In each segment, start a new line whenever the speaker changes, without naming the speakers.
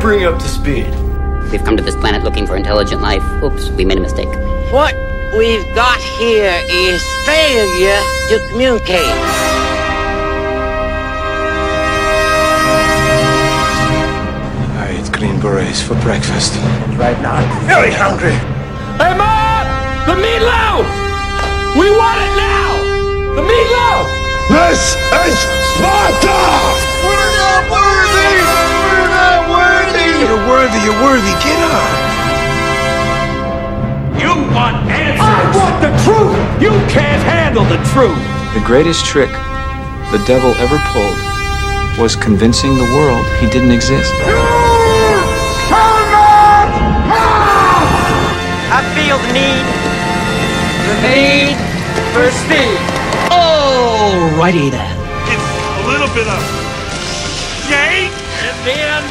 bring up to speed.
We've come to this planet looking for intelligent life. Oops, we made a mistake.
What we've got here is failure to communicate.
I ate green berets for breakfast.
Right now, I'm
Very hungry.
Hey, Mom! The meatloaf! We want it now! The meatloaf!
This is Sparta!
We're not worthy! We're not worthy!
You're worthy, you're worthy. Get up!
You want answers! I want the truth! You can't handle the truth!
The greatest trick the devil ever pulled was convincing the world he didn't exist.
I feel the need.
The need for speed.
Alrighty then.
It's a little bit of shake
and then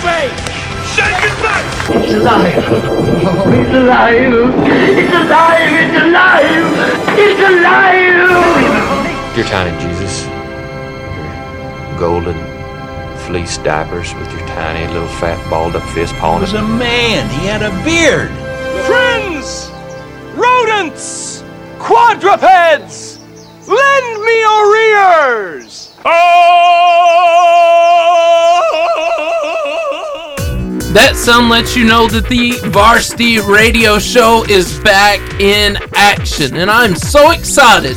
faith.
Shake it back!
It's alive. Oh, it's alive. It's alive. It's alive. It's alive.
Your tiny Jesus. Your golden fleece diapers with your tiny little fat balled up fist pawing.
He was a man. He had a beard.
Friends, rodents, quadrupeds, lend me your ears. Oh!
That sun lets you know that the varsity radio show is back in action, and I'm so excited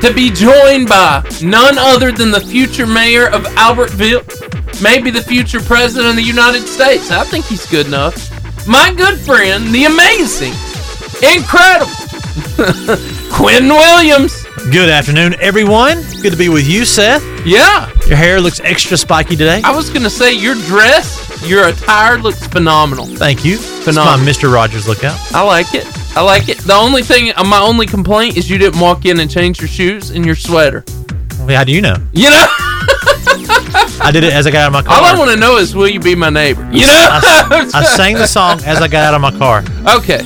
to be joined by none other than the future mayor of Albertville, maybe the future president of the United States. I think he's good enough. My good friend, the amazing, incredible Quinn Williams.
Good afternoon, everyone. Good to be with you, Seth.
Yeah.
Your hair looks extra spiky today.
I was going to say, your dress, your attire looks phenomenal.
Thank you.
Phenomenal.
Mr. Rogers look out.
I like it. I like it. The only thing, uh, my only complaint is you didn't walk in and change your shoes and your sweater.
How do you know?
You know?
I did it as I got out of my car.
All I want to know is, will you be my neighbor? You know,
I, I, sang the song as I got out of my car.
Okay,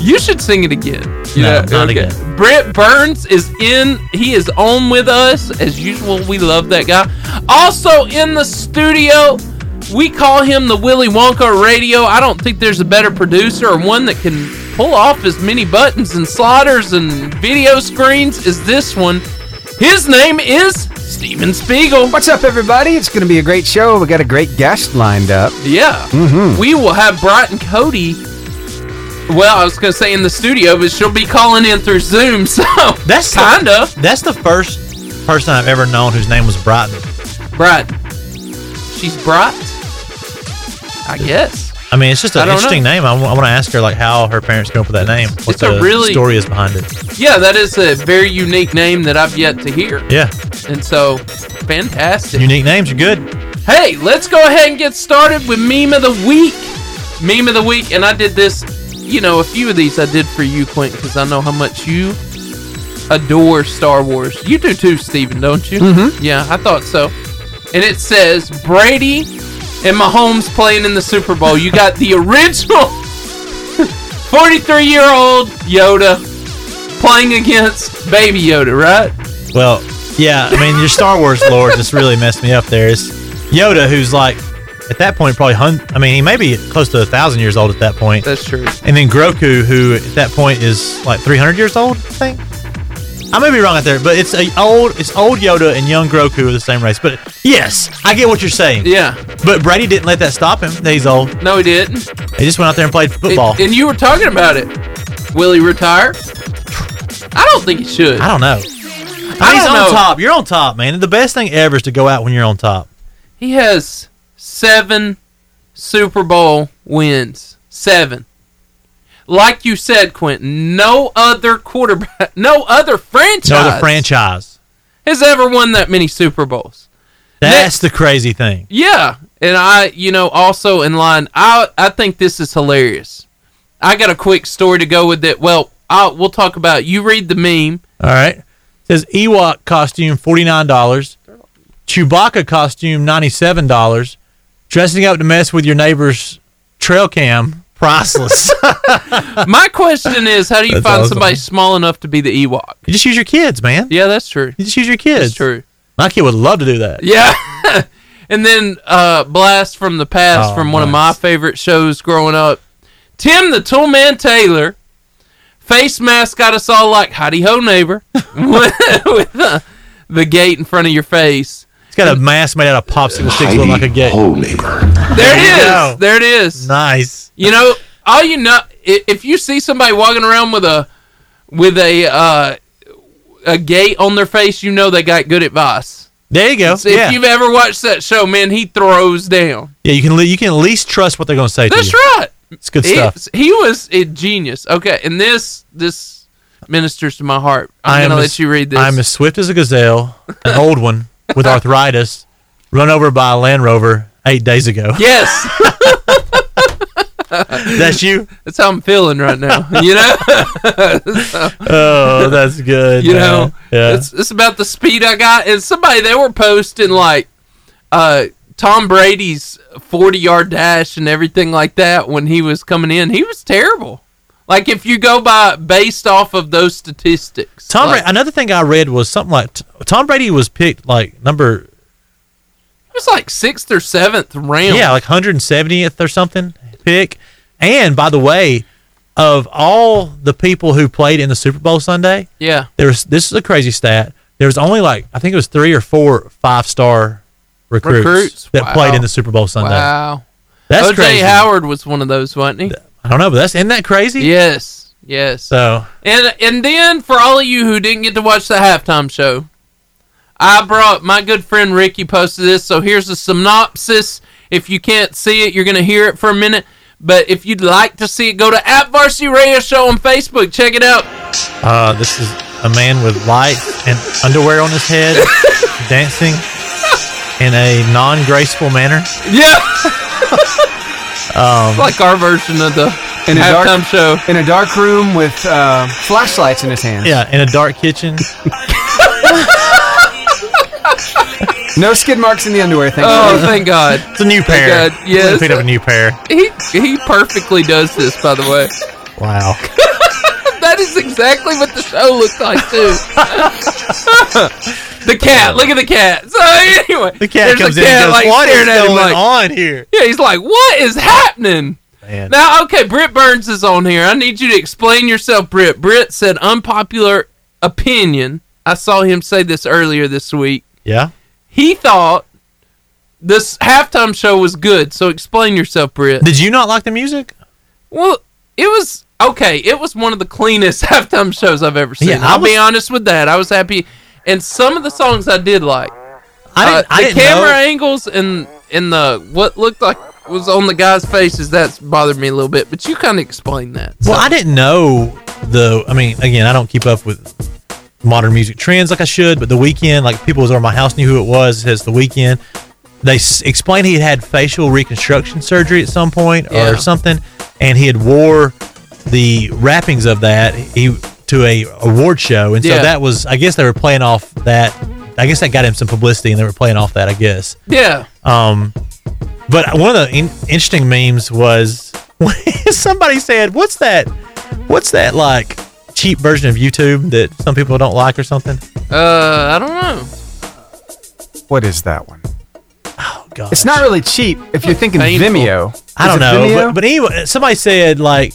you should sing it again. You
no, know? not okay. again.
Brett Burns is in. He is on with us as usual. We love that guy. Also in the studio, we call him the Willy Wonka Radio. I don't think there's a better producer or one that can pull off as many buttons and sliders and video screens as this one. His name is Steven Spiegel.
What's up, everybody? It's going to be a great show. We got a great guest lined up.
Yeah.
Mm-hmm.
We will have Brighton Cody. Well, I was going to say in the studio, but she'll be calling in through Zoom. So
that's
kind of
that's the first person I've ever known whose name was Brighton.
Brighton. She's bright. I guess.
I mean, it's just an interesting know. name. I, w- I want to ask her like how her parents came up with that name. What
it's
the
a really,
story is behind it.
Yeah, that is a very unique name that I've yet to hear.
Yeah,
and so fantastic.
Unique names are good.
Hey, let's go ahead and get started with meme of the week. Meme of the week, and I did this. You know, a few of these I did for you, Clint, because I know how much you adore Star Wars. You do too, Steven, don't you?
Mm-hmm.
Yeah, I thought so. And it says Brady and Mahomes playing in the Super Bowl. You got the original 43 year old Yoda playing against baby Yoda, right?
Well, yeah. I mean, your Star Wars lore just really messed me up there. It's Yoda who's like, at that point, probably, hun- I mean, he may be close to a thousand years old at that point.
That's true.
And then Groku, who at that point is like 300 years old, I think. I may be wrong out there, but it's a old it's old Yoda and young Groku are the same race. But yes, I get what you're saying.
Yeah.
But Brady didn't let that stop him. That he's old.
No, he didn't.
He just went out there and played football.
It, and you were talking about it. Will he retire? I don't think he should.
I don't know. I he's don't on know. top. You're on top, man. The best thing ever is to go out when you're on top.
He has seven Super Bowl wins. Seven like you said, Quentin, no other quarterback, no other franchise, no
other franchise
has ever won that many Super Bowls.
That's that, the crazy thing.
Yeah, and I, you know, also in line, I I think this is hilarious. I got a quick story to go with it. Well, I'll, we'll talk about. It. You read the meme.
All right. It says Ewok costume forty nine dollars, Chewbacca costume ninety seven dollars, dressing up to mess with your neighbor's trail cam priceless.
My question is, how do you that's find awesome. somebody small enough to be the Ewok?
You just use your kids, man.
Yeah, that's true.
You just use your kids.
That's true.
My kid would love to do that.
Yeah. And then uh, Blast from the Past
Oh,
from one of my favorite shows growing up. Tim the Tool Man Taylor. Face mask got us all like howdy ho neighbor with, with uh, the gate in front of your face.
It's got a mask made out of popsicle sticks looking like a gate. Oh, neighbor.
There it is. There it is.
Nice.
You know, all you know, i- if you see somebody walking around with a with a uh, a gate on their face, you know they got good advice.
There you go.
So if
yeah.
you've ever watched that show, man, he throws down.
yeah, you can le- you can at least trust what they're going to say to
That's
you.
right.
It's good
he,
stuff.
He was a genius. Okay, and this this ministers to my heart. I'm gonna
am
let
as-
you read this.
I'm as swift as a gazelle, an old one with arthritis, run over by a Land Rover eight days ago.
yes.
That's you.
That's how I'm feeling right now. You know.
Oh, that's good.
you
man.
know
yeah.
it's, it's about the speed i got and somebody they were posting like uh tom brady's 40 yard dash and everything like that when he was coming in he was terrible like if you go by based off of those statistics
Tom.
like,
Brady, another thing I read was something like t- Tom Brady was picked like number
it was like sixth or seventh round
Yeah, like 170th or something pick. And by the way, of all the people who played in the Super Bowl Sunday,
Yeah.
there was this is a crazy stat. There was only like I think it was three or four five star recruits,
Recruits?
that
Wow.
played in the Super Bowl Sunday.
wow
That's
oj
crazy.
howard was one of those wasn't he
I don't know, but that's isn't that crazy?
yes yes
So
And and then for all of you who didn't get to watch the halftime show, I brought my good friend Ricky posted this. So here's a synopsis. If you can't see it, you're gonna hear it for a minute. But if you'd like to see it, go to at Varsity Radio Show on Facebook. Check it out.
uh, this is a man with lights and underwear on his head dancing in a non graceful manner.
Yeah,
Um,
it's like our version of the
In a dark
halftime show.
in a dark room with uh, flashlights in his hands.
yeah, in a dark kitchen.
No skid marks in the underwear. Thank
Oh,
you.
thank God.
It's a new pair.
God, yes.
picked up a new pair.
He he perfectly does this, by the way.
Wow.
that is exactly what the show looked like too. the cat. Look at the cat. So anyway,
The cat
there's
comes
a
in
cat
and goes,
like
"What
staring
is
at him
going
like,
on here?"
Yeah, he's like, "What is happening?"
Man.
Now, okay, Britt Burns is on here. I need you to explain yourself, Britt. Britt said unpopular opinion. I saw him say this earlier this week.
Yeah.
He thought this halftime show was good. So explain yourself, Britt.
Did you not like the music?
Well, it was okay. It was one of the cleanest halftime shows I've ever seen.
Yeah, I
I'll be
was-
honest with that. I was happy, and some of the songs I did like.
I didn't-
Uh,
I
the
didn't
camera
know.
angles and and the what looked like was on the guy's faces that's bothered me a little bit. But you kind of explained that.
Well, I didn't know the. I mean, again, I don't keep up with modern music trends like I should, but the weekend, like people was over my house knew who it was. It says the weekend. They s- explained he had had facial reconstruction surgery at some point
Yeah.
or something, and he had wore the wrappings of that he to a award show, and
Yeah.
so that was. I guess they were playing off that. I guess that got him some publicity, and they were playing off that. I guess.
Yeah.
Um, but one of the in- interesting memes was when somebody said, "What's that? What's that like cheap version of YouTube that some people don't like or something?"
Uh, I don't know.
What is that one?
Oh god,
It's not really cheap if you're thinking
Painful.
Vimeo.
I
Is
don't
it
know.
Vimeo?
But, but anyway, somebody said like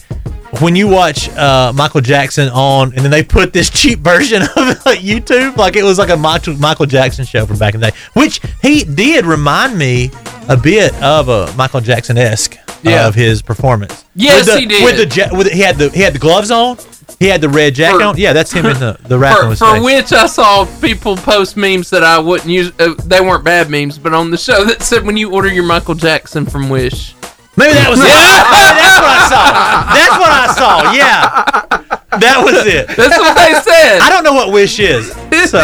when you watch uh, Michael Jackson on, and then they put this cheap version of like, YouTube, like it was like a Michael, Michael Jackson show from back in the day, which he did remind me a bit of a Michael Jackson esque
Yeah.
of his performance.
Yes,
with the,
he did.
With the ja- with he had the he had the gloves on. He had the red jacket
For-
on. Yeah, that's him in the the rap on
For,
his
for
face.
which I saw people post memes that I wouldn't use. Uh, they weren't bad memes, but on the show that said when you order your Michael Jackson from Wish.
Maybe that was it. that's what I saw. That's what I saw. Yeah, that was it.
That's what they said.
I don't know what Wish is. So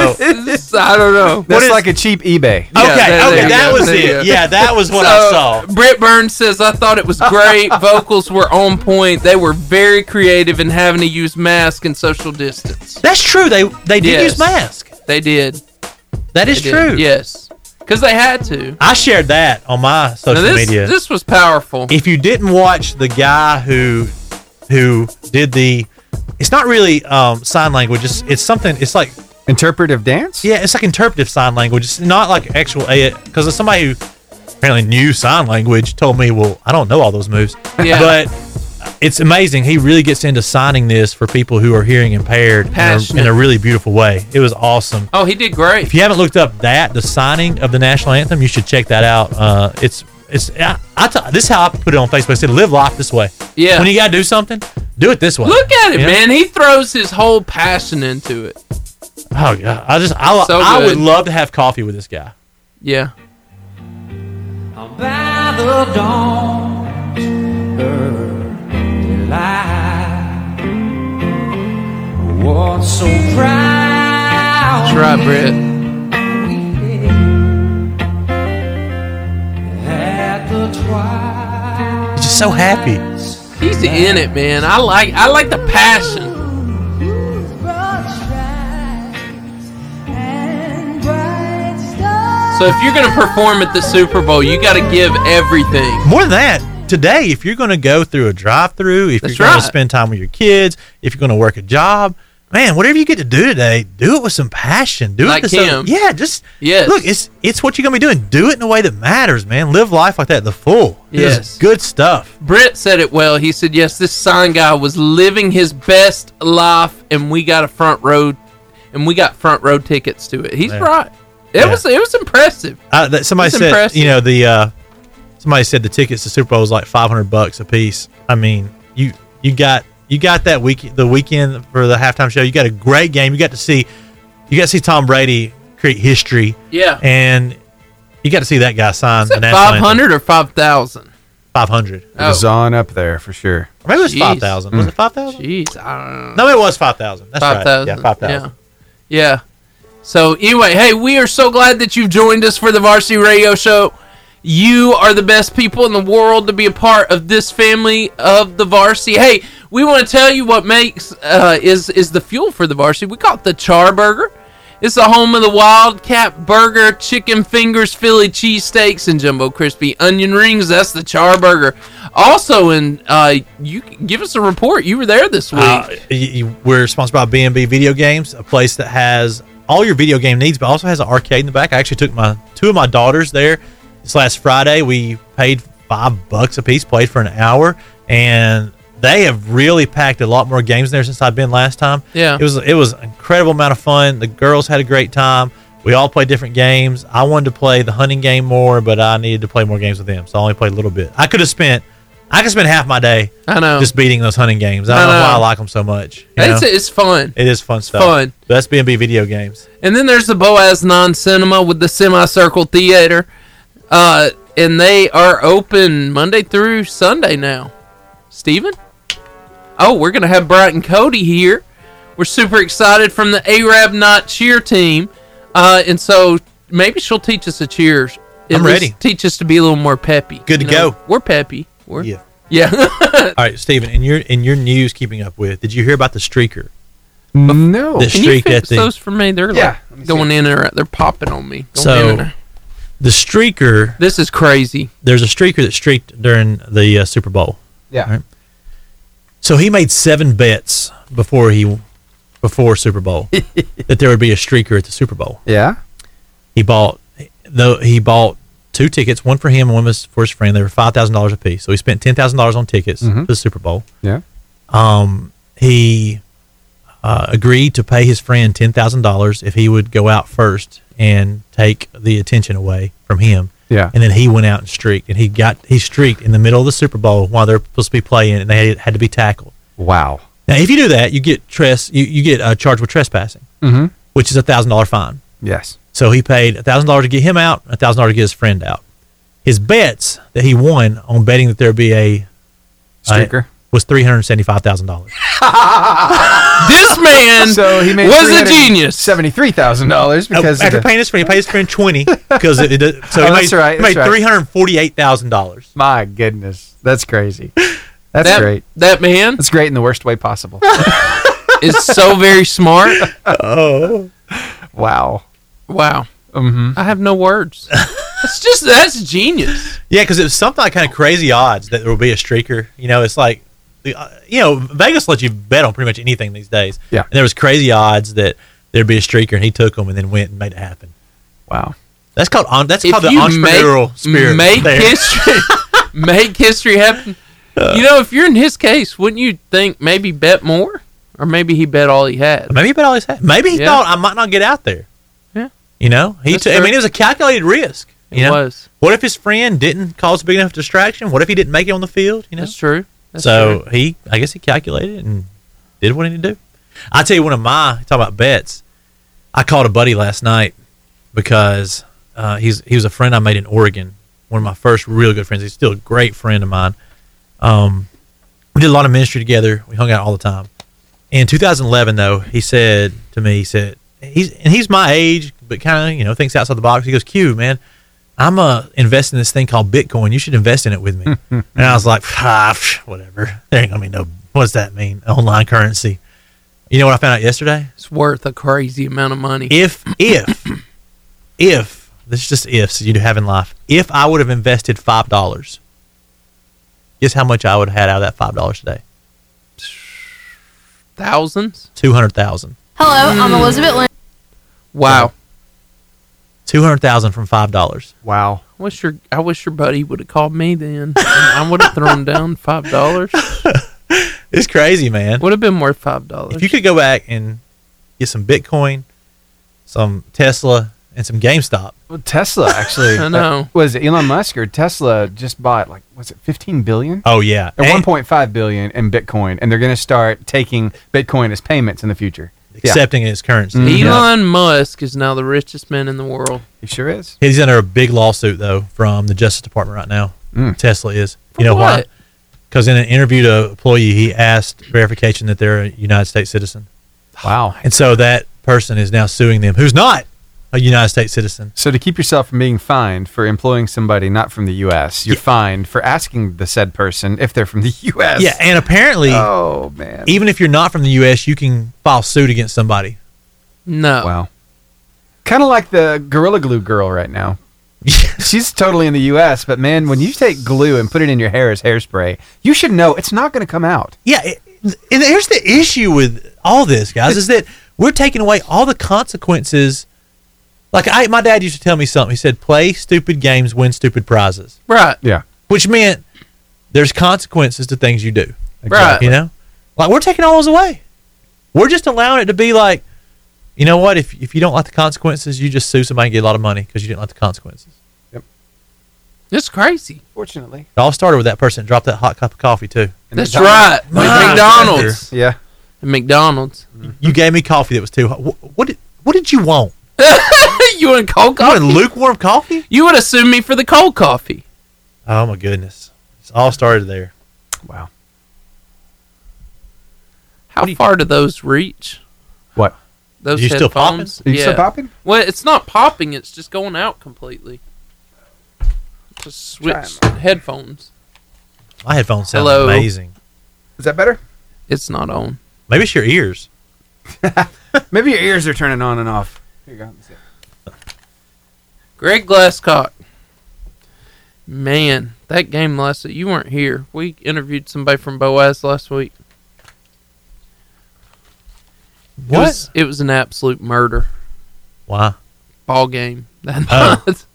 I don't know.
That's
is-
like a cheap eBay.
Okay,
Yeah, there-
okay,
there you
that
go,
was
there you
it.
go.
Yeah, that was what I
So,
saw.
Britt Burns says, I thought it was great. Vocals were on point. They were very creative in having to use mask and social distance.
That's true. They they did
Yes.
use mask.
They did.
That is
They did.
true.
Yes. Because they had to.
I shared that on my social
Now, this,
media.
this was powerful.
if you didn't watch the guy who who did the, it's not really um, sign language. It's it's something. It's like
Interpretive dance?
yeah, it's like interpretive sign language. It's not like actual a because it's somebody who apparently knew sign language, told me, "Well, I don't know all those moves."
Yeah.
But it's amazing. He really gets into signing this for people who are hearing impaired in a,
Passionate.
in a really beautiful way. It was awesome.
Oh, he did great.
If you haven't looked up that the signing of the national anthem, you should check that out. Uh, it's it's I, I t- this is how I put it on Facebook. I said, "Live life this way."
Yeah.
When you gotta do something, do it this way.
Look at it,
You know?
man. He throws his whole passion into it.
Oh yeah. I just I,
So
I would
good.
love to have coffee with this guy.
Yeah.
By the dawn's early light, what so proud
That's right, Brett.
at the twilight.
He's just so happy.
He's in it, man. I like I like the passion. So if you're gonna perform at the Super Bowl, you gotta give everything.
More than that, today, if you're going to go through a drive-through, if
That's
you're going
right.
to spend time with your kids, if you're going to work a job, man, whatever you get to do today, do it with some passion. Do
Like
it with
him.
some- yeah. Just
Yes.
Look, it's it's what you're going to be doing. Do it in a way that matters, man. Live life like that, the full. It is
Yes.
good stuff.
Brett said it well. He said, "Yes, this sign guy was living his best life, and we got a front row, and we got front row tickets to it." He's
Yeah.
right. It
Yeah.
was it was impressive.
Uh, that somebody
It's
said,
impressive.
you know, the uh, somebody said the tickets to Super Bowl was like 500 bucks a piece. I mean, you you got you got that week the weekend for the halftime show. You got a great game. You got to see you got to see Tom Brady create history.
Yeah.
and you got to see that guy sign the national
Five hundred or five thousand? Oh,
Five hundred.
It was on up there for sure.
Maybe it was
Jeez.
five thousand. Was it five thousand?
Jeez, I don't know.
No, it was five thousand. That's
Five
right.
thousand.
Yeah, five thousand.
Yeah. yeah. So anyway, hey, we are so glad that you've joined us for the Varsity Radio Show. You are the best people in the world to be a part of this family of the Varsity. Hey, we want to tell you what makes uh, is is the fuel for the Varsity. We call it the Char Burger. It's the home of the Wildcat Burger, chicken fingers, Philly cheesesteaks, and jumbo crispy onion rings. That's the Char Burger. Also, and uh, you give us a report. You were there this week.
Uh, y- y- we're sponsored by B&B Video Games, a place that has all your video game needs, but also has an arcade in the back. I actually took my two of my daughters there this last Friday. We paid five bucks a piece, played for an hour, and they have really packed a lot more games in there since I've been last time.
Yeah.
it was it was an incredible amount of fun. The girls had a great time. We all played different games. I wanted to play the hunting game more, but I needed to play more games with them, so I only played a little bit. I could have spent, I could spend half my day
I know.
just beating those hunting games. I
I
don't know, why I
know.
like them so much. you
It's,
know?
it's fun.
it is fun stuff.
fun.
But that's B&B video games.
And then there's the Boaz Non Cinema with the semicircle theater. Uh, and they are open Monday through Sunday now. Steven? Oh, we're going to have Bright and Cody here. We're super excited from the Arab Night cheer team. Uh, and so maybe she'll teach us a cheer. At least
I'm ready.
Teach us to be a little more peppy.
Good to
You know,
go.
We're peppy. We're,
Yeah.
Yeah.
All right, Steven, in your in your news keeping up with, did you hear about the streaker?
No.
The
Oh, Can you
streak that
fix
the
those for me? They're
Yeah, let me
like
see.
going in and out. They're popping on me. Going
So-
in and out.
the streaker,
this is crazy.
there's a streaker that streaked during the uh, Super Bowl.
Yeah.
Right. So he made seven bets before he before Super Bowl that there would be a streaker at the Super Bowl.
Yeah.
He bought though he bought two tickets, one for him and one was for his friend. They were five thousand dollars apiece. So he spent ten thousand dollars on tickets
Mhm.
Mm-hmm.
for the Super Bowl.
Yeah.
Um, he uh, agreed to pay his friend ten thousand dollars if he would go out first and take the attention away from him.
Yeah.
And then he went out and streaked, and he got he streaked in the middle of the Super Bowl while they're supposed to be playing, and they had, had to be tackled.
Wow.
Now, if you do that, you get tres you, you get uh, charged with trespassing,
Mm-hmm.
which is a thousand dollar fine.
Yes.
So he paid thousand dollars to get him out, thousand dollars to get his friend out. His bets that he won on betting that there'd be a
Streaker.
uh, was three hundred seventy five thousand dollars.
this man
so he made
was a genius.
Seventy-three thousand dollars because of
after
the-
paying his friend, he paid his friend twenty because it, it- so
Oh,
he
that's
made,
right,
he made
that's right.
three hundred forty eight thousand dollars.
my goodness, that's crazy. That's
that,
great.
That man
That's great in the worst way possible.
is so very smart.
Oh,
wow.
Wow.
Mm-hmm.
I have no words. That's just that's genius.
yeah, because it was something like kind of crazy odds that there will be a streaker. You know, it's like the, uh, you know Vegas lets you bet on pretty much anything these days.
Yeah.
and there was crazy odds that there'd be a streaker, and he took them and then went and made it happen.
Wow.
That's called on. That's
If
called the
you
entrepreneurial
make,
spirit.
Make
there. Uh.
history. make history happen. you know, if you're in his case, wouldn't you think maybe bet more, or maybe he bet all he had?
Maybe he bet all his had. Maybe he
Yeah.
thought I might not get out there.
Yeah.
You know, he.
That's
T- I
true.
mean, it was a calculated risk. You
It
know?
was.
What if his friend didn't cause a big enough distraction? What if he didn't make it on the field? You know,
That's true. That's
so
true.
he, I guess, he calculated it and did what he needed to do. I tell you, one of my talk about bets. I called a buddy last night because uh, he's he was a friend I made in Oregon. One of my first real good friends. He's still a great friend of mine. Um, we did a lot of ministry together. We hung out all the time. In 2011, though, he said to me, he said, he's and he's my age, but kind of you know thinks outside the box. He goes, "Q, man, I'm uh, investing in this thing called Bitcoin. You should invest in it with me." and I was like, ah, pff, "Whatever. There ain't gonna be no. What does that mean? Online currency." You know what I found out yesterday?
It's worth a crazy amount of money.
If if if this is just ifs you have in life. If I would have invested five dollars, guess how much I would have had out of that five dollars today?
Thousands.
Two hundred thousand.
Hello, I'm
Mm.
Elizabeth Lynn.
Wow.
Two hundred thousand from five dollars.
Wow.
I wish your I wish your buddy would have called me then. and I would have thrown down five dollars.
It's crazy, man.
Would have been worth five dollars.
If you could go back and get some Bitcoin, some Tesla, and some GameStop,
Well, Tesla actually.
I know.
was it Elon Musk or Tesla just bought like was it 15 billion?
Oh, yeah.
Or
And-
1.5 billion in Bitcoin, and they're going to start taking Bitcoin as payments in the future. Yeah.
accepting it as currency.
Mm-hmm. Elon Musk is now the richest man in the world.
He sure is.
He's under a big lawsuit though from the Justice Department right now.
Mm.
Tesla is. you know why?
what?
Because in an interview to an employee, he asked verification that they're a United States citizen.
Wow.
And so that person is now suing them, who's not a United States citizen.
So to keep yourself from being fined for employing somebody not from the U.S., you're fined for asking the said person if they're from the U.S.
Yeah, and E apparently,
Oh man.
even if you're not from the U.S., you can file suit against somebody.
No.
Wow. Kind of like the Gorilla Glue girl right now. She's totally in the U.S., but man, when you take glue and put it in your hair as hairspray, you should know it's not going to come out.
Yeah, it, and here's the issue with all this, guys, is that we're taking away all the consequences. Like I, my dad used to tell me something. He said, "Play stupid games, win stupid prizes."
Right.
Yeah.
Which meant there's consequences to things you do.
Right.
You know, like we're taking all those away. We're just allowing it to be like, you know what? If if you don't like the consequences, you just sue somebody and get a lot of money because you didn't like the consequences.
It's crazy.
Fortunately.
It all started with that person that dropped that hot cup of coffee too.
That's right. At McDonald's.
Yeah.
At McDonald's.
You gave me coffee that was too hot. What, what did what did you want?
you want cold coffee?
You want lukewarm coffee?
You would have sued me for the cold coffee.
Oh my goodness! It's all started there.
Wow.
How far do those reach?
What?
Those
You still popping?
headphones?
You still popping?
Well, it's not popping. It's just going out completely. Just switch headphones.
My headphones sound
Hello.
amazing.
Is that better?
It's not on.
Maybe it's your ears.
Maybe your ears are turning on and off. Here you go.
Greg Glasscock. Man, that game last you weren't here. We interviewed somebody from Boaz last week. It
What?
was, it was an absolute murder.
Why?
Ball game. That
Oh.
was-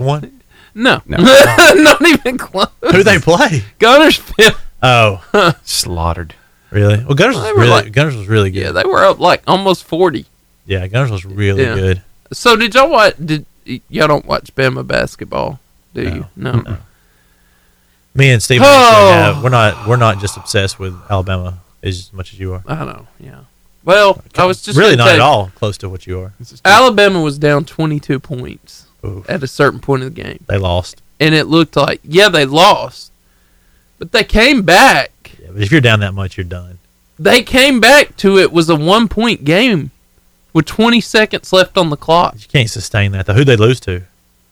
won.
No.
No.
Not even close.
Who they play?
Gunnersville.
Oh,
Slaughtered.
really? Well, Gunners
They
was
were
really
like-
Gunners was really good.
Yeah, they were up like almost 40.
Yeah, Gunners was really
Yeah.
good.
So did y'all watch did y- y'all don't watch Bama basketball, do you? No.
Me and Steve,
Oh.
actually have- we're not we're not just obsessed with Alabama as much as you are.
I know, yeah. Well, I was just
really
gonna
not
tell
at
you,
all close to what you are.
Alabama was down 22 points
Oof.
at a certain point of the game.
They lost.
And it looked like, yeah, they lost. But they came back.
Yeah, but if you're down that much, you're done.
They came back to it was a one point game with 20 seconds left on the clock.
You can't sustain that. Though. Who they lose to?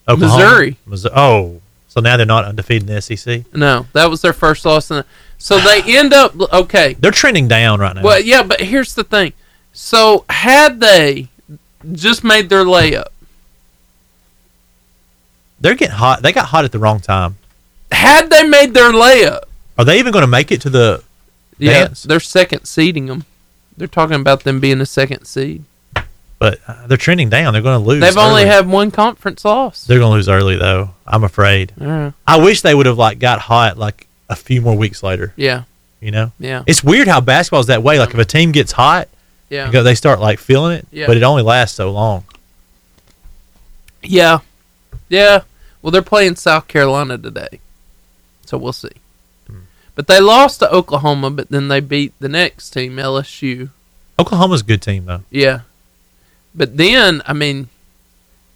Oklahoma?
Missouri.
Missouri. Oh, so now they're not undefeated in the E SEC.
No, that was their first loss. In the, so they end up, okay.
They're trending down right now.
Well, yeah, but here's the thing. So had they just made their layup,
They're getting hot. They got hot at the wrong time.
had they made their layup,
Are they even going to make it to the?
yeah,
Dance.
they're second seeding them. They're talking about them being a second seed.
but uh, they're trending down. They're going to lose.
They've only
early.
had one conference loss. Uh,
They're going to lose early though. I'm afraid.
Yeah.
I wish they would have like got hot like a few more weeks later.
Yeah.
You know.
Yeah.
It's weird how basketball's that way. Like if a team gets hot,
Yeah.
you go- they start like feeling it,
Yeah.
but it only lasts so long.
Yeah. Yeah. Well, they're playing South Carolina today. So we'll see.
Hmm.
But they lost to Oklahoma, but then they beat the next team, LSU.
Oklahoma's a good team though.
Yeah. But then, I mean,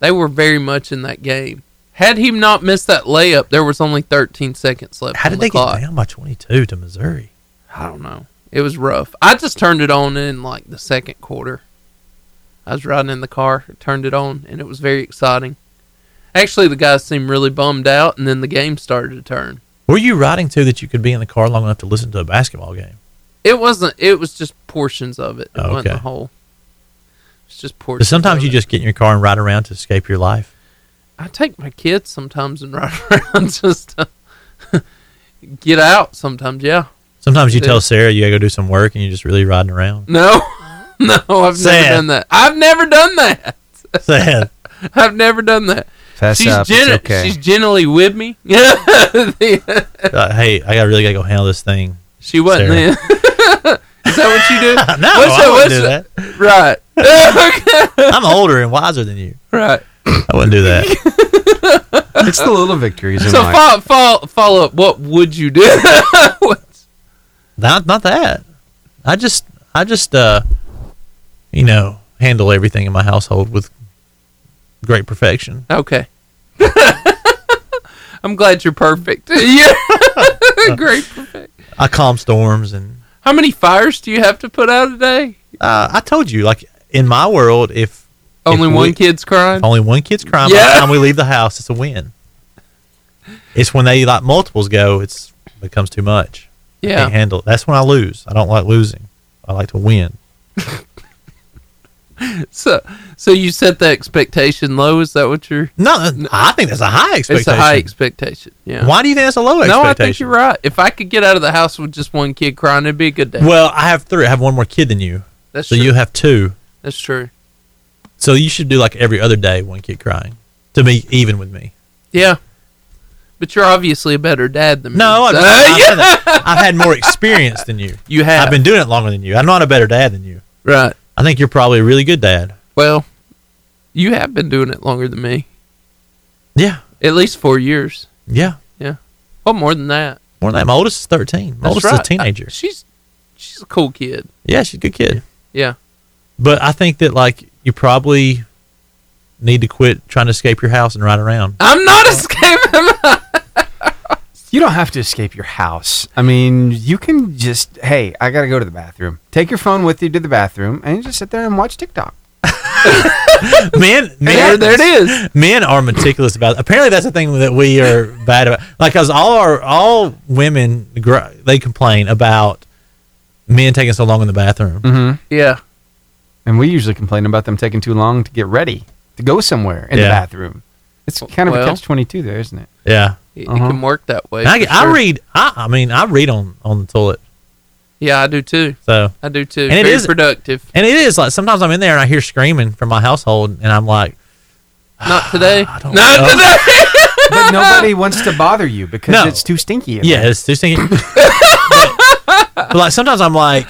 they were very much in that game. Had he not missed that layup, there was only 13 seconds left.
How
on
did
the
they
clock.
get down by 22 to Missouri?
I don't know. It was rough. I just turned it on in like the second quarter. I was riding in the car, turned it on, and it was very exciting. Actually, the guys seemed really bummed out, and then the game started to turn.
Were you riding to that you could be in the car long enough to listen to a basketball game?
It wasn't. It was just portions of it. It
Oh,
wasn't the
okay.
whole. It's just
'Cause
portions.
sometimes
of
you
it.
just get in your car and ride around to escape your life.
I take my kids sometimes and ride around just to get out. Sometimes, yeah.
Sometimes you
Dude.
tell Sarah you gotta go do some work and you're just really riding around.
No, no, I've
Sad.
never done that. I've never done that.
Sad.
I've never done that.
Fess
she's
up, it's
gen-
okay.
she's generally with me. Yeah,
Like, uh, hey, I gotta really gotta go handle this thing.
she wasn't
Sarah.
there. Is that what you do? no,
I wouldn't do that.
Right,
I'm older and wiser than you.
right.
I wouldn't do that.
It's the little victories in
So
life.
follow, follow, follow up. What would you do?
Not not that. I just I just uh you know, handle everything in my household with great perfection.
okay. I'm glad you're perfect. yeah, great. Perfect.
I calm storms and
How many fires do you have to put out a day?
uh, I told you, like in my world if
Only
if
one
we-
kid's crying.
If only one kid's crying by
Yeah.
the time we leave the house, it's a win. It's when they like multiples go, it's becomes too much. I
Yeah.
can't handle it. That's when I lose. I don't like losing. I like to win.
So, so you set the expectation low? Is that what you're?
No, I think that's a high
It's a
expectation.
high expectation. Yeah.
Why do you think that's a low
No,
expectation?
I think you're right. If I could get out of the house with just one kid crying, it'd be a good day.
Well, I have three. I have one more kid than you.
That's
so
true.
you have two.
That's true.
So you should do like every other day, one kid crying to be even with me.
Yeah. But you're obviously a better dad than me.
No, I've,
so-
I've, had, I've had more experience than you.
You have.
I've been doing it longer than you. I'm not a better dad than you.
right.
I think you're probably a really good dad.
Well, you have been doing it longer than me.
Yeah.
At least four years.
Yeah.
Yeah. Well, more than that.
More than that. My oldest is 13.
That's
My oldest is a
right.
teenager.
I- she's she's a cool kid.
yeah, she's a good kid.
Yeah.
But I think that like you probably need to quit trying to escape your house and ride around.
I'm not escaping.
You don't have to escape your house. I mean, you can just hey, I gotta go to the bathroom. Take your phone with you to the bathroom and just sit there and watch TikTok.
men,
there,
men,
there it is.
men are meticulous about. Apparently, that's the thing that we are bad about. Like, cause all our all women gr- they complain about men taking so long in the bathroom.
Mm.
Mm-hmm.
Yeah.
And we usually complain about them taking too long to get ready to go somewhere in
Yeah.
the bathroom. It's kind of
Well-
a catch twenty two there, isn't it?
Yeah,
It, it
Uh-huh.
can work that way.
And I,
for
get- I
sure.
read. I, I mean, I read on on the toilet.
Yeah, I do too.
So,
I do too.
And it
Very
is-
productive.
and it is like sometimes I'm in there and I hear screaming from my household, and I'm like,
Not today.
don't
Not
know.
today.
But nobody wants to bother you because
No.
it's too stinky. in
Yeah,
there.
it's too stinky. but, but, like sometimes I'm like,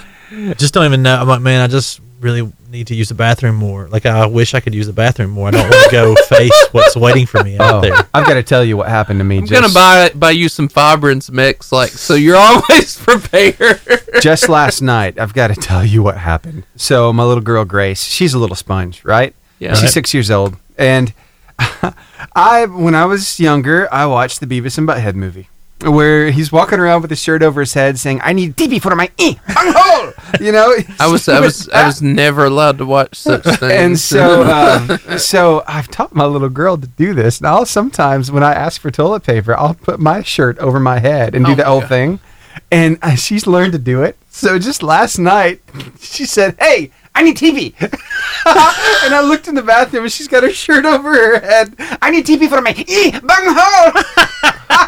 just don't even know. I'm like, man, I just really need to use the bathroom more. Like I wish I could use the bathroom more. I don't want to go face what's waiting for me out
Oh,
there.
I've got to tell you what happened to me.
I'm gonna buy buy you some fiber and some X, like so you're always prepared.
just last night, I've got to tell you what happened. So my little girl Grace, she's a little sponge, right?
Yeah.
She's
Right.
six years old, and I, when I was younger, I watched the Beavis and Butthead movie. Where he's walking around with his shirt over his head, saying, "I need TV for my eh, hole," you know.
I was I was I was never allowed to watch such things.
and so um, so I've taught my little girl to do this. And I'll sometimes when I ask for toilet paper, I'll put my shirt over my head and do
Oh
the
my
whole
God.
thing. And uh, she's learned to do it. So just last night, she said, "Hey, I need TV." and I looked in the bathroom, and she's got her shirt over her head. I need TV for my e bung hole.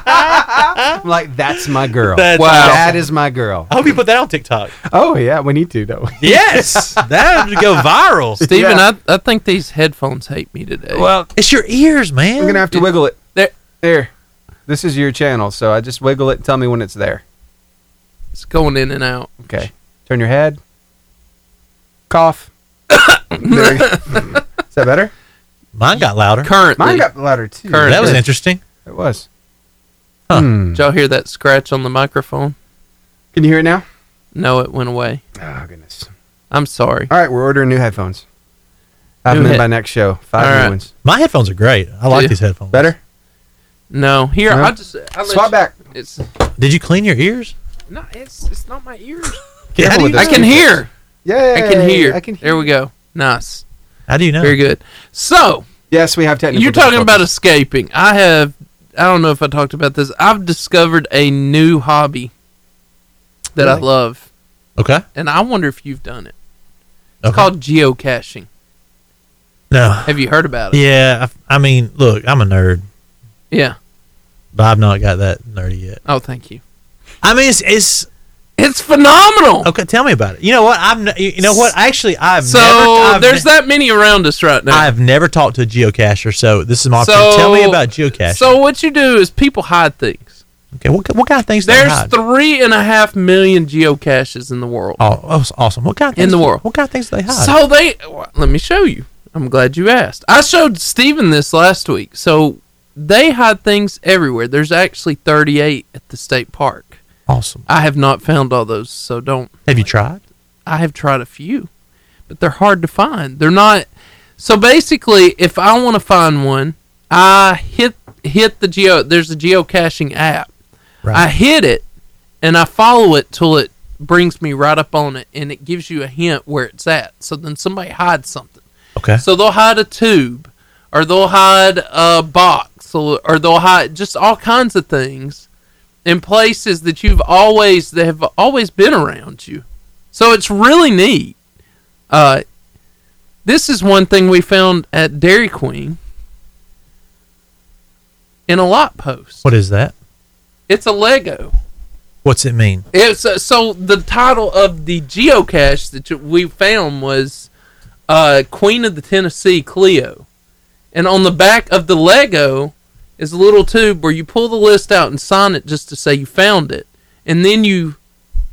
I'm like, that's my girl.
That's
wow.
awesome.
That is my girl.
I hope you put that on TikTok.
Oh, yeah. We need to, don't we?
Yes, that would go viral.
Steven, I, I think these headphones hate me today.
Well,
it's your ears, man.
I'm going to have to wiggle it.
There.
There. This is your channel, so I just wiggle it. Tell me when it's there.
It's going in and out.
Okay. Turn your head. Cough. There we go. is that better?
Mine got louder.
Currently.
Mine got louder, too.
Currently.
That was interesting.
It was. Hmm.
Huh.
Did y'all hear that scratch on the microphone?
Can you hear it now?
No, it went away.
Oh, goodness.
I'm sorry.
All right, we're ordering new headphones. I have
New
them in
head-
by next show. Five
All
new
right.
ones.
My headphones are great. I like
Yeah.
these headphones.
Better?
No, here
No.
I just I'll let
Swap
you-
back.
It's
Did you clean your ears?
no, it's it's not my ears.
Yeah, how, do
with
you,
this.
I can hear.
Yeah,
I can hear.
I can hear.
There we go. Nice.
how do you know?
Very good. So
Yes, we have technical.
you're talking about
difficulties.
escaping. I have. I don't know if I talked about this. I've discovered a new hobby that I
Really?
love,
Okay.
and I wonder if you've done it. It's
Okay.
called geocaching.
No.
Have you heard about it?
Yeah. I, I mean, look, I'm a nerd,
Yeah.
but I've not got that nerdy yet.
Oh, thank you.
I mean, it's, it's
It's phenomenal.
okay. Tell me about it. You know what? I'm. n- You you know what? Actually, I've
So
never, I've
there's
ne-
that many around us right now.
I've never talked to a geocacher, so this is my
So-
opportunity. Tell me about geocaching.
So what you do is people hide things.
okay, what, what kind of things? do they
There's
hide?
three and a half million geocaches in the world.
Oh, oh, that's awesome! What kind of
In
things
the
do-
world.
What kind of things do they hide?
So they well, let me show you. I'm glad you asked. I showed Steven this last week. So they hide things everywhere. There's actually 38 at the state park.
awesome.
I have not found all those, so don't.
Have you tried?
I have tried a few, but they're hard to find. They're not. So basically, if I want to find one, I hit hit the geo. There's a geocaching app. I hit it and I follow it till it brings me right up on it and it gives you a hint where it's at. So then somebody hides something.
okay.
So they'll hide a tube or they'll hide a box or, or they'll hide just all kinds of things in places that you've always that have always been around you. So it's really neat. Uh this is one thing we found at Dairy Queen in a lot post.
What is that?
It's a Lego.
What's it mean?
It's uh, so the title of the geocache that you- we found was uh, "Queen of the Tennessee Clio," and on the back of the Lego is a little tube where you pull the list out and sign it just to say you found it, and then you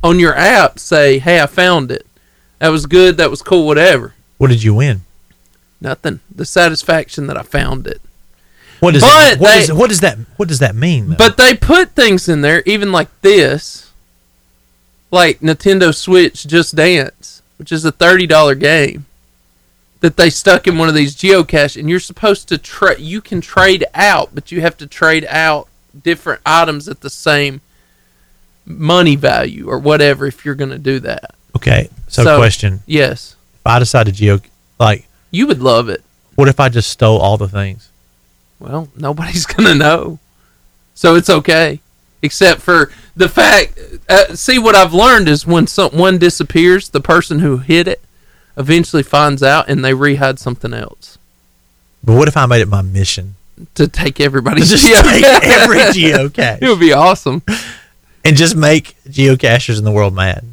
on your app say, "Hey, I found it. That was good. That was cool. Whatever."
What did you win?
Nothing. The satisfaction that I found it.
What is
But
it, what,
they-
is- what does that what does that mean? though?
But they put things in there, even like this, like Nintendo Switch Just Dance, which is a thirty dollar game that they stuck in one of these geocache, and you're supposed to trade. You can trade out, but you have to trade out different items at the same money value or whatever if you're going to do that.
okay, so,
so-
question:
Yes,
If I decide to geo, like,
you would love it.
what if I just stole all the things?
Well, nobody's going to know. So it's okay. Except for the fact, uh, see, what I've learned is when some, one disappears, the person who hid it eventually finds out and they rehide something else
But what if I made it my mission
to take
to
everybody's
just
geo-
take every
it would
geocache
be awesome.
and just make geocachers in the world mad?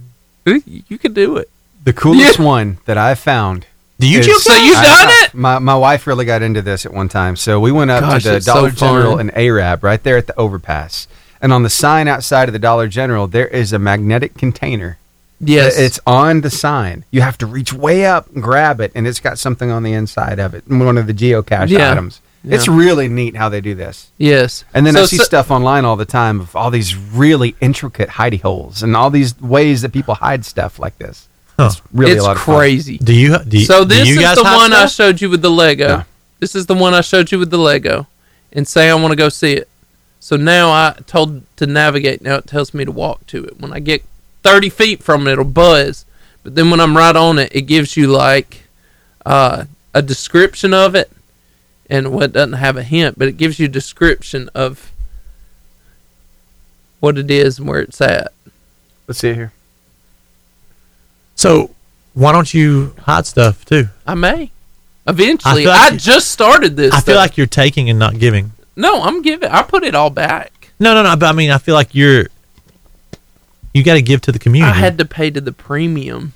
You you could do it.
the coolest one that I found.
Do you
is-
geocache?
So you
I
done
know.
it?
My my wife really got into this at one time. So we went up
Gosh,
to the
it's so
Dollar
fun.
General in Arab right there at the overpass. And on the sign outside of the Dollar General, there is a magnetic container.
Yes.
It's on the sign. You have to reach way up, and grab it, and it's got something on the inside of it. One of the geocache
Yeah.
items. It's
Yeah.
really neat how they do this.
yes.
And then I
So-
see
so-
stuff online all the time of all these really intricate hidey holes and all these ways that people hide stuff like this.
Huh.
It's really
it's
a lot of fun.
crazy.
Do you? Do you
so
do
this
you
is
guys
the
hide
one I
stuff?
showed you with the Lego.
No.
This is the one I showed you with the Lego, and say I want to go see it. So now I told to navigate. Now it tells me to walk to it. When I get thirty feet from it, it'll buzz. But then when I'm right on it, it gives you like uh, a description of it, and what doesn't have a hint, but it gives you a description of what it is and where it's at.
Let's see it here.
So why don't you hide stuff too?
I may eventually.
feel
I,
like you-
just started this.
I feel
though.
like you're taking and not giving.
No, I'm giving. I put it all back.
No, no, no. But I mean, I feel like you're you got to give to the community.
I had to pay to the premium.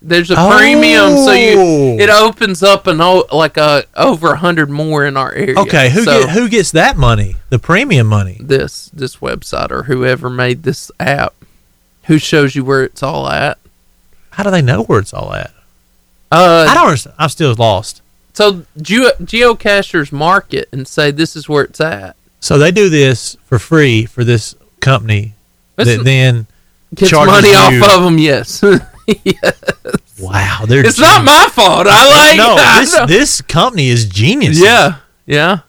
There's a premium, so
Oh.
you it opens up an o- like a over a hundred more in our area.
okay, who
so
get, who gets that money? The premium money.
this this website or whoever made this app, who shows you where it's all at?
How do they know where it's all at?
Uh,
I don't. Understand. I'm still lost.
So geo- geocachers mark it and say this is where it's at.
So they do this for free for this company
Listen,
that then
Gets
charges
money
you-
off of them. Yes. yes.
Wow, they're
It's not my fault. I like.
no.
I
This
know.
this company is genius.
Yeah, yeah.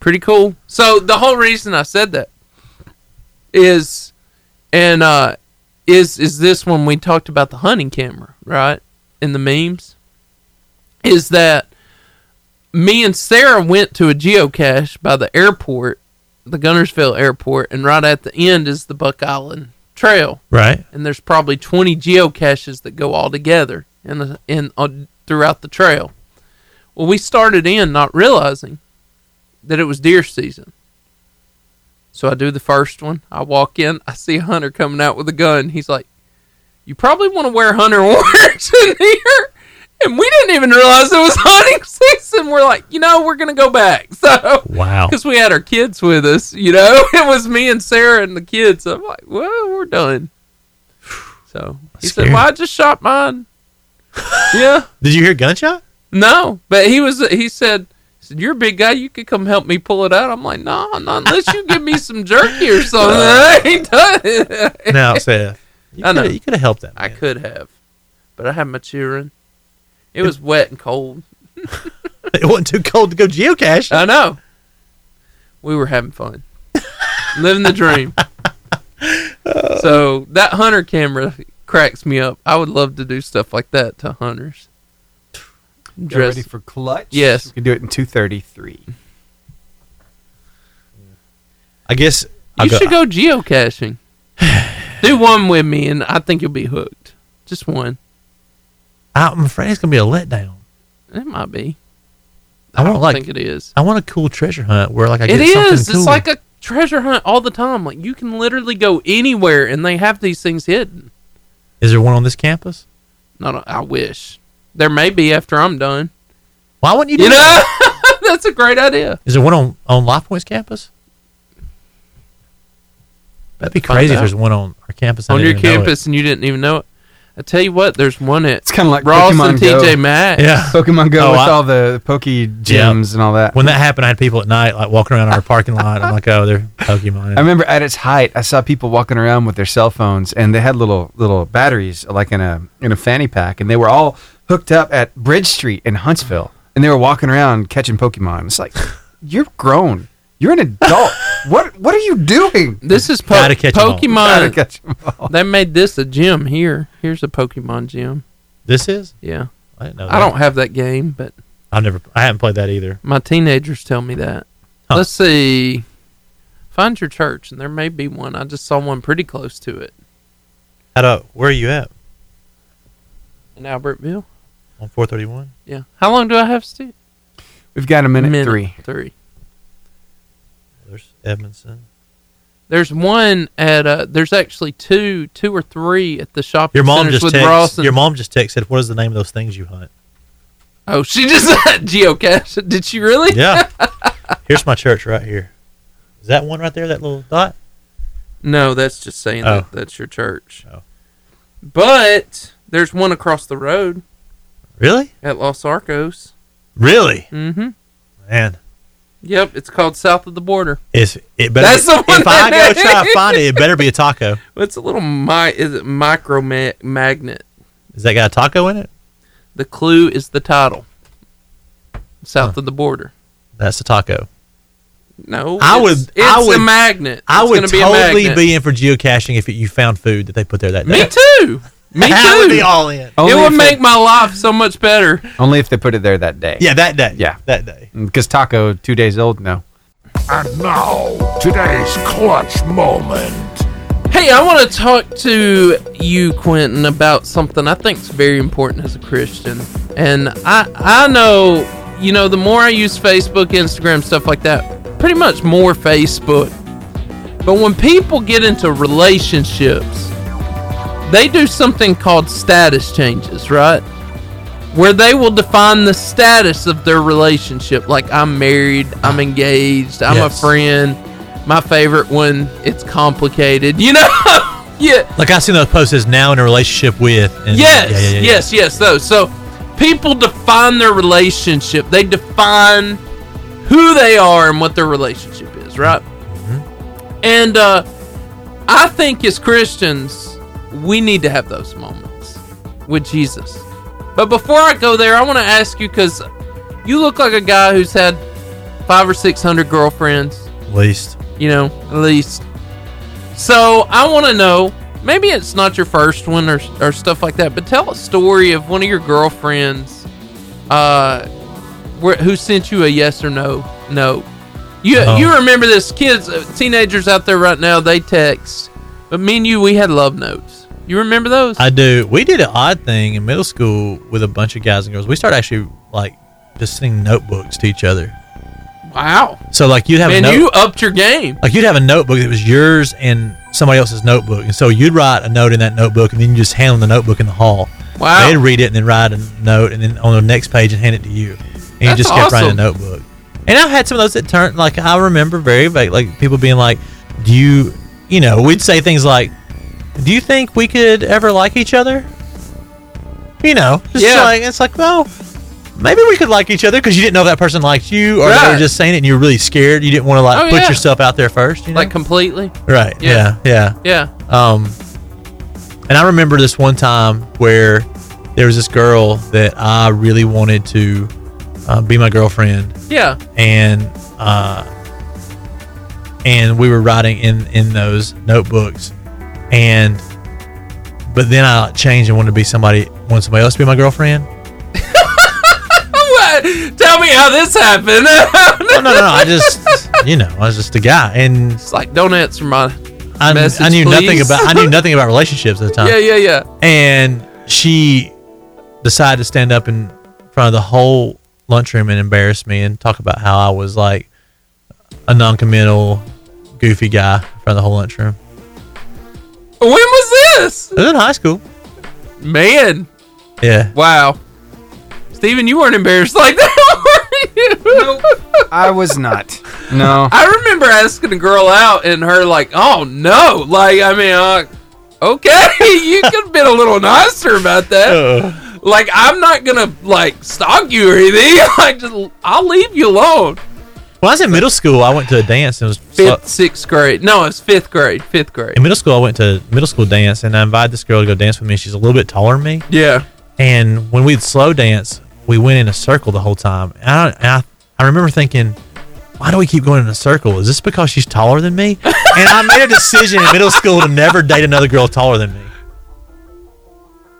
Pretty cool. So the whole reason I said that is and uh is is this when we talked about the hunting camera, right? In the memes. Is that me and Sarah went to a geocache by the airport, the Gunnersville airport, and right at the end is the Buck Island Trail
Right.
and there's probably 20 geocaches that go all together in the, in uh, throughout the trail. Well, we started in not realizing that it was deer season. So I do the first one. I walk in. I see a hunter coming out with a gun. He's like, "You probably want to wear hunter orange in here." And we didn't even realize it was hunting season. We're like, you know, we're gonna go back. So
Wow.
because we had our kids with us, you know, it was me and Sarah and the kids. I'm like, well, we're done. So he
Scary.
said, well, I just shot mine. yeah,
Did you hear gunshot?
no, but he was. He said, he said, you're a big guy. You could come help me pull it out. I'm like, no, not unless you give me some jerky or something. I ain't done it.
Now, Seth, you
I know.
coulda- you could have helped that.
I could have, but I had my children. It was wet and cold.
It wasn't too cold to go geocache.
I know. We were having fun, living the dream. so that hunter camera cracks me up. I would love to do stuff like that to hunters.
Get ready for clutch.
Yes.
we can do it in two thirty three.
I guess I'll
You should go geocaching. do one with me, and I think you'll be hooked. Just one.
I'm afraid it's gonna be a letdown.
It might be.
I, want
don't
like
think it is.
I want a cool treasure hunt where like I get
It
something
is.
cool.
It's like a treasure hunt all the time. Like you can literally go anywhere, and they have these things hidden.
Is there one on this campus?
No, no, I wish there may be after I'm done.
Why wouldn't you do
You know,
that?
that's a great idea.
Is there one on on LifePoint's campus? That'd be
Find
crazy if
out.
there's one on our campus. I
on your
didn't even know it.
campus, and you didn't even know it. I tell you what, there's one at
It's kind of like
Ross
Pokemon
and
Go.
TJ Maxx.
Yeah.
Pokemon Go
Oh,
with
I-
all the pokey gems and all that.
When that happened, I had people at night like walking around our parking lot. I'm like, oh, they're Pokemon.
I remember at its height, I saw people walking around with their cell phones, and they had little little batteries like in a in a fanny pack, and they were all hooked up at Bridge Street in Huntsville, and they were walking around catching Pokemon. It's like you're grown, you're an adult. what what are you doing?
This is po-
Gotta catch 'em all.
Gotta
Pokemon.
catch 'em all.
They made this a gym here. Here's a Pokemon gym.
this is.
Yeah.
I didn't know.
I don't have that game, but
I've never. I haven't played that either.
my teenagers tell me that.
Huh.
Let's see. Find your church, and there may be one. I just saw one pretty close to it
How do? Where are you at?
in Albertville.
On 431.
Yeah. How long do I have, Steve?
We've got a minute, three.
Three.
There's Edmondson.
There's one at uh there's actually two two or three at the shopping
Your mom
centers
just
with
texted.
Ross and
Your mom just texted. What is the name of those things you hunt?
Oh she just said geocache. Did she really?
Yeah. Here's my church right here. Is that one right there? That little dot?
No, that's just saying
Oh.
that that's your church.
Oh.
But there's one across the road
Really?
at Los Arcos.
Really?
Mm-hmm.
Man,
Yep, it's called South of the Border.
it's it better.
That's the one
if I
that-
go try to find it, it better be a taco.
It's a little mi- is it micro ma- magnet.
Is that got a taco in it?
The clue is the title. South of the border.
That's a taco.
No,
I
it's-
would- I
it's a
would-
magnet.
I
It's
would
gonna be a
totally
magnet.
be in for geocaching if you found food that they put there that day.
Me too. Me
I would be
too.
all in.
Only
It
if
would
they-
make my life so much better.
only if they put it there that day.
Yeah, that day.
Yeah.
that day.
because taco two days old. No,
And now, today's clutch moment.
Hey, I want to talk to you, Quentin, about something I think is very important as a Christian. And I, I know, you know, the more I use Facebook, Instagram, stuff like that, pretty much more Facebook But when people get into relationships, they do something called status changes, right? Where they will define the status of their relationship. Like, I'm married, I'm engaged, I'm
Yes.
a friend. My favorite one, it's complicated. You know? yeah.
Like I seen those posts as now in a relationship with. And
yes,
yeah, yeah, yeah, yeah.
yes, yes. Those. So people define their relationship. They define who they are and what their relationship is, right?
Mm-hmm.
And uh, I think as Christians, we need to have those moments with Jesus. But before I go there, I want to ask you because you look like a guy who's had five or six hundred girlfriends
At least.
you know, at least. So I want to know. Maybe it's not your first one or, or stuff like that, but tell a story of one of your girlfriends, uh, where, who sent you a yes or no no. You
Oh.
you remember this? Kids, uh, teenagers out there right now, they text. But me and you, we had love notes. You remember those?
I do. We did an odd thing in middle school with a bunch of guys and girls. We started actually like just sending notebooks to each other.
Wow,
So like you'd have
man,
a note,
you upped your game.
like you'd have a notebook that was yours and somebody else's notebook, and so you'd write a note in that notebook, and then you just hand them the notebook in the hall.
Wow.
They'd read it and then write a note, and then on the next page and hand it to you, and you
That's
just kept writing a
awesome.
notebook. And I've had some of those that turned like I remember very vague, like people being like, "Do you, you know?" We'd say things like, "Do you think we could ever like each other?" You know, just
Yeah.
like it's like, well, maybe we could like each other because you didn't know that person liked you, or they
Right.
were just saying it and you were really scared. You didn't want to like
Oh,
put
yeah.
yourself out there first, you know?
Like completely.
right?
Yeah.
Yeah. yeah,
Yeah.
Um, and I remember this one time where there was this girl that I really wanted to uh, be my girlfriend,
Yeah.
and uh, and we were writing in in those notebooks, and but then I changed and wanted to be somebody, wanted somebody else to be my girlfriend.
What? Tell me how this happened.
no, no, no. I just, you know, I was just a guy, and
it's like don't answer my.
I, I
Message,
knew nothing
please.
about I knew nothing about relationships at the time.
Yeah, yeah, yeah.
And she decided to stand up in front of the whole lunchroom and embarrass me and talk about how I was like a non-committal, goofy guy in front of the whole lunchroom.
When was this?
It was in high school.
Man,
Yeah.
wow. Steven, you weren't embarrassed like that, were you?
I was not. No.
I remember asking a girl out and her like, oh no. Like, I mean, uh, okay, you could have been a little nicer about that. like, I'm not going to like stalk you or anything. Like, just, I'll leave you alone.
When I was in middle school, I went to a dance and it was
Fifth, sixth grade. No, it's fifth grade. Fifth grade.
in middle school. I went to middle school dance and I invited this girl to go dance with me. She's a little bit taller than me.
Yeah.
And when we'd slow dance, we went in a circle the whole time. And I, and I, I remember thinking, why do we keep going in a circle? Is this because she's taller than me? and I made a decision in middle school to never date another girl taller than me.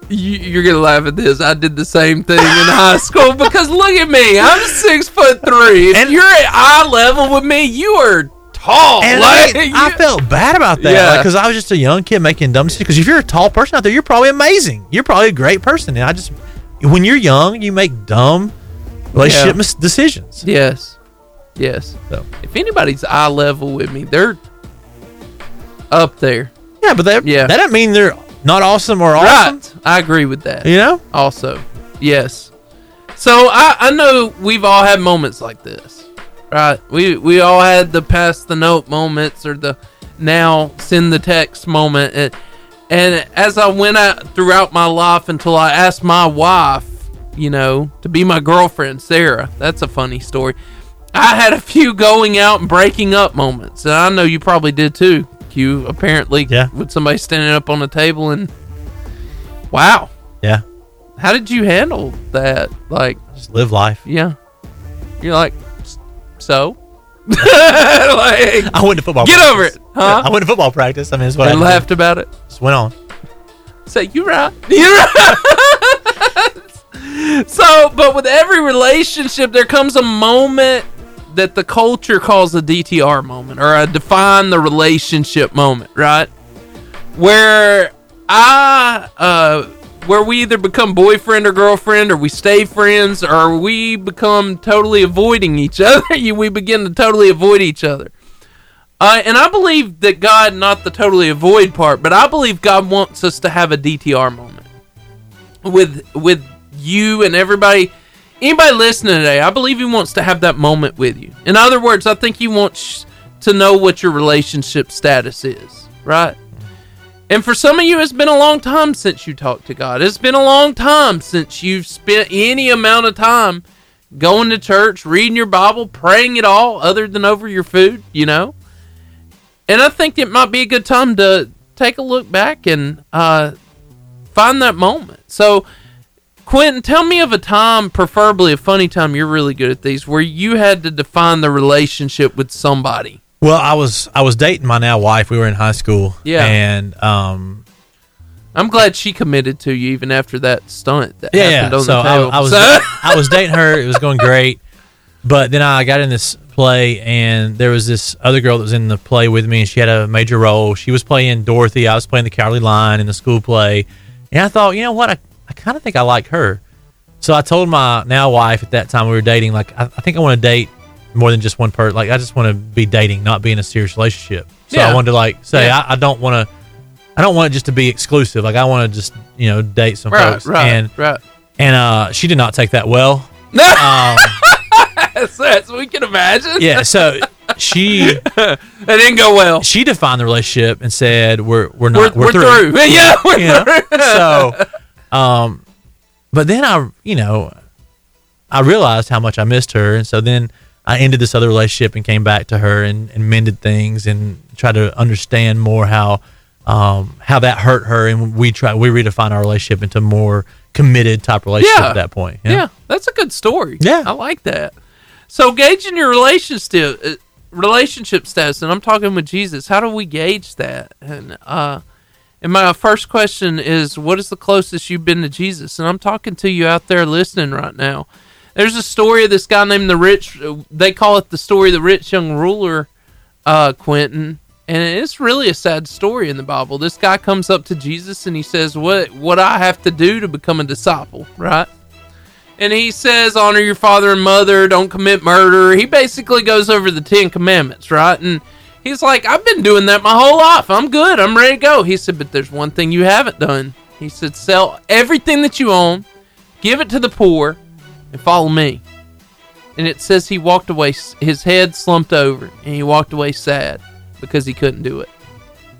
You, you're gonna laugh at this. I did the same thing in high school because look at me. I'm six foot three. If you're at eye level with me, you are tall.
And
Like,
I,
you-
I felt bad about
Yeah.
that because I was just a young kid making dumb decisions. Because if you're a tall person out there, you're probably amazing. You're probably a great person. And I just, when you're young, you make dumb relationship
Yeah.
mis- decisions.
yes, yes.
So.
If anybody's eye level with me, they're up there.
Yeah, but that,
Yeah.
that doesn't mean they're not awesome or awesome.
Right. I agree with that.
You know?
Also, yes. So I, I know we've all had moments like this, right? We we all had the pass the note moments or the now send the text moment, and and as I went out throughout my life until I asked my wife, you know, to be my girlfriend, Sarah. That's a funny story. I had a few going out and breaking up moments, and I know you probably did too. Q apparently
Yeah.
with somebody standing up on the table and wow,
Yeah.
how did you handle that? Like,
Just live life.
yeah, you're like, "S- so, like,
I went to football.
Get
practice.
over it, huh?
I went to football practice. I mean, it's what
they
I did.
laughed about it.
Just went on.
Say, you right, you right. so, but with every relationship, there comes a moment that the culture calls a DTR moment or a define the relationship moment, right? Where I, uh, where we either become boyfriend or girlfriend, or we stay friends, or we become totally avoiding each other. You- we begin to totally avoid each other. Uh, and I believe that God, not the totally avoid part, but I believe God wants us to have a DTR moment with with you and everybody, anybody listening today. I believe He wants to have that moment with you. In other words, I think He wants to know what your relationship status is, right? And for some of you, it's been a long time since you talked to God. It's been a long time since you've spent any amount of time going to church, reading your Bible, praying at all, other than over your food, you know? And I think it might be a good time to take a look back and uh, find that moment. So, Quentin, tell me of a time, preferably a funny time, you're really good at these, where you had to define the relationship with somebody.
Well, I was I was dating my now wife. We were in high school.
Yeah.
and um,
I'm glad she committed to you even after that stunt that
yeah,
happened
yeah.
on
so
the table.
I, I was
So-
I was dating her. It was going great, but then I got in this play, and there was this other girl that was in the play with me, and she had a major role. She was playing Dorothy. I was playing the Cowardly Lion in the school play, and I thought, you know what, I, I kind of think I like her. So I told my now wife at that time we were dating, like I, I think I want to date more than just one person. Like I just want to be dating, not be in a serious relationship. So
Yeah.
I wanted to like say
Yeah.
I, I don't want to. I don't want it just to be exclusive. Like I want to just, you know, date some
Right,
folks.
right,
and
right.
and uh, she did not take that well. um,
That's, that's we can imagine.
yeah, so she it
didn't go well.
She defined the relationship and said, "We're we're not
We're-
we're,
we're
through.
through. Yeah, we're
You know?
through.
So, um, but then I, you know, I realized how much I missed her, and so then I ended this other relationship and came back to her and, and mended things and tried to understand more how um, how that hurt her, and we try we redefined our relationship into more committed type relationship
Yeah.
at that point.
Yeah.
you know?
that's a good story.
Yeah.
I like that. So gauging your relationship uh, relationship status, and I'm talking with Jesus. How do we gauge that? And uh, and my first question is, what is the closest you've been to Jesus? And I'm talking to you out there listening right now. There's a story of this guy named the rich. uh, They call it the story of the rich young ruler, uh, Quentin. And it's really a sad story in the Bible. This guy comes up to Jesus and he says, "What what I have to do to become a disciple?" Right? and he says honor your father and mother don't commit murder he basically goes over the ten commandments right and he's like i've been doing that my whole life i'm good i'm ready to go he said but there's one thing you haven't done he said sell everything that you own give it to the poor and follow me and it says he walked away his head slumped over and he walked away sad because he couldn't do it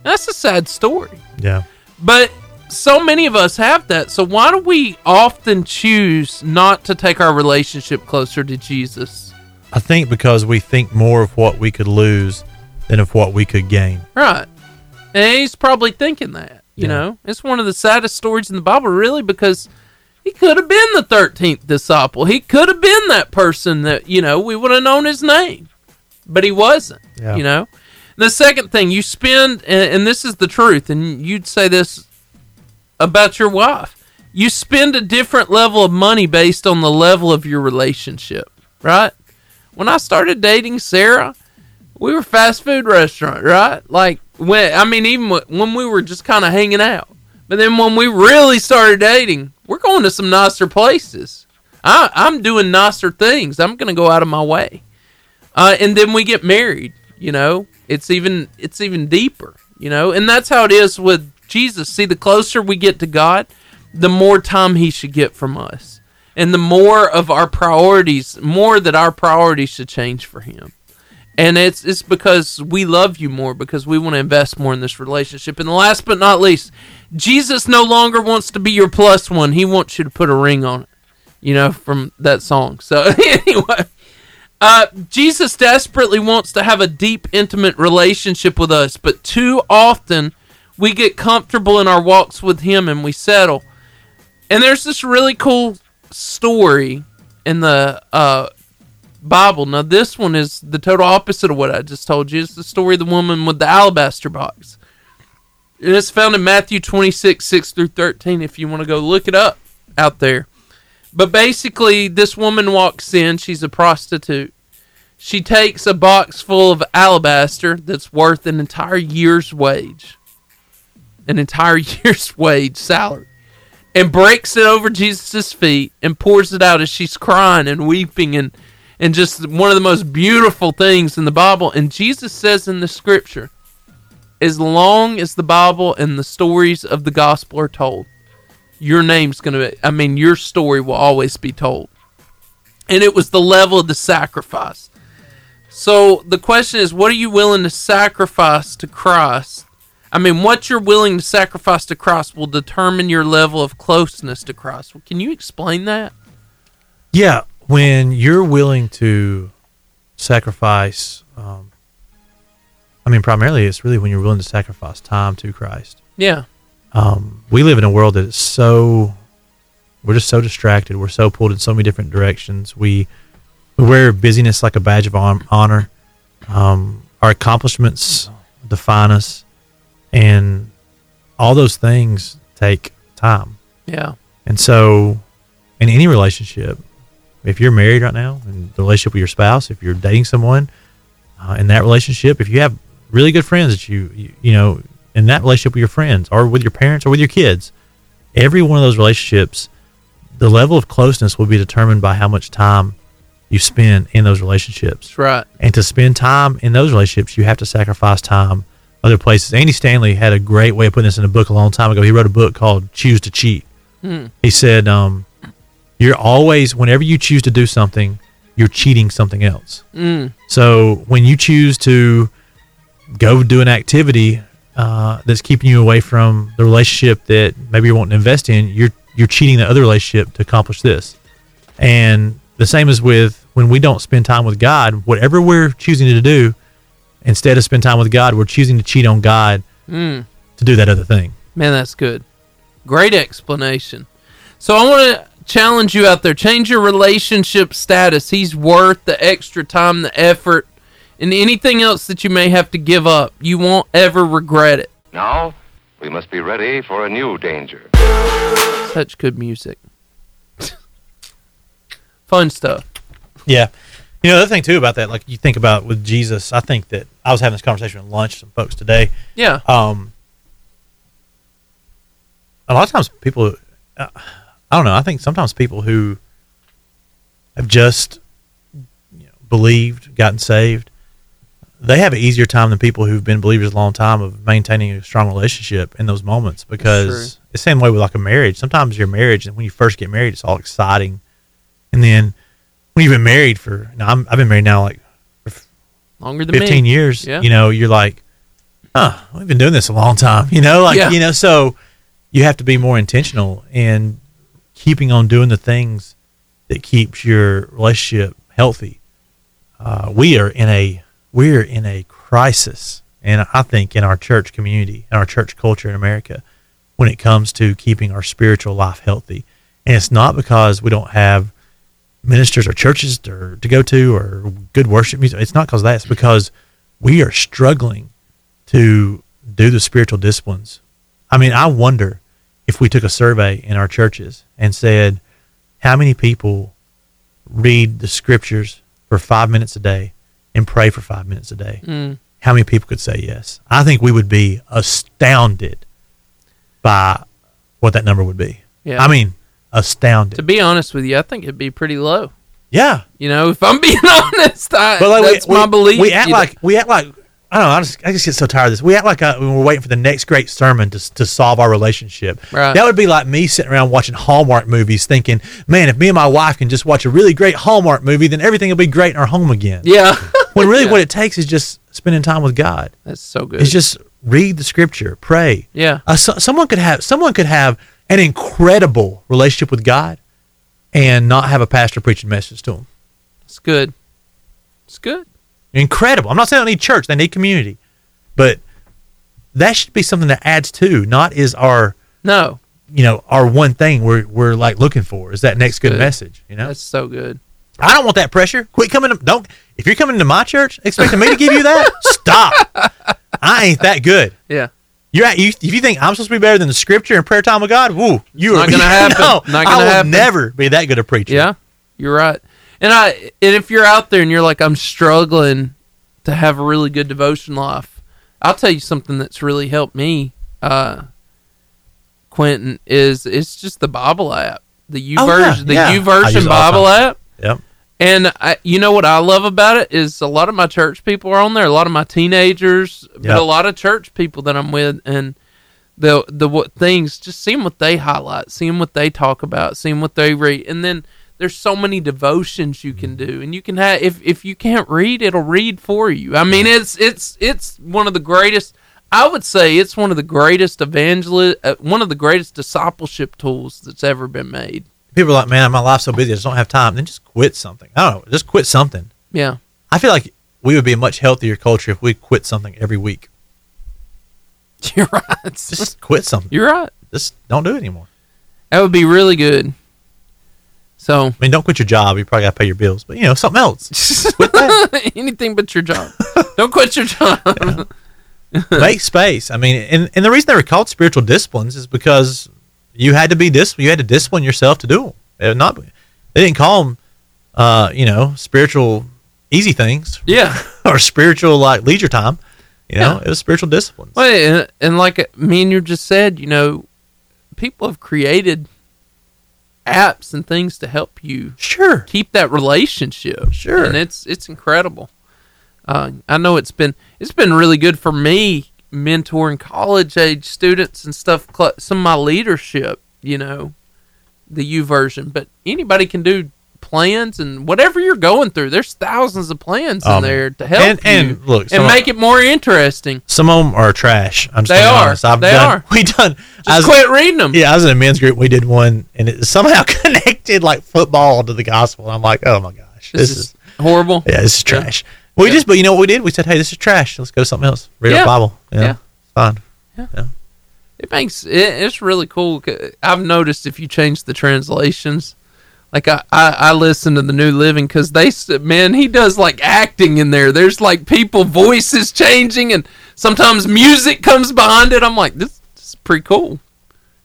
that's a sad story
Yeah.
but so many of us have that. So why do we often choose not to take our relationship closer to Jesus?
I think because we think more of what we could lose than of what we could gain.
Right. And he's probably thinking that. You know, it's one of the saddest stories in the Bible, really, because he could have been the 13th disciple. He could have been that person that, you know, we would have known his name, but he wasn't,
Yeah.
you know. The second thing you spend, and, and this is the truth, and you'd say this about your wife you spend a different level of money based on the level of your relationship, right? When I started dating Sarah, we were fast food restaurant, right? Like when I mean, even wh- when we were just kind of hanging out. But then when we really started dating, we're going to some nicer places. I, I'm doing nicer things. I'm going to go out of my way. Uh, and then we get married. You know, it's even it's even deeper. You know, and that's how it is with Jesus. See, the closer we get to God, the more time He should get from us, and the more of our priorities, more that our priorities should change for Him and it's it's because we love you more because we want to invest more in this relationship and last but not least jesus no longer wants to be your plus one he wants you to put a ring on it you know from that song so anyway uh, jesus desperately wants to have a deep intimate relationship with us but too often we get comfortable in our walks with him and we settle and there's this really cool story in the uh, Bible. Now, this one is the total opposite of what I just told you. It's the story of the woman with the alabaster box. And it's found in Matthew 26, 6 through 13, if you want to go look it up out there. But basically, this woman walks in. She's a prostitute. She takes a box full of alabaster that's worth an entire year's wage, an entire year's wage salary, and breaks it over Jesus' feet and pours it out as she's crying and weeping and and just one of the most beautiful things in the Bible. And Jesus says in the scripture, as long as the Bible and the stories of the gospel are told, your name's going to, I mean, your story will always be told. And it was the level of the sacrifice. So the question is, what are you willing to sacrifice to Christ? I mean, what you're willing to sacrifice to Christ will determine your level of closeness to Christ. Well, can you explain that?
Yeah, when you're willing to sacrifice, um, I mean, primarily it's really when you're willing to sacrifice time to Christ.
Yeah.
Um, we live in a world that is so, we're just so distracted. We're so pulled in so many different directions. We, we wear busyness like a badge of hon- honor. Um, our accomplishments define us, and all those things take time.
Yeah.
And so, in any relationship, if you're married right now, in the relationship with your spouse, if you're dating someone, uh, in that relationship, if you have really good friends that you, you, you know, in that relationship with your friends or with your parents or with your kids, every one of those relationships, the level of closeness will be determined by how much time you spend in those relationships.
That's right.
And to spend time in those relationships, you have to sacrifice time other places. Andy Stanley had a great way of putting this in a book a long time ago. He wrote a book called Choose to Cheat.
Mm.
He said, um, You're always, whenever you choose to do something, you're cheating something else.
Mm.
So when you choose to go do an activity uh, that's keeping you away from the relationship that maybe you want to invest in, you're you're cheating the other relationship to accomplish this. And the same as with when we don't spend time with God, whatever we're choosing to do, instead of spend time with God, we're choosing to cheat on God
Mm.
to do that other thing.
Man, that's good. Great explanation. So I want to challenge you out there. Change your relationship status. He's worth the extra time, the effort, and anything else that you may have to give up. You won't ever regret it.
Now, we must be ready for a new danger.
Such good music. Fun stuff.
Yeah. You know, the other thing too about that, like you think about with Jesus, I think that I was having this conversation at lunch with some folks today.
Yeah.
Um, a lot of times people, uh, I don't know, I think sometimes people who have just you know, believed, gotten saved, they have an easier time than people who've been believers a long time of maintaining a strong relationship in those moments because
true.
it's the same way with like a marriage. Sometimes your marriage, and when you first get married, it's all exciting. And then when you've been married for, now I'm, I've been married now like
Longer than me.
15 years,
Yeah.
you know, you're like, huh, we've been doing this a long time, you know, like,
Yeah.
you know, so you have to be more intentional in keeping on doing the things that keeps your relationship healthy. Uh, we are in a, we're in a crisis. And I think in our church community, in our church culture in America, when it comes to keeping our spiritual life healthy. And it's not because we don't have ministers or churches to, to go to or good worship music. It's not because of that. It's because we are struggling to do the spiritual disciplines. I mean, I wonder if we took a survey in our churches and said, how many people read the scriptures for five minutes a day and pray for five minutes a day?
Mm.
How many people could say yes? I think we would be astounded by what that number would be.
Yeah.
I mean, astounded.
To be honest with you, I think it'd be pretty low.
Yeah.
You know, if I'm being honest, I,
But like
that's
we,
my
we,
belief.
We act
you know.
like we act like I don't know. I just I just get so tired of this. We act like uh we're waiting for the next great sermon to, s- to solve our relationship.
Right.
That would be like me sitting around watching Hallmark movies, thinking, "Man, if me and my wife can just watch a really great Hallmark movie, then everything will be great in our home again."
Yeah.
when really what it takes is just spending time with God.
That's so good.
It's just read the Scripture, pray.
Yeah.
Uh, so, someone could have someone could have an incredible relationship with God, and not have a pastor preaching message to them.
It's good. It's good.
Incredible. I'm not saying they need church, they need community. But that should be something that adds to, not is our
No.
you know, our one thing we're we're like looking for is that next good,
good.
message, you know?
That's so good.
I don't want that pressure. Quit coming to don't if you're coming to my church expecting me to give you that, stop. I ain't that good.
Yeah.
You're at, you if you think I'm supposed to be better than the scripture and prayer time of God, woo, you
Not
are
gonna happen.
No,
Not
I
gonna
will
happen.
never be that good a preacher.
Yeah, you're right. And I and if you're out there and you're like, I'm struggling to have a really good devotion life, I'll tell you something that's really helped me, uh, Quentin, is it's just the Bible app. The U
Oh, yeah,
version the
yeah.
U
I use
version
it all the
Bible
time.
app.
Yep.
And I, you know what I love about it is a lot of my church people are on there, a lot of my teenagers, but
Yep.
a lot of church people that I'm with, and the the what things just seeing what they highlight, seeing what they talk about, seeing what they read, and then there's so many devotions you can do, and you can have if if you can't read, it'll read for you. I mean, it's it's it's one of the greatest. I would say it's one of the greatest evangelist, uh, one of the greatest discipleship tools that's ever been made.
People are like, man, my life's so busy, I just don't have time. Then just quit something. I don't know, just quit something.
Yeah.
I feel like we would be a much healthier culture if we quit something every week.
You're right.
Just quit something.
You're right.
Just don't do it anymore.
That would be really good. So,
I mean, don't quit your job. You probably got to pay your bills, but you know, something else. Quit that.
Anything but your job. Don't quit your job.
Make space. I mean, and, and the reason they were called spiritual disciplines is because you had to be dis- you had to discipline yourself to do them. It not they didn't call them, uh, you know, spiritual easy things.
Yeah.
or spiritual like leisure time. You know,
Yeah.
it was spiritual disciplines.
Well, and, and like me and you just said, you know, people have created apps and things to help you
sure
keep that relationship.
Sure.
and it's it's incredible. Uh, I know it's been it's been really good for me mentoring college age students and stuff. cl- Some of my leadership, you know, the U version, but anybody can do plans and whatever you're going through. There's thousands of plans in
Um,
there to help
and-
you
and look, some
and
of-
make it more interesting.
Some of them are trash. I'm just
They
being
are.
honest. I've
They
done,
are.
We done.
Just quit reading them.
Yeah, I was in a men's group. We did one, and it somehow connected like football to the gospel. And I'm like, oh my gosh,
This
this,
is
is,
horrible.
Yeah, this is trash. We just, but you know what we did? We said, hey, this is trash. Let's go to something else. Read
Yeah.
our Bible. Yeah,
Yeah.
fine.
It makes it, it's really cool. 'cause I've noticed if you change the translations, like I I, I listen to the New Living because they s- man he does like acting in there. There's like people voices changing and sometimes music comes behind it. I'm like this, this is pretty cool.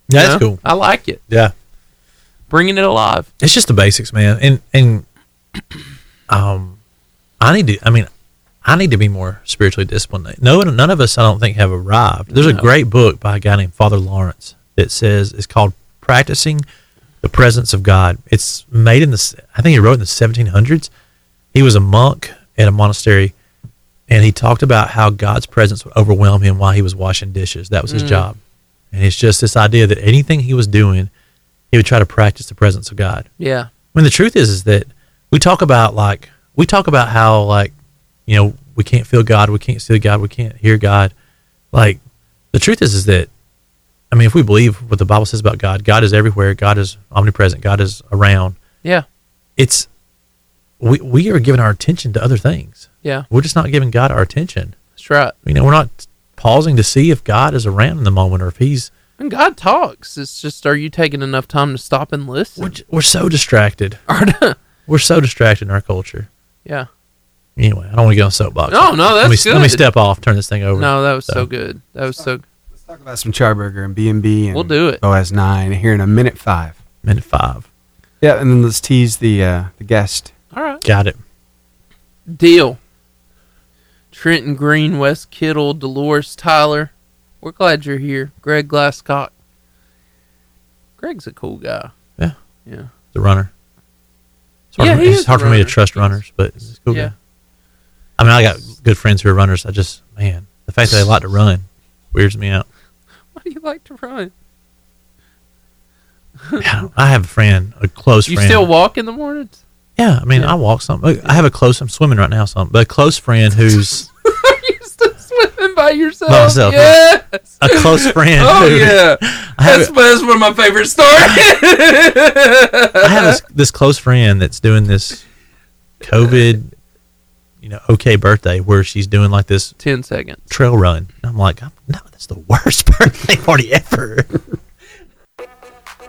Yeah,
You
that's
know?
cool.
I like it.
Yeah,
Bringing it alive.
it's just the basics, man. And and um, I need to. I mean, I need to be more spiritually disciplined. No, none of us, I don't think, have arrived. There's a
No.
great book by a guy named Father Lawrence that says it's called "Practicing the Presence of God." It's made in the. I think he wrote in the 1700s. He was a monk at a monastery, and he talked about how God's presence would overwhelm him while he was washing dishes. That was his
Mm.
job, and it's just this idea that anything he was doing, he would try to practice the presence of God.
Yeah.
I mean, the truth is, is that we talk about like we talk about how like you know we can't feel God, we can't see God, we can't hear God. Like the truth is, is that I mean, if we believe what the Bible says about God, God is everywhere, God is omnipresent, God is around.
Yeah.
It's we we are giving our attention to other things.
Yeah.
we're just not giving God our attention.
That's right.
You know, we're not pausing to see if God is around in the moment or if He's
And God talks. It's just are you taking enough time to stop and listen?
we're so distracted. we're so distracted in our culture.
yeah.
Anyway, I don't want to get on a soapbox.
No, no,
let me,
that's
Let me
good.
step off, turn this thing over.
No, that was so, good. That was so.
Talk about some Charburger and B and B, and
We'll do it.
OS nine here in a minute five.
Minute five.
Yeah, and then let's tease the uh, the guest.
All right.
Got it.
Deal. Trenton Green, Wes Kittle, Dolores Tyler. We're glad you're here. Greg Glasscock. Greg's a cool guy.
Yeah.
Yeah.
The runner. It's hard,
Yeah,
for,
he
it's
is
hard
the
for me to
runner.
trust runners, but it's cool.
Yeah.
guy. I mean, I got good friends who are runners. I just, man, the fact that they like to run weirds me out.
Why do you like to run?
I have a friend, a close
you
friend.
still walk in the mornings?
yeah, I mean, I walk some. look, I have a close. I'm swimming right now, some, but a close friend who's
you still swimming by yourself?
By myself, yeah.
Yes.
a close friend.
Oh,
who-
yeah.
I have,
That's, that's one of my favorite stories.
I have this, this close friend that's doing this COVID, you know, okay birthday where she's doing like this
10 seconds.
trail run. And I'm like, I'm- no, that's the worst birthday party ever.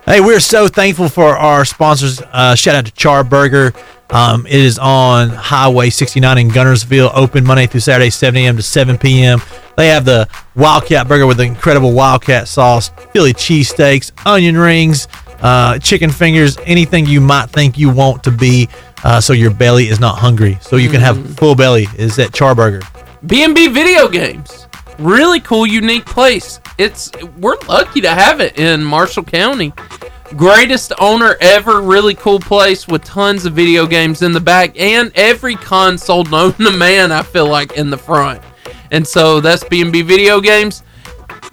hey, we're so thankful for our sponsors. Uh, shout out to Char Burger. Um, it is on Highway 69 in Gunnersville, open Monday through Saturday, 7 a.m. to 7 p.m. They have the Wildcat Burger with the incredible Wildcat sauce, Philly cheesesteaks, onion rings, uh, chicken fingers, anything you might think you want to be uh, so your belly is not hungry. So you can have full belly is at Char Burger.
B&B Video Games. Really cool, unique place. It's we're lucky to have it in Marshall County. Greatest owner ever. Really cool place with tons of video games in the back and every console known to man, I feel like, in the front. And so that's B&B Video Games.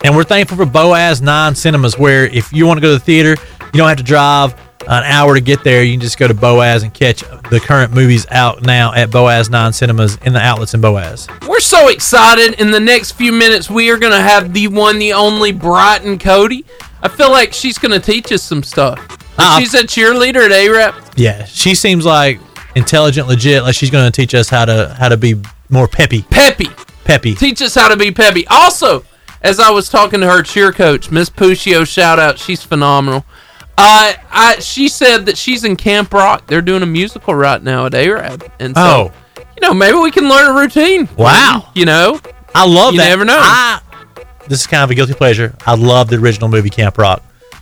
And we're thankful for Boaz Nine Cinemas, where if you want to go to the theater, you don't have to drive an hour to get there. You can just go to Boaz and catch the current movies out now at Boaz Nine Cinemas in the outlets in Boaz.
We're so excited. In the next few minutes, we are going to have the one, the only Brighton Cody. I feel like she's going to teach us some stuff.
Uh,
she's a cheerleader at ARAP.
Yeah, she seems like intelligent, legit. Like she's going to teach us how to how to be more peppy.
Peppy.
Peppy.
Teach us how to be peppy. Also, as I was talking to her cheer coach, Miss Puccio, shout out. She's phenomenal. Uh, I she said that she's in Camp Rock. They're doing a musical right now at ARAB, and so you know maybe we can learn a routine.
Oh. Wow.
you know
I love
you
that.
never know.
I- this is kind of a guilty pleasure. I love the original movie Camp Rock.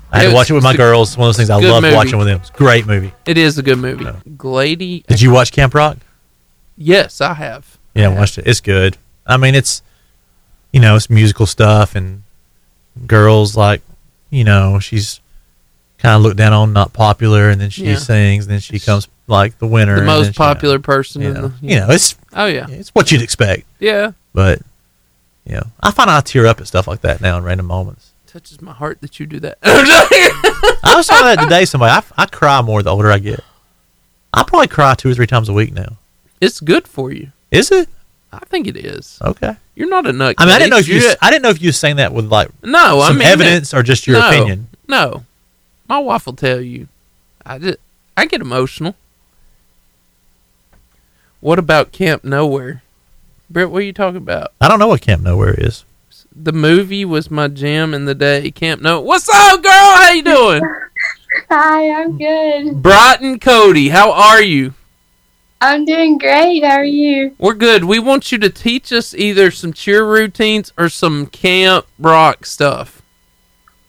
I
It
had to
was-
watch it with my
it's a
girls. One of those things I
good
love
movie.
watching with them. It's a great movie.
it is a good movie. Glady,
Did you watch Camp Rock?
yes, I have.
Yeah, I watched it. It's good. I mean, it's you know, it's musical stuff and girls like you know she's kind of looked down on, not popular, and then she
Yeah.
sings, and then she comes like the winner,
The
and then
most
she-
popular person in the
you know, it's
oh yeah,
it's what you'd expect.
Yeah.
but you know, I find I tear up at stuff like that now in random moments.
touches my heart that you do that.
I was talking about that today. Somebody, I, I cry more the older I get. I probably cry two or three times a week now.
It's good for you.
Is it
I think it is.
okay?
You're not a nut.
I mean, I didn't know
case.
if you.
You're-
I didn't know if you were saying that with like
No, Oh, I
some
mean it.
evidence or just your
No,
opinion.
No, my wife will tell you. I just, I get emotional. What about Camp Nowhere? Brett, what are you talking about?
I don't know what Camp Nowhere is.
The movie was my jam in the day. Camp No. What's up, girl? How you doing?
Hi, I'm good.
Brighton Cody, how are you?
I'm doing great. How are you?
We're good. We want you to teach us either some cheer routines or some camp rock stuff.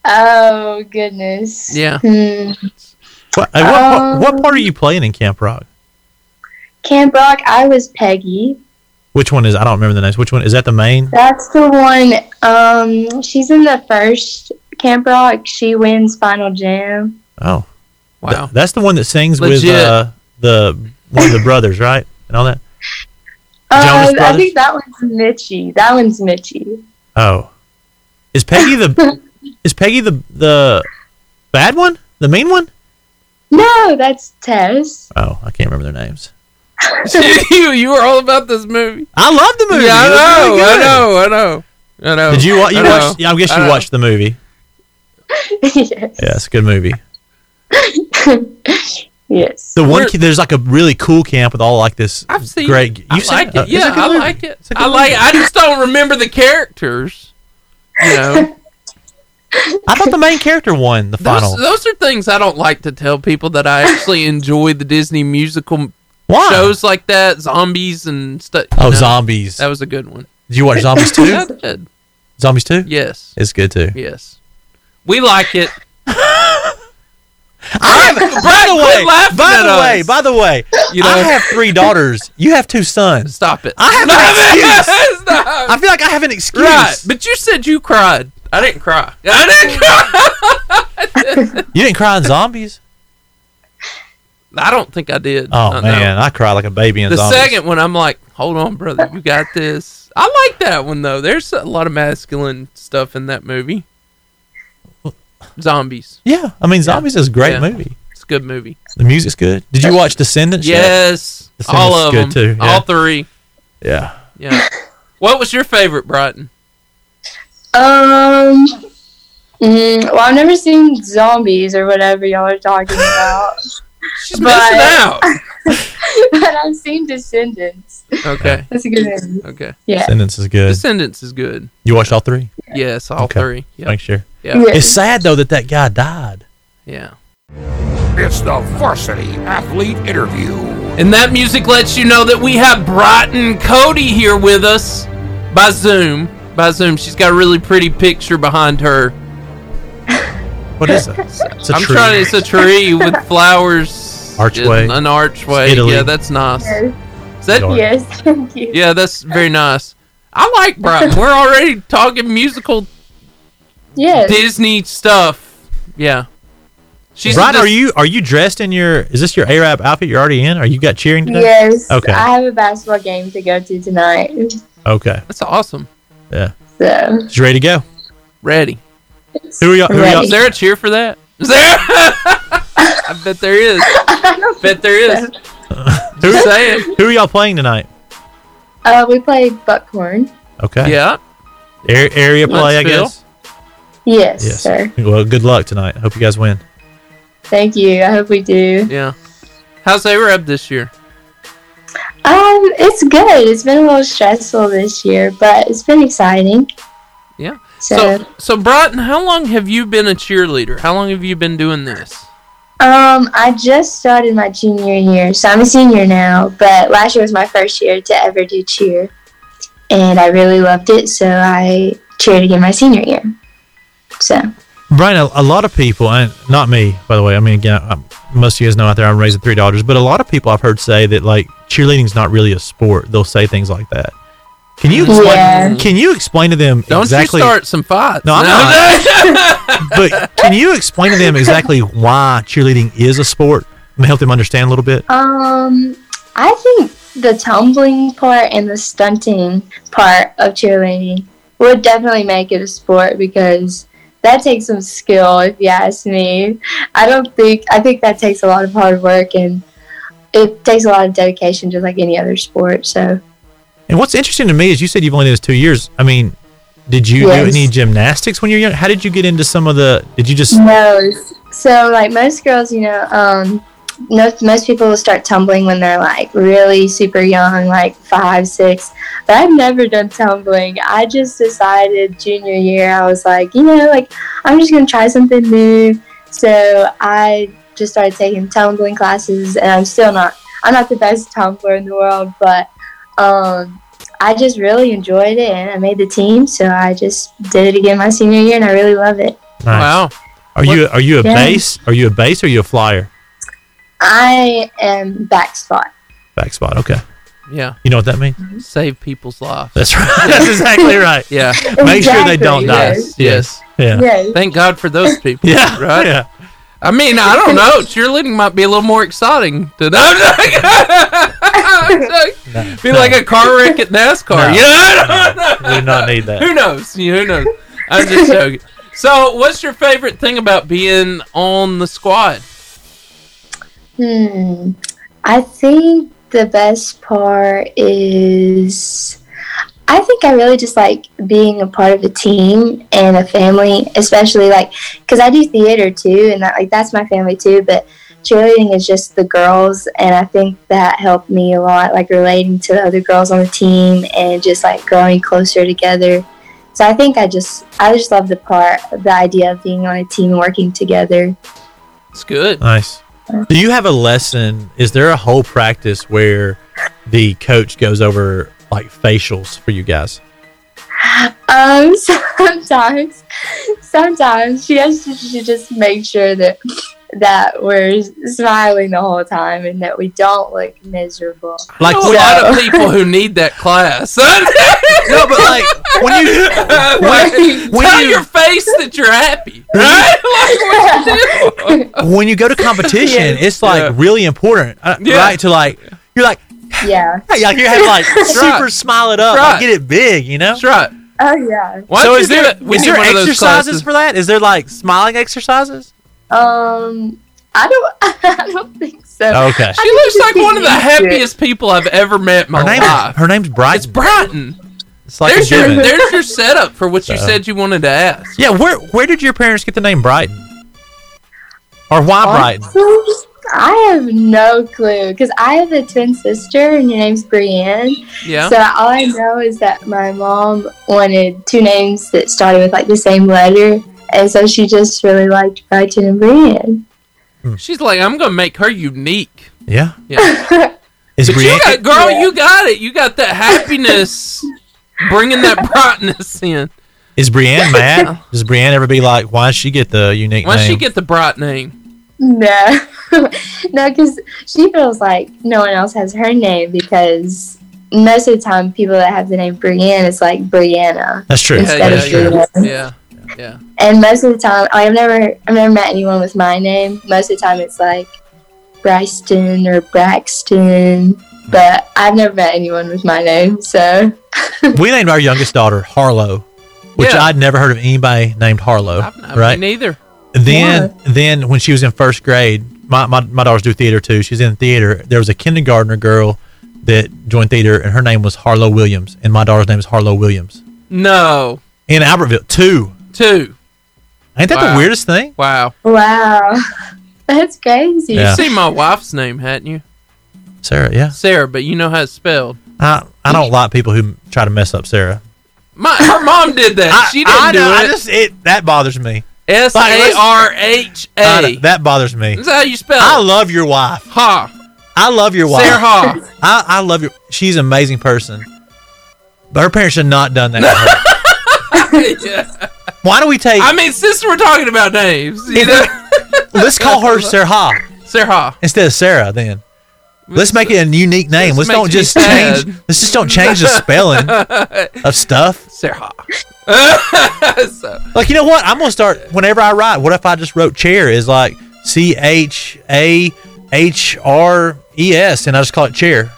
Oh goodness.
Yeah.
Hmm.
What, uh, what, part- what part are you playing in Camp Rock?
Camp Rock. I was Peggy.
Which one is? I don't remember the names. Which one is that? The main?
That's the one. Um, she's in the first Camp Rock. She wins Final Jam.
Oh,
wow.
that's the one that sings with
Legit.
uh, the one of the brothers, right? And all that. Jonas
Uh, I
Brothers?
think that one's Mitchie. That one's Mitchie.
Oh, is Peggy the is Peggy the the bad one? The mean one?
No, that's Tess.
Oh, I can't remember their names.
you you were all about this movie.
I love the movie.
Yeah, I
It was
know,
really
I
good.
know, I know, I know.
Did you wa- you
I know,
watched? Yeah, I guess you
know.
watched the movie.
yes.
Yeah, it's a good movie.
Yes.
The one
We're-
ki- there's like a really cool camp with all like this
I've seen.
great.
I
You've seen
like
Uh,
it.
it's
Yeah,
a good
I
movie.
like it.
a good
I like.
movie.
I just don't remember the characters. You know,
I thought the main character won the final.
those, those are things I don't like to tell people that I actually enjoy the Disney musical
Why?
shows like that, zombies and stuff.
Ah. Oh, Zombies.
That was a good one.
Did you watch Zombies too?
Yeah, I did.
Zombies two?
Yes.
it's good too.
Yes. We like it.
I have, by the
quit
way,
laughing
by
at
the
us.
way, by the way,
You
I
know-
have three daughters. You have two sons.
Stop it.
I have an excuse.
Stop.
I feel like I have an excuse.
Right, but you said you cried. I didn't cry. I didn't cry.
You didn't cry in Zombies?
I don't think I did.
Oh
I know.
man, I cried like a baby in
the
Zombies.
second one, I'm like, hold on, brother, you got this. I like that one though. There's a lot of masculine stuff in that movie. Zombies.
yeah, I mean Zombies is a great
Yeah.
movie.
It's a good movie.
The music's good. Did you watch Descendants? yet?
Yes,
Descendants
all
is
of
good
them.
too. Yeah.
All three.
yeah.
Yeah. what was your favorite, Brighton?
Um. mm, well, I've never seen zombies or whatever y'all are talking about.
She's missing out.
but I've seen Descendants.
Okay.
That's a good movie.
Okay.
Yeah.
Descendants is good.
Descendants is good.
You watched all three?
Yes, all
Okay.
three. Yep.
Make sure.
Yeah. Yeah.
It's sad though that that guy died.
Yeah.
It's the Varsity Athlete Interview.
And that music lets you know that we have Brighton Cody here with us by Zoom. By Zoom, she's got a really pretty picture behind her.
What is it? It's a
I'm
tree.
trying to. It's a tree with flowers.
Archway.
and An archway.
It's Italy.
Yeah, that's nice. Is that-
Yes, thank you.
Yeah, that's very nice. I like Brighton. We're already talking musical
Yes.
Disney stuff. Yeah. She's
Brian,
this-
are you are you dressed in your? Is this your Arab outfit you're already in? Are you got cheering today?
Yes.
Okay.
I have a basketball game to go to tonight.
okay.
That's awesome.
Yeah.
So
She's ready to go.
Ready.
Who are y'all? Who are y'all?
Is there a cheer for that? Is there? I bet there is. bet there is.
Who,
Just saying.
who are y'all playing tonight?
uh, we played Buckhorn.
Okay.
Yeah.
Ar- area
Let's
play, I
feel.
guess.
Yes,
Yes.
sir.
Well, good luck tonight. Hope you guys win.
Thank you. I hope we do.
Yeah. How's Arab this year?
Um, it's good. It's been a little stressful this year, but it's been exciting.
Yeah.
So,
So, so Broughton, how long have you been a cheerleader? How long have you been doing this?
um, I just started my junior year, so I'm a senior now. But last year was my first year to ever do cheer, and I really loved it. So I cheered again my senior year. So
Brian, a, a lot of people, and not me, by the way. I mean, again, i most of you guys know out there, I'm raising three daughters, but a lot of people I've heard say that like cheerleading's not really a sport. They'll say things like that. Can you explain?
Yeah.
Can you explain to them
Don't
exactly?
you start some fights?
No, I'm but can you explain to them exactly why cheerleading is a sport and help them understand a little bit?
Um, I think the tumbling part and the stunting part of cheerleading would definitely make it a sport because that takes some skill, if you ask me. I don't think I think that takes a lot of hard work and it takes a lot of dedication, just like any other sport. So
And what's interesting to me is you said you've only done this two years. I mean, did you
Yes.
do any gymnastics when you were young? How did you get into some of the? Did you just?
no, so like most girls, you know, um, most, most people will start tumbling when they're like really super young, like five, six. But I've never done tumbling. I just decided junior year, I was like, you know, like I'm just gonna try something new. So I just started taking tumbling classes, and I'm still not. I'm not the best tumbler in the world, but um, I just really enjoyed it, and I made the team. So I just did it again my senior year, and I really love it.
Nice.
Wow.
Are you are you a
Yeah.
base? Are you a base or are you a flyer?
I am back spot.
Back spot. Okay.
Yeah.
You know what that means?
Save people's lives.
That's right. That's exactly right.
Yeah.
Make sure they don't die.
Yes. Yes.
Yeah.
Yes.
Thank God for those people.
Yeah,
Right.
yeah.
I mean, I don't know. Cheerleading might be a little more exciting to be like a car wreck at NASCAR.
No.
You know?
We do not need that.
Who knows? You know, Who knows? I'm just joking. So, what's your favorite thing about being on the squad?
Hmm. I think the best part is I think I really just like being a part of a team and a family, especially like because I do theater too, and that, like that's my family too. But cheerleading is just the girls, and I think that helped me a lot, like relating to the other girls on the team and just like growing closer together. So I think I just I just love the part, the idea of being on a team and working together.
It's good.
Nice. Do you have a lesson? Is there a whole practice where the coach goes over like facials for you guys?
Um, sometimes, sometimes she has to she just make sure that that we're smiling the whole time and that we don't look miserable.
Like
I know a lot of people who need that class.
no, but like when you
Like,
when
tell
you-
your face that you're happy, right? Like, what you do?
when you go to competition, it's like really important, uh,
Yeah.
right? To like you're like
Yeah.
hey, like you have like
That's
super
right.
smile it up,
That's
like,
right.
get it big, you know.
That's right.
Oh yeah.
Why
so
don't
is
you
there
do it? We
is
need
there
one of those
exercises
classes.
for that? Is there like smiling exercises?
Um, I don't. I don't think so.
Okay.
Oh, She
think
looks
it's
like
just
one of the
easier.
happiest people I've ever met in my
Her name
life.
her name's Bright.
It's Brighton.
It's like a
there's your
given. Uh-huh.
there's your setup for what you
So.
said you wanted to ask.
Yeah, where where did your parents get the name Brighton? Or why Brighton?
I have no clue because I have a twin sister and your name's Brienne.
Yeah.
So all I know is that my mom wanted two names that started with like the same letter, and so she just really liked Brighton and Brienne.
She's like, I'm gonna make her unique.
Yeah.
Yeah.
Is
But you
Brienne
got, girl,
Yeah.
you got it. You got that happiness, bringing that brightness in.
is Brienne mad? Does Brienne ever be like, why would she get the unique
Once
name?
you get the bright name,
No, no, because she feels like no one else has her name because most of the time people that have the name Brienne is like Brianna.
That's true.
Instead
yeah,
of
yeah,
Brienne.
yeah. Yeah.
And most of the time, I've never, I've never met anyone with my name. Most of the time, it's like Bryson or Braxton, but I've never met anyone with my name. So
we named our youngest daughter Harlow, which
Yeah.
I'd never heard of anybody named Harlow. right?
neither.
Then, then when she was in first grade, my, my, my daughters do theater too. She's in theater. There was a kindergartner girl that joined theater, and her name was Harlow Williams, and my daughter's name is Harlow Williams.
No.
In Albertville, two.
Two.
Ain't that
Wow.
the weirdest thing?
Wow.
wow, that's crazy.
Yeah.
You've seen my wife's name, hadn't you?
Sarah, yeah.
Sarah, but you know how it's spelled.
I, I don't like people who try to mess up Sarah.
My her mom did that. she didn't
I
do
know,
it.
I just it that bothers me.
S A R H
I know,
A.
That bothers me.
That's how you spell.
I
it.
love your wife.
Ha.
I love your wife.
Sarah Ha.
I, I love your. She's an amazing person, but her parents should not done that. to her.
Yeah.
Why do we take?
I mean, since we're talking about names, you know?
let's call her Sarah Ha
Sarah Ha.
instead of Sarah. Then let's make it a unique name.
this
Let's
makes
don't
me
just
sad.
change. Let's just don't change the spelling of stuff.
Sarah so,
Like you know what? I'm gonna start whenever I write. What if I just wrote chair is like C H A H R E S and I just call it chair.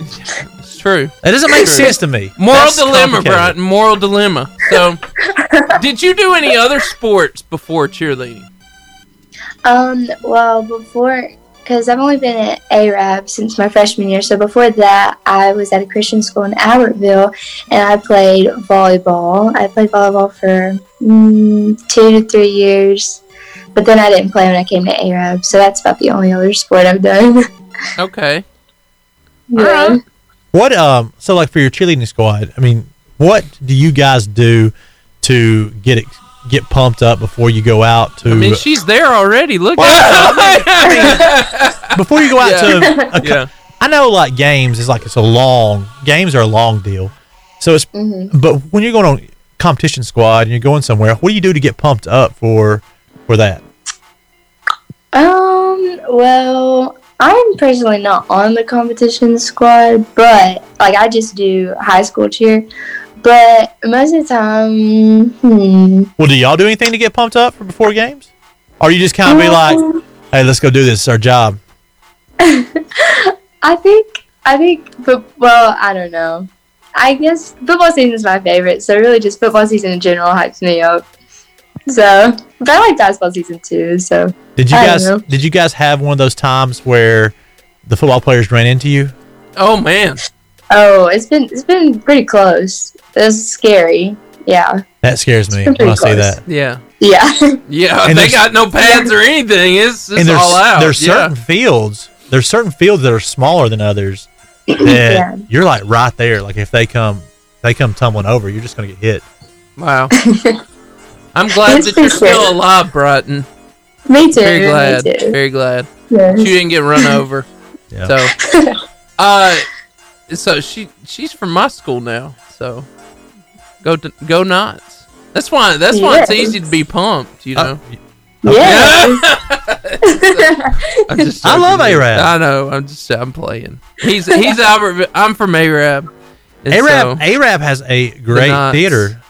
it's true.
That doesn't make
True.
sense to me.
Moral
That's
dilemma,
complicated.
Brian. Moral dilemma. So, did you do any other sports before cheerleading?
Um, well, before, because I've only been at ARAB since my freshman year. So before that, I was at a Christian school in Albertville, and I played volleyball. I played volleyball for mm, two to three years, but then I didn't play when I came to ARAB. So that's about the only other sport I've done.
Okay.
yeah.
What um so like for your cheerleading squad, I mean, what do you guys do to get it get pumped up before you go out to
I mean, she's there already. Look at
before you go out
Yeah.
to a, co-
Yeah.
I know like games is like it's a long games are a long deal. So it's
Mm-hmm.
but when you're going on competition squad and you're going somewhere, what do you do to get pumped up for for that?
Um, well, I'm personally not on the competition squad, but like I just do high school cheer. But most of the time, hmm,
Well, do y'all do anything to get pumped up for before games? Or you just kind of be like, "Hey, let's go do this. It's our job."
I think, I think, fo- well, I don't know. I guess football season is my favorite, so really just football season in general hypes me up. So, but I like basketball season too, so.
Did you
I don't
guys
know.
did you guys have one of those times where the football players ran into you?
Oh man.
Oh, it's been, it's been pretty close. It's scary. Yeah.
That scares me
Pretty
when I see
close.
that.
Yeah.
Yeah.
Yeah.
And
they
there's-
got no pads or anything. It's, it's
and there's
all out.
there's
yeah.
certain fields. There's certain fields that are smaller than others. That
Yeah.
you're like right there. Like if they come they come tumbling over, you're just gonna get hit.
Wow. I'm glad
It's
that you're
for sure.
still alive, Brighton.
Me too.
Very glad.
Me too.
Very glad.
Yes.
She didn't get run over.
Yeah.
So, uh, so she she's from my school now. So, go to, go nuts. That's why. That's why it's
Yes.
easy to be pumped. You
Uh,
know.
Yeah.
I'm just
I love
joking.
Arab.
I know. I'm just. I'm playing. He's he's Albert. I'm from Arab. And
Arab
so-
Arab has a great
Knots.
theater.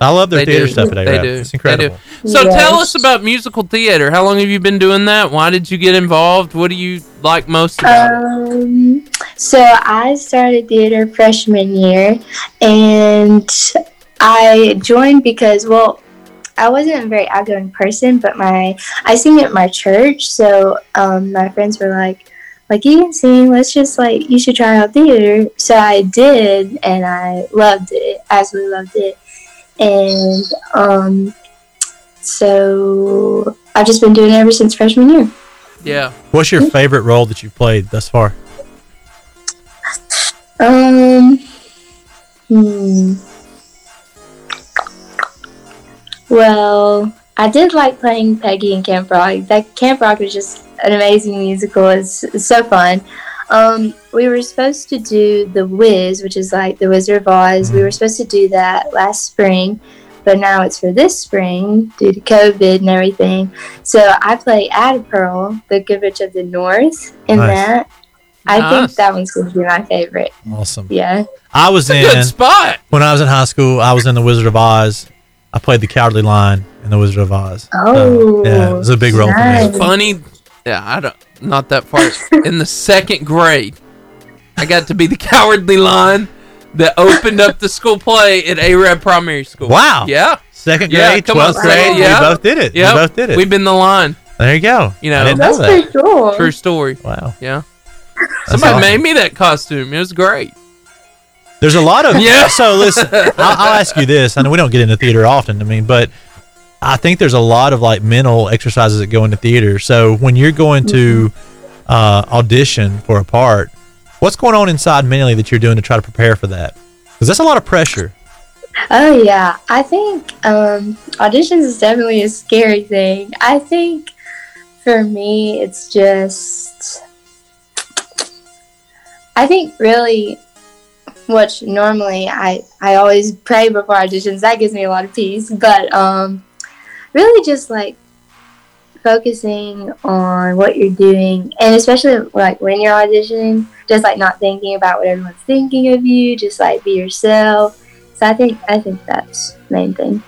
I love their
They
theater
do.
stuff at
They
Arab.
do.
It's
They do.
incredible.
So
Yes.
tell us about musical theater. How long have you been doing that? Why did you get involved? What do you like most about it?
Um, so I started theater freshman year, and I joined because well, I wasn't a very outgoing person, but my I sing at my church, so um, my friends were like, like you can sing, let's just like you should try out theater. So I did, and I loved it, absolutely loved it, and um, so I've just been doing it ever since freshman year.
Yeah.
What's your favorite role that you've played thus far?
Um. Hmm. Well, I did like playing Peggy in Camp Rock. That Camp Rock was just an amazing musical. It's, it's so fun. Um, we were supposed to do The Wiz, which is like The Wizard of Oz. We were supposed to do that last spring, but now it's for this spring due to COVID and everything. So I play Adderpearl, the Good Witch of the North, in
Nice.
that. I
Nice.
think that one's going to be my favorite.
Awesome.
Yeah.
I was in
Good spot.
when I was in high school, I was in the Wizard of Oz. I played the Cowardly Lion in The Wizard of Oz.
Oh,
Um, yeah, it was a big role for me.
Funny. Yeah, I don't. Not that far. in the second grade, I got to be the cowardly lion that opened up the school play at Arab Primary School.
Wow.
Yeah.
Second
Yeah,
grade,
come on,
twelfth grade,
say it, yeah.
we both did it.
Yep.
We both did it.
We've been the line.
there you go.
You know.
I didn't know that.
cool.
True story.
Wow.
Yeah. Somebody
awesome.
made me that costume. It was great.
There's a lot of
Yeah.
So listen, I'll, I'll ask you this. I know we don't get into theater often. I mean, but I think there's a lot of like mental exercises that go into theater. So when you're going to
Mm-hmm.
uh, audition for a part, what's going on inside mentally that you're doing to try to prepare for that? Because that's a lot of pressure.
Oh yeah, I think um, auditions is definitely a scary thing. I think for me, it's just I think really, which normally I I always pray before auditions. That gives me a lot of peace, but um, really just like focusing on what you're doing, and especially like when you're auditioning, just like not thinking about what everyone's thinking of you. Just like be yourself. So I think I think that's the main thing.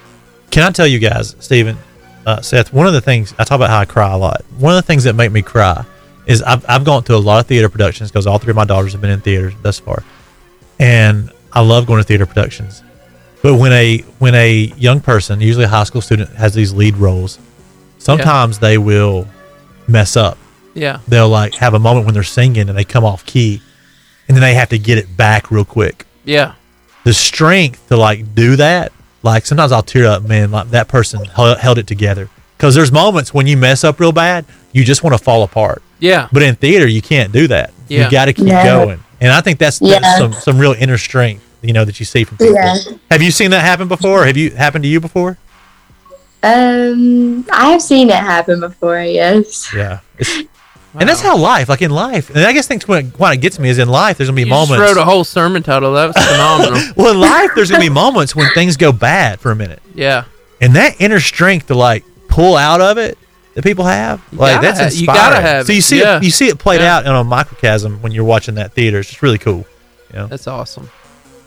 Can I tell you guys, Stephen, uh, Seth? One of the things I talk about how I cry a lot. One of the things that make me cry is I've, I've gone to a lot of theater productions because all three of my daughters have been in theater thus far, and I love going to theater productions. But when a when a young person, usually a high school student, has these lead roles, sometimes they will mess up.
Yeah.
They'll like have a moment when they're singing and they come off key, and then they have to get it back real quick
Yeah.
the strength to like do that. Like sometimes I'll tear up, man. Like that person hel- held it together. Because there's moments when you mess up real bad, you just want to fall apart.
Yeah.
But in theater, you can't do that.
Yeah.
You got to keep
Yeah.
going. And I think that's, that's
Yeah.
some some real inner strength, you know, that you see from people.
Yeah.
Have you seen that happen before? Have you happened to you before?
Um, I have seen it happen before. Yes.
Yeah. It's- And that's how life, like in life, and I guess things when why it gets me is in life. There's gonna be
You
moments.
just wrote a whole sermon title. That was phenomenal.
well, in life, there's gonna be moments when things go bad for a minute.
yeah.
and that inner strength to like pull out of it that people have, like
gotta
that's
ha-
inspiring.
you gotta have it,
So you see,
yeah.
it, you see it played out in a microcosm when you're watching that theater. It's just really cool. You know?
That's awesome.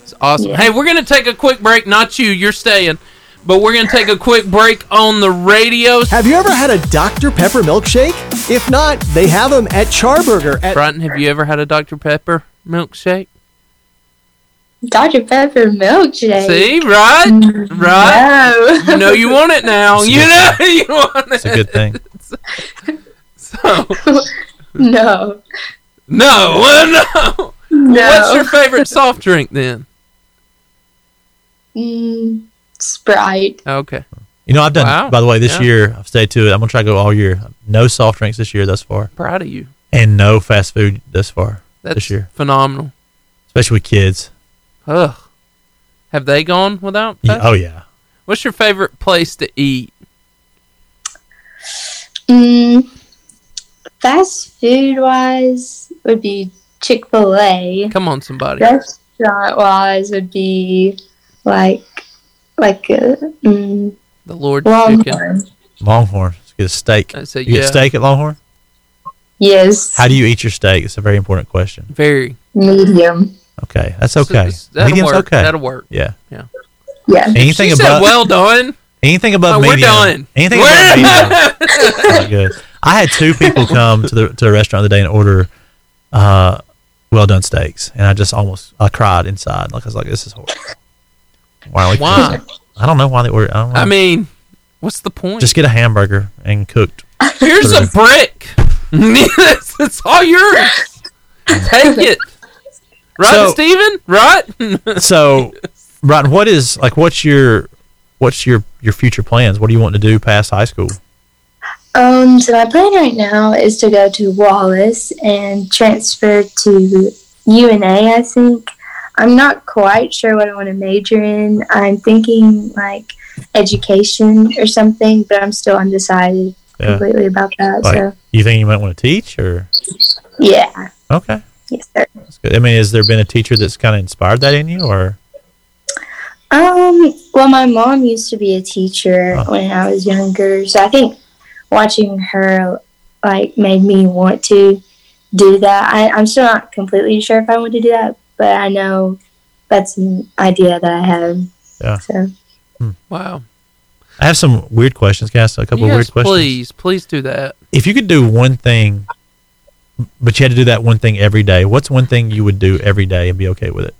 It's awesome.
Yeah.
Hey, we're going to take a quick break. Not you, you're staying. But we're going to take a quick break on the radio.
Have you ever had a Dr. Pepper milkshake? If not, they have them at Charburger at
Brighton, have you ever had a Dr. Pepper milkshake?
Dr. Pepper milkshake. Mm.
See, right? Right?
No.
You know you want it now.
It's a
you
good
know
thing.
you want
It's
it.
a good thing.
No.
No, well, no.
No.
What's your favorite soft drink then?
Mm, Sprite.
Okay.
You know, I've done.
Wow.
By the way, this
Yeah.
year I've stayed to it. I'm gonna try to go all year. No soft drinks this year thus far,
Proud of you.
and no fast food thus far
That's
this year,
phenomenal.
especially with kids.
Ugh. Have they gone without?
Yeah,
fast-
oh, yeah.
What's your favorite place to eat?
Mm, fast food wise would be Chick Fil A.
Come on, somebody.
Restaurant wise would be like like uh mm,
The Lord
Longhorn.
Longhorn, let's get a steak.
said,
you
yeah.
get steak at Longhorn.
Yes.
How do you eat your steak? It's a very important question.
Very.
Medium.
Okay, that's
So-
okay.
that'll
Medium's
work.
okay.
That'll work.
Yeah.
Yeah.
Yeah.
Anything
she said,
above
well done.
Anything above
Oh, we're
medium.
done.
Anything
We're-
above medium. is not good. I had two people come to the to the restaurant the other day and order uh, well done steaks, and I just almost I cried inside. Like I was like, this is horrible. Why? Are we
Why?
cooking? I don't know why they ordered. I don't know.
I mean, what's the point?
just get a hamburger and cooked.
Here's a brick. it's, it's all yours. Take it. Right,
So-
Steven? Right?
so, Brian, what is like? What's your what's your your future plans? What do you want to do past high school?
Um, so my plan right now is to go to Wallace and transfer to UNA, I think. I'm not quite sure what I want to major in. I'm thinking like education or something, but I'm still undecided
Yeah.
completely about that.
Like,
so
you think you might want to teach or
yeah.
okay?
Yes, sir.
That's good. I mean, has there been a teacher that's kind of inspired that in you, or
Um, well my mom used to be a teacher when I was younger, so I think watching her like made me want to do that. I, I'm still not completely sure if I want to do that, but I know that's an idea that I have.
yeah?
So
Wow.
I have some weird questions, guys. A couple
yes,
of weird questions.
please, please do that.
If you could do one thing, but you had to do that one thing every day, what's one thing you would do every day and be okay with it?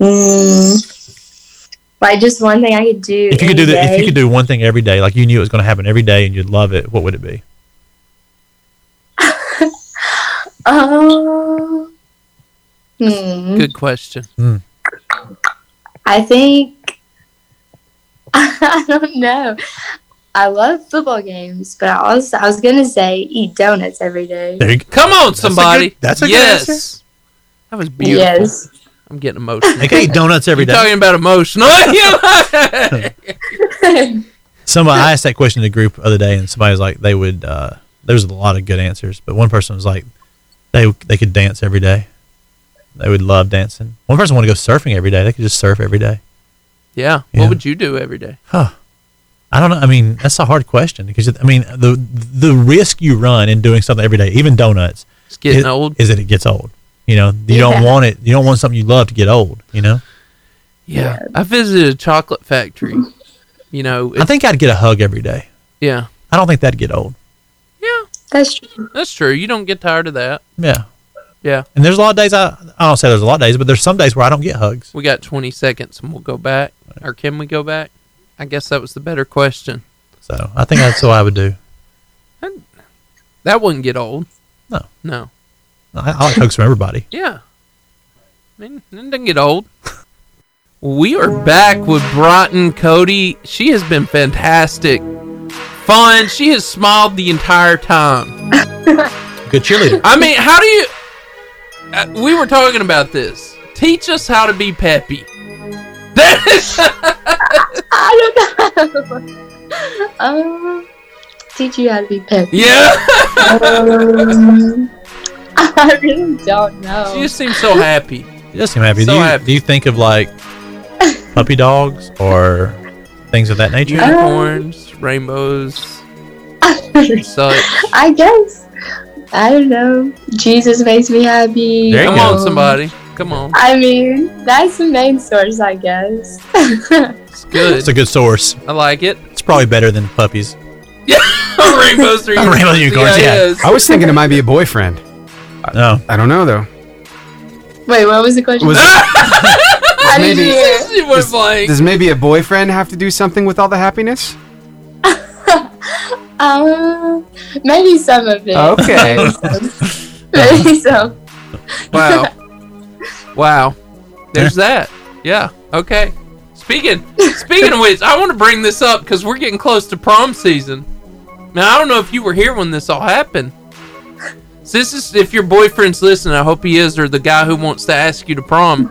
Mm, like just one thing I could do.
If you could do
every
that, if
day.
you could do one thing every day, like you knew it was going to happen every day and you'd love it, what would it be?
Um, hmm.
Good question.
I think I don't know. I love football games, but I was I was gonna say eat donuts every day.
Come on, somebody.
that's a good
yes.
answer.
That was beautiful.
Yes.
I'm getting emotional.
I can eat donuts every
You're
day.
talking about emotional.
Somebody I asked that question to a group the other day, and somebody was like, they would. Uh, there was a lot of good answers, but one person was like, they they could dance every day. They would love dancing. One person wanted to go surfing every day. They could just surf every day.
yeah.
Yeah.
What would you do every day?
Huh. I don't know. I mean, that's a hard question because I mean the the risk you run in doing something every day, even donuts, it's
getting old.
Is that it gets old? You know, you
Yeah.
don't want it. You don't want something you love to get old. You know.
Yeah. I visited a chocolate factory. You know,
I think I'd get a hug every day.
Yeah.
I don't think that'd get old.
That's true.
That's true. You don't get tired of that.
Yeah.
Yeah.
And there's a lot of days I I don't say there's a lot of days, but there's some days where I don't get hugs.
We got 20 seconds and we'll go back. Or can we go back? I guess that was the better question.
So I think that's what I would do.
That wouldn't get old.
No.
No.
I, I like hugs from everybody.
Yeah. I mean, it doesn't get old. We are back with Broughton Cody. She has been fantastic. Fun. She has smiled the entire time.
Good cheerleader.
I mean, how do you. Uh, we were talking about this. Teach us how to be peppy. That is.
I don't know. um, teach you how to be peppy.
Yeah.
um, I really don't know.
She just seems so happy.
It does seem happy.
So
do you,
happy.
Do you think of like puppy dogs or things of that nature?
Unicorns, rainbows, such.
I guess. I don't know. Jesus makes me happy.
Come on,
Um,
somebody. Come on.
I mean, that's the main source, I guess.
It's good.
It's a good source.
I like it.
It's probably better than puppies.
rainbows, three.
Rainbow unicorns, yeah.
it is.
I was thinking it might be a boyfriend.
No.
I don't know though.
Wait, what was the question?
Was-
I didn't
maybe-
hear.
She went blank.
Does maybe a boyfriend have to do something with all the happiness?
Uh, maybe some of it.
Okay.
maybe some.
Wow. Wow. There's that. Yeah. Okay. Speaking speaking of which, I want to bring this up because we're getting close to prom season. Now I don't know if you were here when this all happened. So this is if your boyfriend's listening. I hope he is, or the guy who wants to ask you to prom.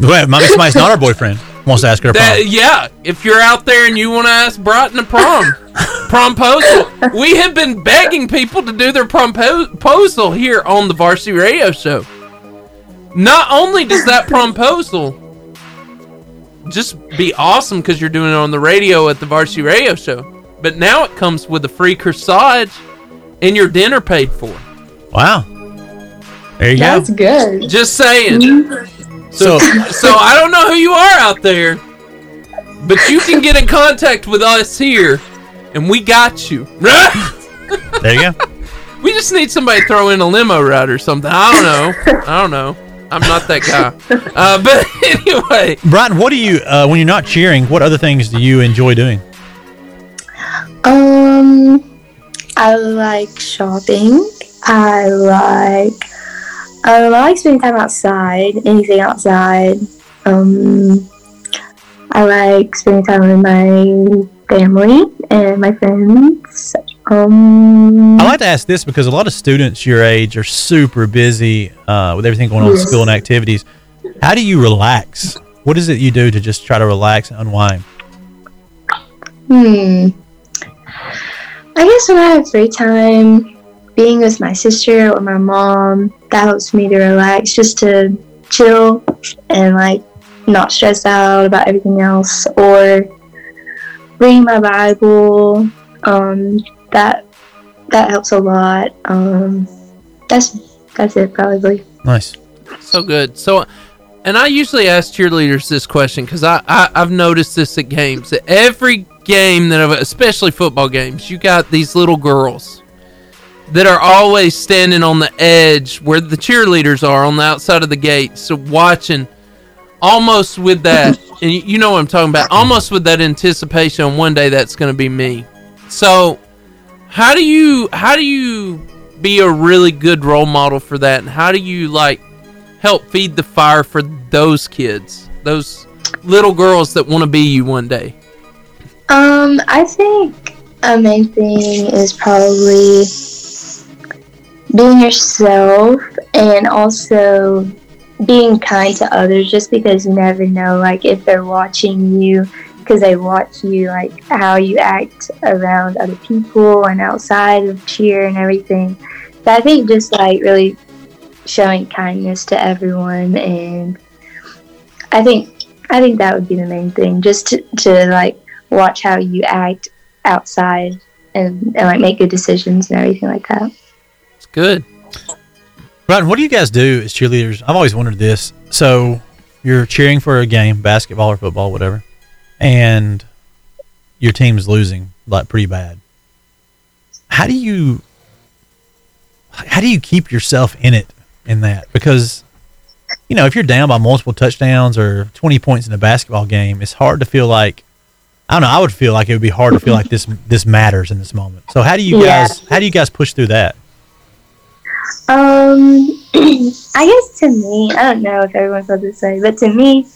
Wait, maybe somebody's not our boyfriend wants to ask her to prom.
That, yeah, if you're out there and you want to ask Broughton to prom, promposal. We have been begging people to do their promposal here on the Varsity Radio Show. Not only does that promposal just be awesome because you're doing it on the radio at the Varsity Radio Show, but now it comes with a free corsage and your dinner paid for.
Wow. There you
That's
go.
good.
Just saying.
So
So I don't know who you are out there, but you can get in contact with us here, and we got you.
there you go.
we just need somebody to throw in a limo ride or something. I don't know. I don't know. I'm not that guy. Uh, but anyway,
Brian, what do you uh, when you're not cheering? What other things do you enjoy doing?
Um, I like shopping. I like. Um, I like spending time outside. Anything outside. Um, I like spending time with my family and my friends. Um,
I like to ask this because a lot of students your age are super busy uh, with everything going on in
Yes.
school and activities. How do you relax? What is it you do to just try to relax and unwind?
Hmm. I guess when I have free time, being with my sister or my mom, that helps me to relax, just to chill and like not stress out about everything else. Or reading my Bible, um, that that helps a lot. Um, that's that's it probably.
Nice.
so good. So and I usually ask cheerleaders this question because I, I I've noticed this at games. At every game that I've, especially football games, you got these little girls that are always standing on the edge where the cheerleaders are on the outside of the gate, so watching almost with that, and you- you know what I'm talking about, almost with that anticipation. One day that's going to be me. So how do you how do you be a really good role model for that, and how do you like help feed the fire for those kids, those little girls that want to be you one day?
Um, I think a main thing is probably being yourself and also being kind to others just because you never know like if they're watching you because they watch you like how you act around other people and outside of cheer and everything so i think just like really showing kindness to everyone and i think i think that would be the main thing just to, to like watch how you act outside and, and like make good decisions and everything like that
It's good.
Ryan, what do you guys do as cheerleaders? I've always wondered this. So you're cheering for a game, basketball or football, whatever, and your team's losing like pretty bad. How do you how do you keep yourself in it in that? Because you know, if you're down by multiple touchdowns or 20 points in a basketball game, it's hard to feel like I don't know, I would feel like it would be hard to feel like this this matters in this moment. So how do you
Yeah.
guys how do you guys push through that?
Um, I guess to me, I don't know if everyone felt this way, but to me,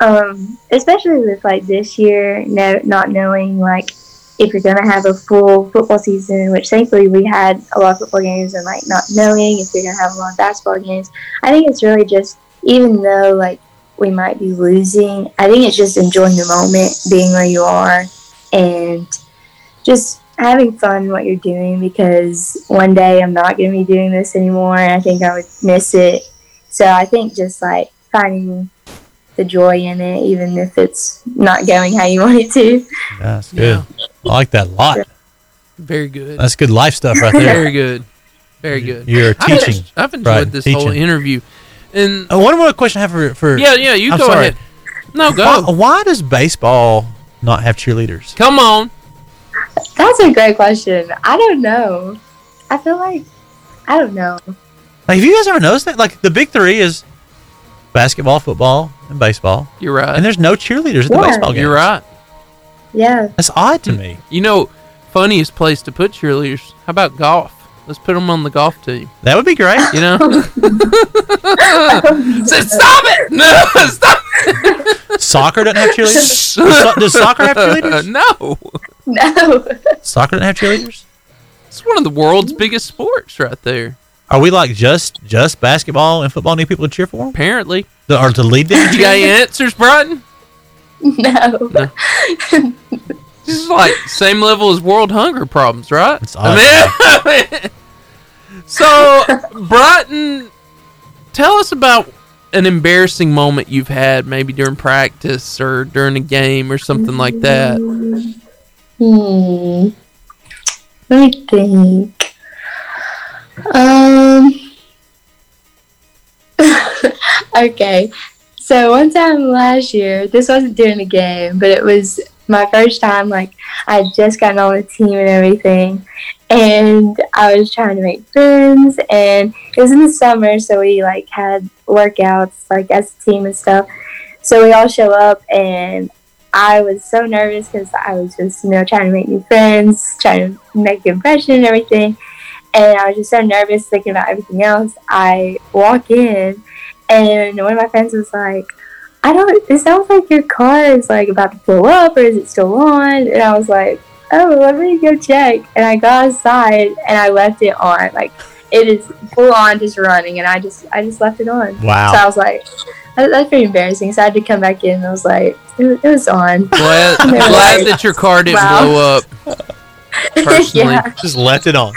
um, especially with like this year, no, not knowing like if you're gonna have a full football season, which thankfully we had a lot of football games, and like not knowing if you're gonna have a lot of basketball games, I think it's really just even though like we might be losing, I think it's just enjoying the moment, being where you are, and just having fun what you're doing because one day I'm not going to be doing this anymore and I think I would miss it. So I think just like finding the joy in it, even if it's not going how you want it to.
That's good. I like that a lot.
Very good.
That's good life stuff right there.
Very good. Very good.
You're
I've en-
teaching,
I've enjoyed
Brian,
this
teaching.
whole interview. And
Uh, one more question I have for, for
Yeah, yeah, you
I'm
go
sorry.
ahead. No, go.
Why, why does baseball not have cheerleaders?
Come on.
That's a great question. I don't know. I feel like, I don't know.
Like, have you guys ever noticed that? Like the big three is basketball, football, and baseball.
You're right.
And there's no cheerleaders at the
Uh, Yeah.
baseball game.
You're right.
Yeah.
That's odd to me.
You know, funniest place to put cheerleaders. How about golf? Let's put them on the golf team.
That would be great.
You know. Said, stop it! No, stop.
Soccer doesn't have cheerleaders. does, so- does soccer have cheerleaders?
No.
No.
Soccer doesn't have cheerleaders.
It's one of the world's biggest sports, right there.
Are we like just just basketball and football need people to cheer for? 'em?
Apparently.
The- Or to lead them?
You got any answers, Brighton?
No.
This is like same level as world hunger problems, right? I mean- so, Brighton, tell us about an embarrassing moment you've had, maybe during practice or during a game or something like that.
Hmm. Let me think. Um. okay. So one time last year, this wasn't during the game, but it was my first time. Like I had just gotten on the team and everything, and I was trying to make friends. And it was in the summer, so we like had workouts like as a team and stuff. So we all show up, and I was so nervous because I was just, you know, trying to make new friends, trying to make an impression and everything. And I was just so nervous thinking about everything else. I walk in, and one of my friends was like, I don't, it sounds like your car is like about to blow up, or is it still on? And I was like, oh, let me go check. And I got outside and I left it on. Like, it is full on just running, and I just, I just left it on.
Wow.
So I was like, that- that's pretty embarrassing. So I had to come back in and I was like, it, was- it was on.
Glad,
No
glad
worries.
that your car didn't
Wow.
blow up. Personally,
Yeah.
Just left it on.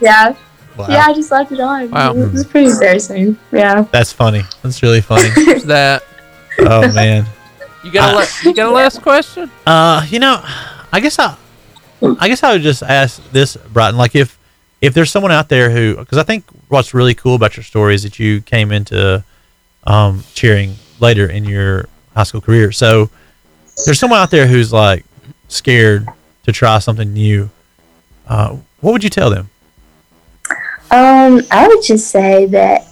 Yeah.
Wow.
Yeah, I just left it on.
Wow.
It was pretty embarrassing. Yeah.
That's funny. That's really funny.
that
oh man.
you got a la- you got a last question.
Uh, you know, I guess I, I guess I would just ask this, Brighton. Like, if if there's someone out there who, because I think what's really cool about your story is that you came into um, cheering later in your high school career. So there's someone out there who's like scared to try something new. Uh, what would you tell them?
Um, I would just say that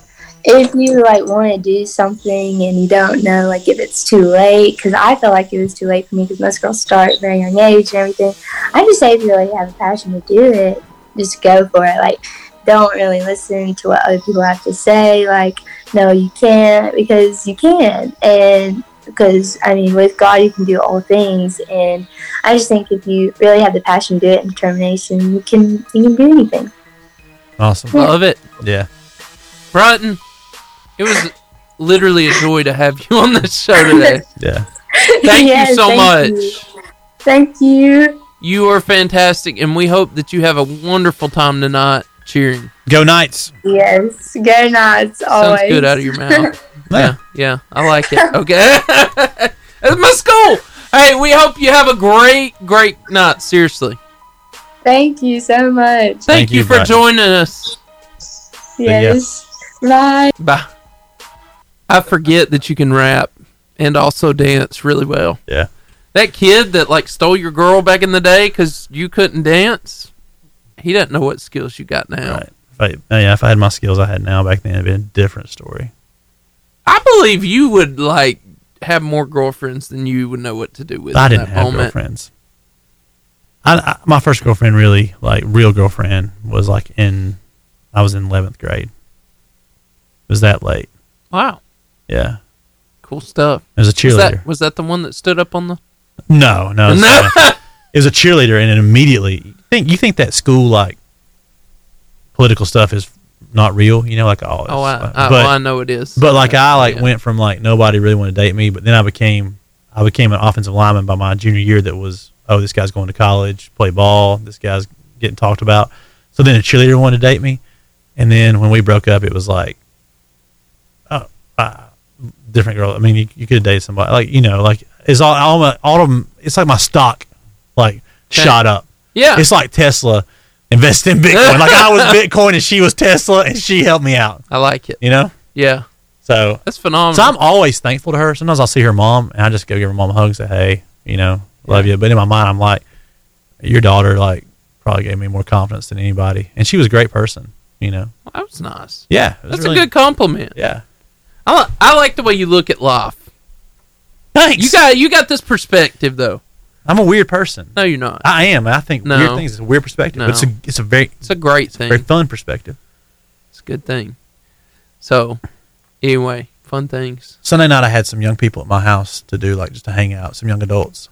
if you like want to do something and you don't know like if it's too late, because I felt like it was too late for me because most girls start at a very young age and everything. I just say if you really have a passion to do it, just go for it. Like, don't really listen to what other people have to say. Like, no, you can't because you can, and because I mean, with God, you can do all things. And I just think if you really have the passion to do it and determination, you can you can do anything.
Awesome.
Love it.
Yeah.
Broughton, it was literally a joy to have you on the show today.
Yeah.
Thank you so much.
you. Thank you.
You are fantastic, and we hope that you have a wonderful time tonight cheering.
Go Knights.
Yes. Go nuts. Always.
Sounds good out of your mouth. yeah, yeah, I like it. Okay, that's my school. Hey, we hope you have a great, great night. Seriously,
Thank you so much.
thank, you, for
Broughton.
joining us.
Yes. Bye.
Bye. I forget that you can rap and also dance really well.
Yeah.
That kid that like stole your girl back in the day because you couldn't dance, he doesn't know what skills you got now.
But uh, yeah, if I had my skills I had now back then, it'd be a different story.
I believe you would like have more girlfriends than you would know what to do with.
I
in
didn't
that
have
moment.
girlfriends. I, I my first girlfriend, really like real girlfriend, was like in I was in eleventh grade. It was that late?
Wow,
Yeah.
cool stuff.
It was a
Was that,
cheerleader.
was that the one that stood up on the?
No, no, it was,
No.
it was a cheerleader, and it immediately think you think that school like political stuff is not real, you know, like all.
Oh, I, I,
uh, but-
well, I know it is.
But like I like went from like nobody really wanted to date me, but then I became I became an offensive lineman by my junior year. That was oh this guy's going to college, play ball. This guy's getting talked about. So then a cheerleader wanted to date me, and then when we broke up, it was like oh uh, different girl. I mean you, you could have dated somebody like you know like it's all all my all of 'em- it's like my stock like shot up.
Yeah.
it's like Tesla. Invest in Bitcoin. Like I was Bitcoin and she was Tesla and she helped me out.
I like it.
You know?
Yeah,
So
that's phenomenal.
so I'm always thankful to her. Sometimes I'll see her mom and I just go give her mom a hug and say, Hey, you know, love you. But in my mind I'm like, Your daughter like probably gave me more confidence than anybody. And she was a great person, you know.
that was nice.
Yeah. it was
That's
really-
a good compliment.
Yeah.
I, li- I like the way you look at life.
Thanks.
You got you got this perspective though.
I'm a weird person.
No, you're not.
I am. and I think
No.
weird things is a weird perspective.
No.
But it's a it's a very
It's a great thing.
very fun perspective.
It's a good thing. So, anyway, fun things.
Sunday night, I had some young people at my house to do like just to hang out, some young adults,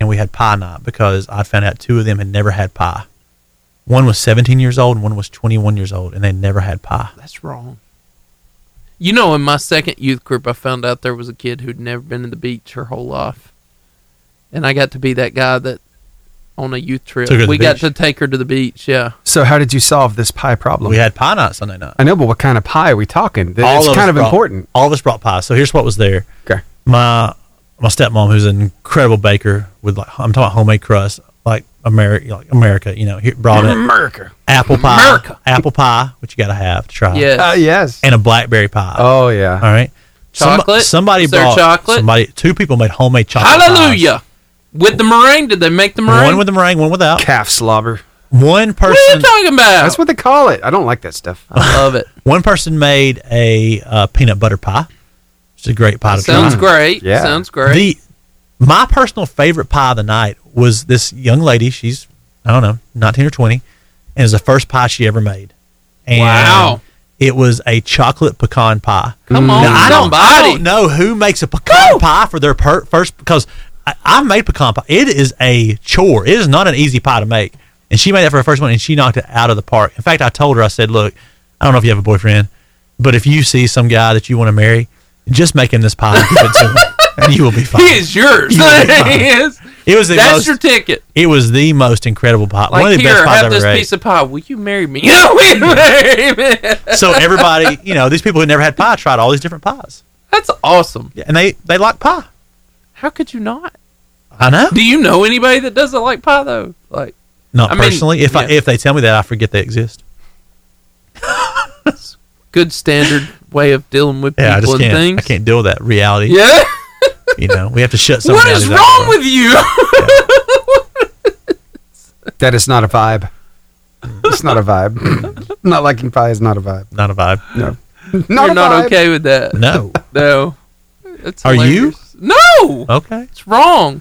and we had pie night because I found out two of them had never had pie. One was 17 years old, and one was 21 years old, and they never had pie.
That's wrong. You know, in my second youth group, I found out there was a kid who'd never been to the beach her whole life, and I got to be that guy that on a youth trip
Took her to the
we got
beach.
to take her to the beach. Yeah,
So how did you solve this pie problem?
We had pie night Sunday night.
I know, but what kind of pie are we talking? Th-
All
it's
us
kind of
brought-
important.
All of us brought pie. So here's what was there.
Okay.
My my stepmom, who's an incredible baker, with like I'm talking about homemade crust, like America, like America, you know, here, brought it.
America.
Apple pie,
Mm-hmm. America.
apple pie, which you got to have to try.
Yes. Uh,
yes.
and a blackberry pie.
Oh yeah. All
right. Some-
Chocolate?
somebody
Is there
brought
chocolate?
Somebody, two people made homemade chocolate.
hallelujah! With the meringue, did they make the meringue?
One with the meringue, one without.
Calf slobber.
One person.
what are you talking about?
That's what they call it. I don't like that stuff.
I love it.
One person made a uh, peanut butter pie, which is a great pie to try.
Sounds great. Sounds great.
The my personal favorite pie of the night was this young lady. She's I don't know, nineteen or twenty, and it was the first pie she ever made. And
Wow.
It was a chocolate pecan pie.
Come on,
I don't, I
somebody.
don't know who makes a pecan pie for their per- first because I, I've made pecan pie. It is a chore. It is not an easy pie to make. And she made that for her first one, and she knocked it out of the park. In fact, I told her, I said, "Look, I don't know if you have a boyfriend, but if you see some guy that you want to marry, just make him this pie and give it to him, and you will be fine."
He is yours.
You will be fine.
he is.
It was the
That's
most-
your ticket.
It was the most incredible pie.
Like
One of the
here,
best pies
have
I've
this
ever ate.
piece of pie. Will you marry me? Will you marry me?
so everybody, you know, these people who never had pie tried all these different pies,
That's awesome.
Yeah, and they they like pie.
How could you not?
I know.
Do you know anybody that doesn't like pie though? Like
Not
I mean,
personally. if I,
yeah.
if they tell me that, I forget they exist.
good standard way of dealing with people
Yeah, I just
and
can't.
things.
I can't deal with that reality.
Yeah.
you know, we have to shut something
What
down
is
to
wrong
that.
with you?
That is not a vibe. It's not a vibe. not liking pie is not a vibe.
Not a vibe.
No.
You're
a
not
vibe.
okay with that.
No.
No. That's
Are you?
hilarious. No.
Okay.
It's wrong.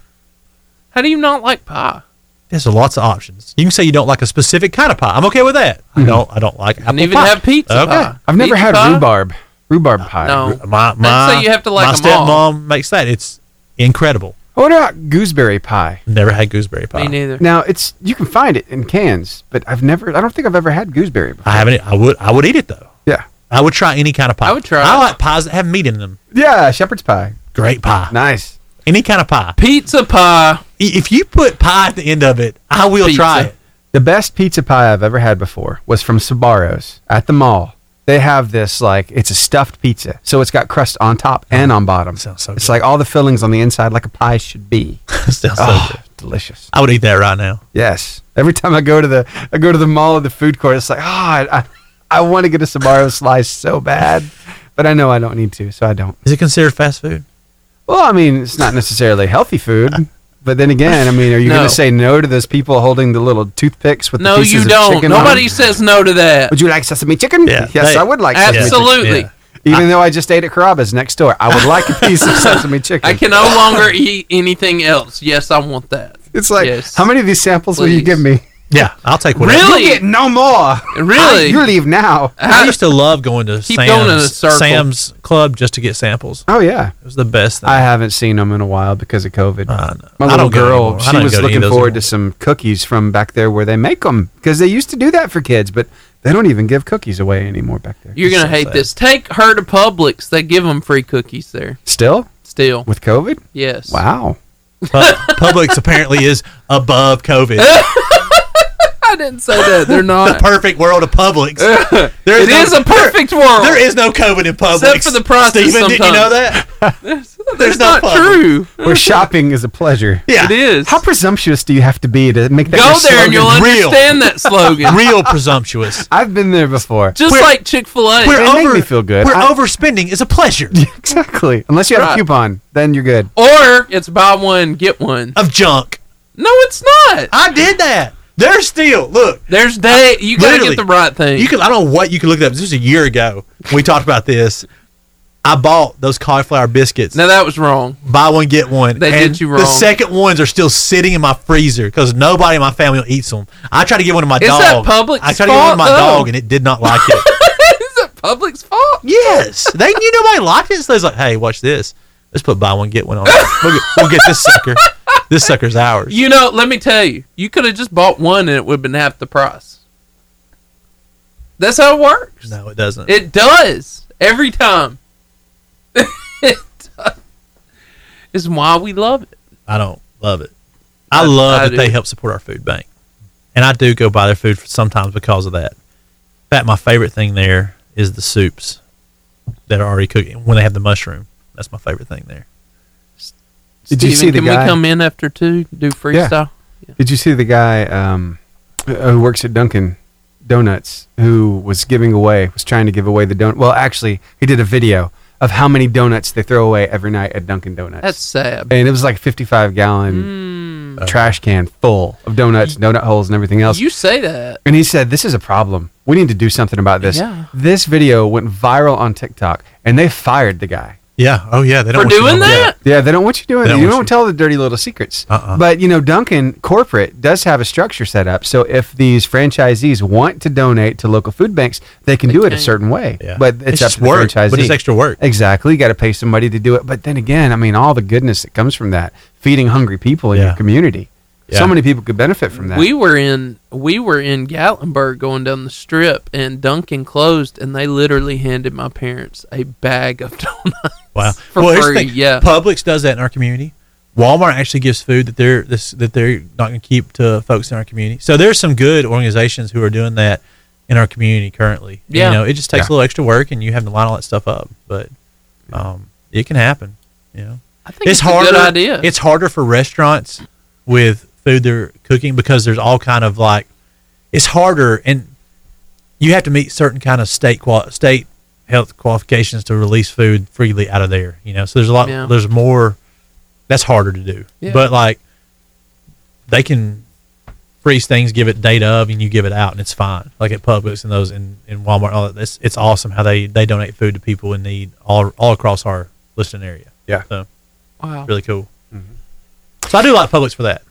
How do you not like pie?
There's lots of options. You can say you don't like a specific kind of pie. I'm okay with that. I don't. I don't like. apple
Hmm. even
pie.
have pizza
Okay.
pie.
I've never
Pizza
had
pie?
rhubarb. Rhubarb pie.
No.
My my.
I'd say you have to like
my
'em
stepmom
all.
makes that. It's incredible.
What about gooseberry pie?
Never had gooseberry pie.
Me neither.
Now it's you can find it in cans, but I've never. I don't think I've ever had gooseberry. Before.
I haven't. e, I would. I would eat it though.
Yeah.
I would try any kind of pie. I would
try
I
it.
like pies that have meat in them.
Yeah, shepherd's pie.
Great pie.
Nice.
Any kind of pie.
Pizza pie.
I- If you put pie at the end of it, I will
Pizza.
try it.
The best pizza pie I've ever had before was from Sabaro's at the mall. They have this like it's a stuffed pizza, so it's got crust on top and on bottom.
Sounds so
it's
good.
like all the fillings on the inside, like a pie should be.
Sounds so
Oh,
good.
delicious.
I would eat that right now.
Yes. Every time I go to the I go to the mall or the food court, it's like, ah, I, I, I want to get a Sbarro slice so bad, but I know I don't need to, so I don't.
Is it considered fast food?
Well, I mean, it's not necessarily healthy food, but then again, I mean, are you
No.
going to say no to those people holding the little toothpicks with
No,
the pieces
you
of
don't.
chicken on
Nobody
them?
says no to that.
Would you like sesame chicken?
um, Yeah,
yes,
they-
I would like sesame chicken.
Absolutely.
Yeah.
Even though I just ate at Carrabba's next door, I would like a piece of sesame chicken.
I can no longer eat anything else. Yes, I want that.
It's like,
Yes.
how many of these samples will you
Please.
give me?
Yeah, I'll take whatever.
Really?
You get no more.
Really?
you leave now.
I used to love going to
Keep
Sam's,
going in a circle.
Sam's club just to get samples.
Oh yeah.
It was the best thing.
I haven't seen them in a while because of COVID.
I know.
My
Uh, I
little
don't go
girl,
anymore. I
she
don't
was
go to any of
looking
those
forward
anymore.
to some cookies from back there where they make them because they used to do that for kids, but they don't even give cookies away anymore back there.
You're gonna
So
hate
sad.
this. Take her to Publix. They give them free cookies there.
Still
Still,
with COVID?
yes.
Wow.
But Publix apparently is above COVID.
I didn't say that. They're
the
not.
perfect world of Publix. There
It
no-
is a perfect world.
There is no COVID in Publix.
Except for the prices
Steven, did you know that?
That's
There's no
not
Publix.
true.
Where shopping is a pleasure.
Yeah.
It is.
How presumptuous do you have to be to make that?
Go
your
there
slogan?
and you'll
Real.
understand that slogan.
Real presumptuous.
I've been there before.
Just
We're-
like Chick Fil
We're
A,
They make
over,
me feel good.
We're
I-
overspending is a pleasure
Exactly. Unless you have
Right.
a coupon, then you're good.
or it's buy one get one.
of junk.
No, it's not.
I did that. They're still look.
There's day. You gotta
Literally.
get the right thing.
You can I don't know what you can look it up. This was a year ago. We talked about this. I bought those cauliflower biscuits.
now that was wrong.
buy one get one.
They
and
did you
The
wrong.
second ones are still sitting in my freezer because nobody in my family eats them. I tried to get one to my
Is
dog.
that Publix
I tried to get one to
fault, Oh.
my
though?
dog and it did not like it.
is it Publix fault?
yes, they knew nobody liked it, so they was like, "Hey, watch this. Let's put buy one get one on. it. We'll get, we'll get this sucker. This sucker's ours."
You know, let me tell you, you could have just bought one and it would have been half the price. That's how it works.
no, it doesn't.
It does every time. it does. It's why we love it.
I don't love it. I love
I
that they
do.
help support our food bank, and I do go buy their food for sometimes because of that. In fact, my favorite thing there is the soups that are already cooked when they have the mushroom. That's my favorite thing there.
Did you see the
can
guy?
we come in after two? Do freestyle?
Did you see the guy um, who works at Dunkin' Donuts who was giving away, was trying to give away the donut? Well, actually, he did a video of how many donuts they throw away every night at Dunkin' Donuts.
That's Mm. sad. Hmm,
and it was like a 55 gallon trash can full of donuts, donut holes, and everything else.
You say that.
And he said, This is a problem. We need to do something about this.
Yeah.
This video went viral on TikTok, and they fired the guy.
Yeah. Oh yeah. They
For
don't want you
doing
to-
that?
Yeah, they don't want you doing
They
it.
don't
You
want
don't
you-
tell the dirty little secrets.
Uh-uh.
But you know, Duncan corporate does have a structure set up. So if these franchisees want to donate to local food banks, they can do it a
can.
certain way.
Yeah.
But it's,
It's
up
just
to the
work,
franchisee.
but it's extra work.
Exactly. You got to pay somebody to do it. But then again, I mean, all the goodness that comes from that, feeding hungry people in
Yeah.
your community. So
Yeah.
many people could benefit from that.
We were in we were in Gatlinburg going down the strip and Duncan closed and they literally handed my parents a bag of donuts.
Wow.
For
well, here's the
free,
thing.
yeah.
Publix does that in our community. Walmart actually gives food that they're this, that they're not going to keep to folks in our community. So there's some good organizations who are doing that in our community currently. And,
Yeah.
You know, it just takes
Yeah.
a little extra work, and you have to line all that stuff up. But um, it can happen. You know,
I think it's, a good idea.
It's harder for restaurants with food they're cooking because there's all kind of like it's harder and you have to meet certain kind of state qual- state health qualifications to release food freely out of there. You know, so there's a lot.
Yeah.
There's more. That's harder to do.
Yeah.
But like, they can freeze things, give it data of, and you give it out, and it's fine. Like at Publix and those in, in Walmart, all that. It's, it's awesome how they they donate food to people in need all all across our listening area.
Yeah.
So,
Wow.
really cool. Mm-hmm. So I do like Publix for that.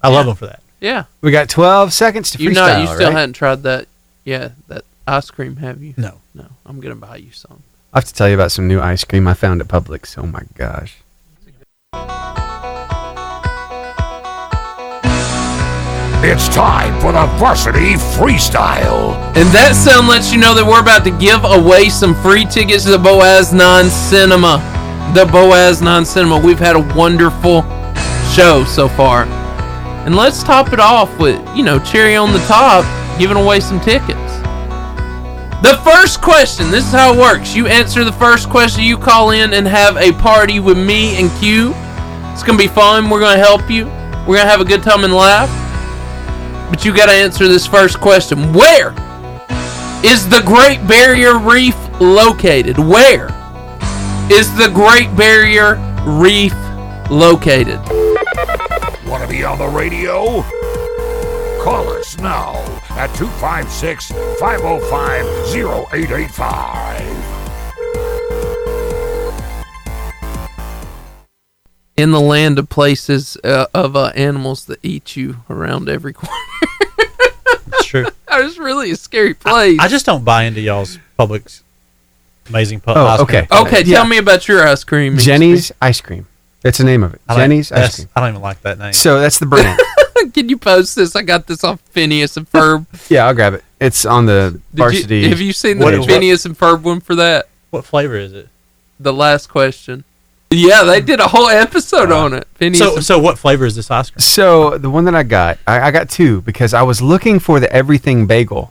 I love them for that.
Yeah.
We got 12 seconds to freestyle.
You know, you still
right?
hadn't tried that. Yeah, that ice cream, have you?
No.
No. I'm gonna buy you some.
I have to tell you about some new ice cream I found at Publix. Oh my gosh.
It's time for the varsity freestyle.
And that sound lets you know that we're about to give away some free tickets to the Boaz Non Cinema. The Boaz Non Cinema. We've had a wonderful show so far. And let's top it off with, you know, cherry on the top, giving away some tickets. The first question, this is how it works. You answer the first question, you call in and have a party with me and Q. It's going to be fun. We're going to help you. We're going to have a good time and laugh. But you got to answer this first question. Where is the Great Barrier Reef located? Where is the Great Barrier Reef located?
Want to be on the radio? Call us now at 256 505 0885.
In the land of places uh, of uh, animals that eat you around every corner.
It's true.
It's really a scary place.
I just don't buy into y'all's Publix amazing pub.
Oh,
ice cream.
okay.
Okay, tell
Yeah.
me about your ice cream.
Jenny's ice cream. That's the name of it.
I like-
Jenny's ice
that's-
cream.
I don't even like that name.
So that's the brand.
Can you post this? I got this off Phineas and Ferb.
yeah, I'll grab it. It's on the
Did you-
varsity.
have you seen the
What is-
Phineas and Ferb one for that?
What flavor is it?
The last question. Yeah, they did a whole episode
Uh,
on it. Phineas
So,
and
so what flavor is this ice cream?
So the one that I got, I, I got two because I was looking for the everything bagel.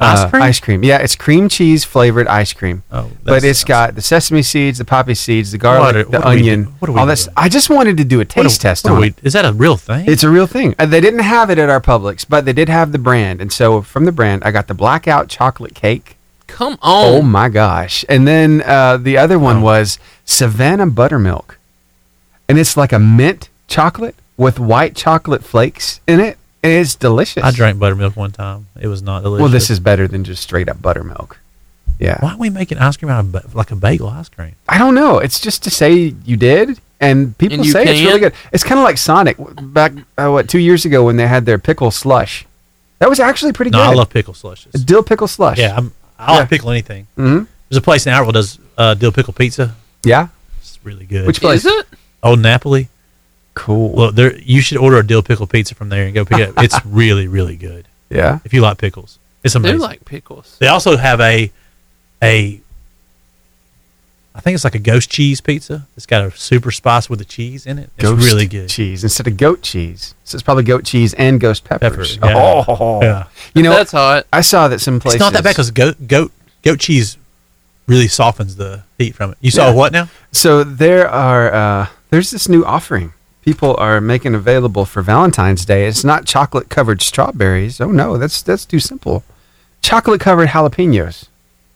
uh,
Ice cream?
Ice cream. Yeah, it's cream cheese flavored ice cream.
Oh,
but it's got the sesame seeds, the poppy seeds, the garlic,
What are-
the
what are we
onion,
do- what are we
all this.
doing?
I just wanted to do a
What do-
taste test
what do
on
we-
it.
Is that a real thing?
It's a real thing. Uh, They didn't have it at our Publix, but they did have the brand. And so from the brand, I got the blackout chocolate cake.
Come on.
Oh, my gosh. And then uh, the other one
Oh.
was Savannah buttermilk. And it's like a mint chocolate with white chocolate flakes in it. And it's delicious.
I drank buttermilk one time. It was not delicious.
Well, this is better than just straight up buttermilk. Yeah.
Why are we making ice cream out of ba- like a bagel ice cream?
I don't know. It's just to say you did, and people
And you
say it's really
can?
good. It's kind of like Sonic back uh, what two years ago when they had their pickle slush. That was actually pretty
No,
good.
I love pickle slushes.
dill pickle slush.
Yeah, I'm, I like pickle anything.
Mhm.
There's a place in Arville does uh, dill pickle pizza.
Yeah.
It's really good.
Which place?
Is it?
Old Napoli.
Cool.
Well, there you should order a dill pickle pizza from there and go pick it up. It's really really good
yeah.
if you like pickles. It's
They
amazing.
like pickles.
They also have a a I think it's like a ghost cheese pizza. It's got a super spice with the cheese in it. It's
Ghost
really good.
cheese instead of goat cheese. So it's probably goat cheese and ghost
Pepper.
peppers.
Yeah.
Oh,
Yeah.
you know,
That's hot.
I saw that some places.
It's not that bad because goat goat goat cheese really softens the heat from it. You saw
Yeah.
what now?
So there are uh, there's this new offering people are making available for Valentine's Day. It's not chocolate covered strawberries. Oh no, that's that's too simple. Chocolate covered jalapenos.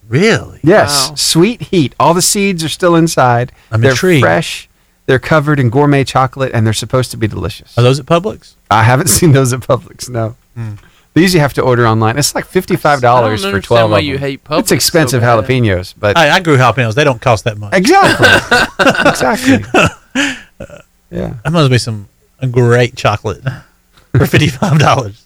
Really?
Yes,
Wow.
sweet heat. All the seeds are still inside.
I'm
they're
intrigued.
fresh. They're covered in gourmet chocolate, and they're supposed to be delicious.
Are those at Publix?
I haven't seen those at Publix. No,
Hmm.
these you have to order online. It's like fifty-five dollars
I don't
for
understand
twelve.
why
of
you
them.
hate Publix
It's
so
expensive
bad.
jalapenos, but
I, I grew jalapenos. They don't cost that much.
exactly, exactly. Yeah.
That must be some great chocolate for fifty five dollars.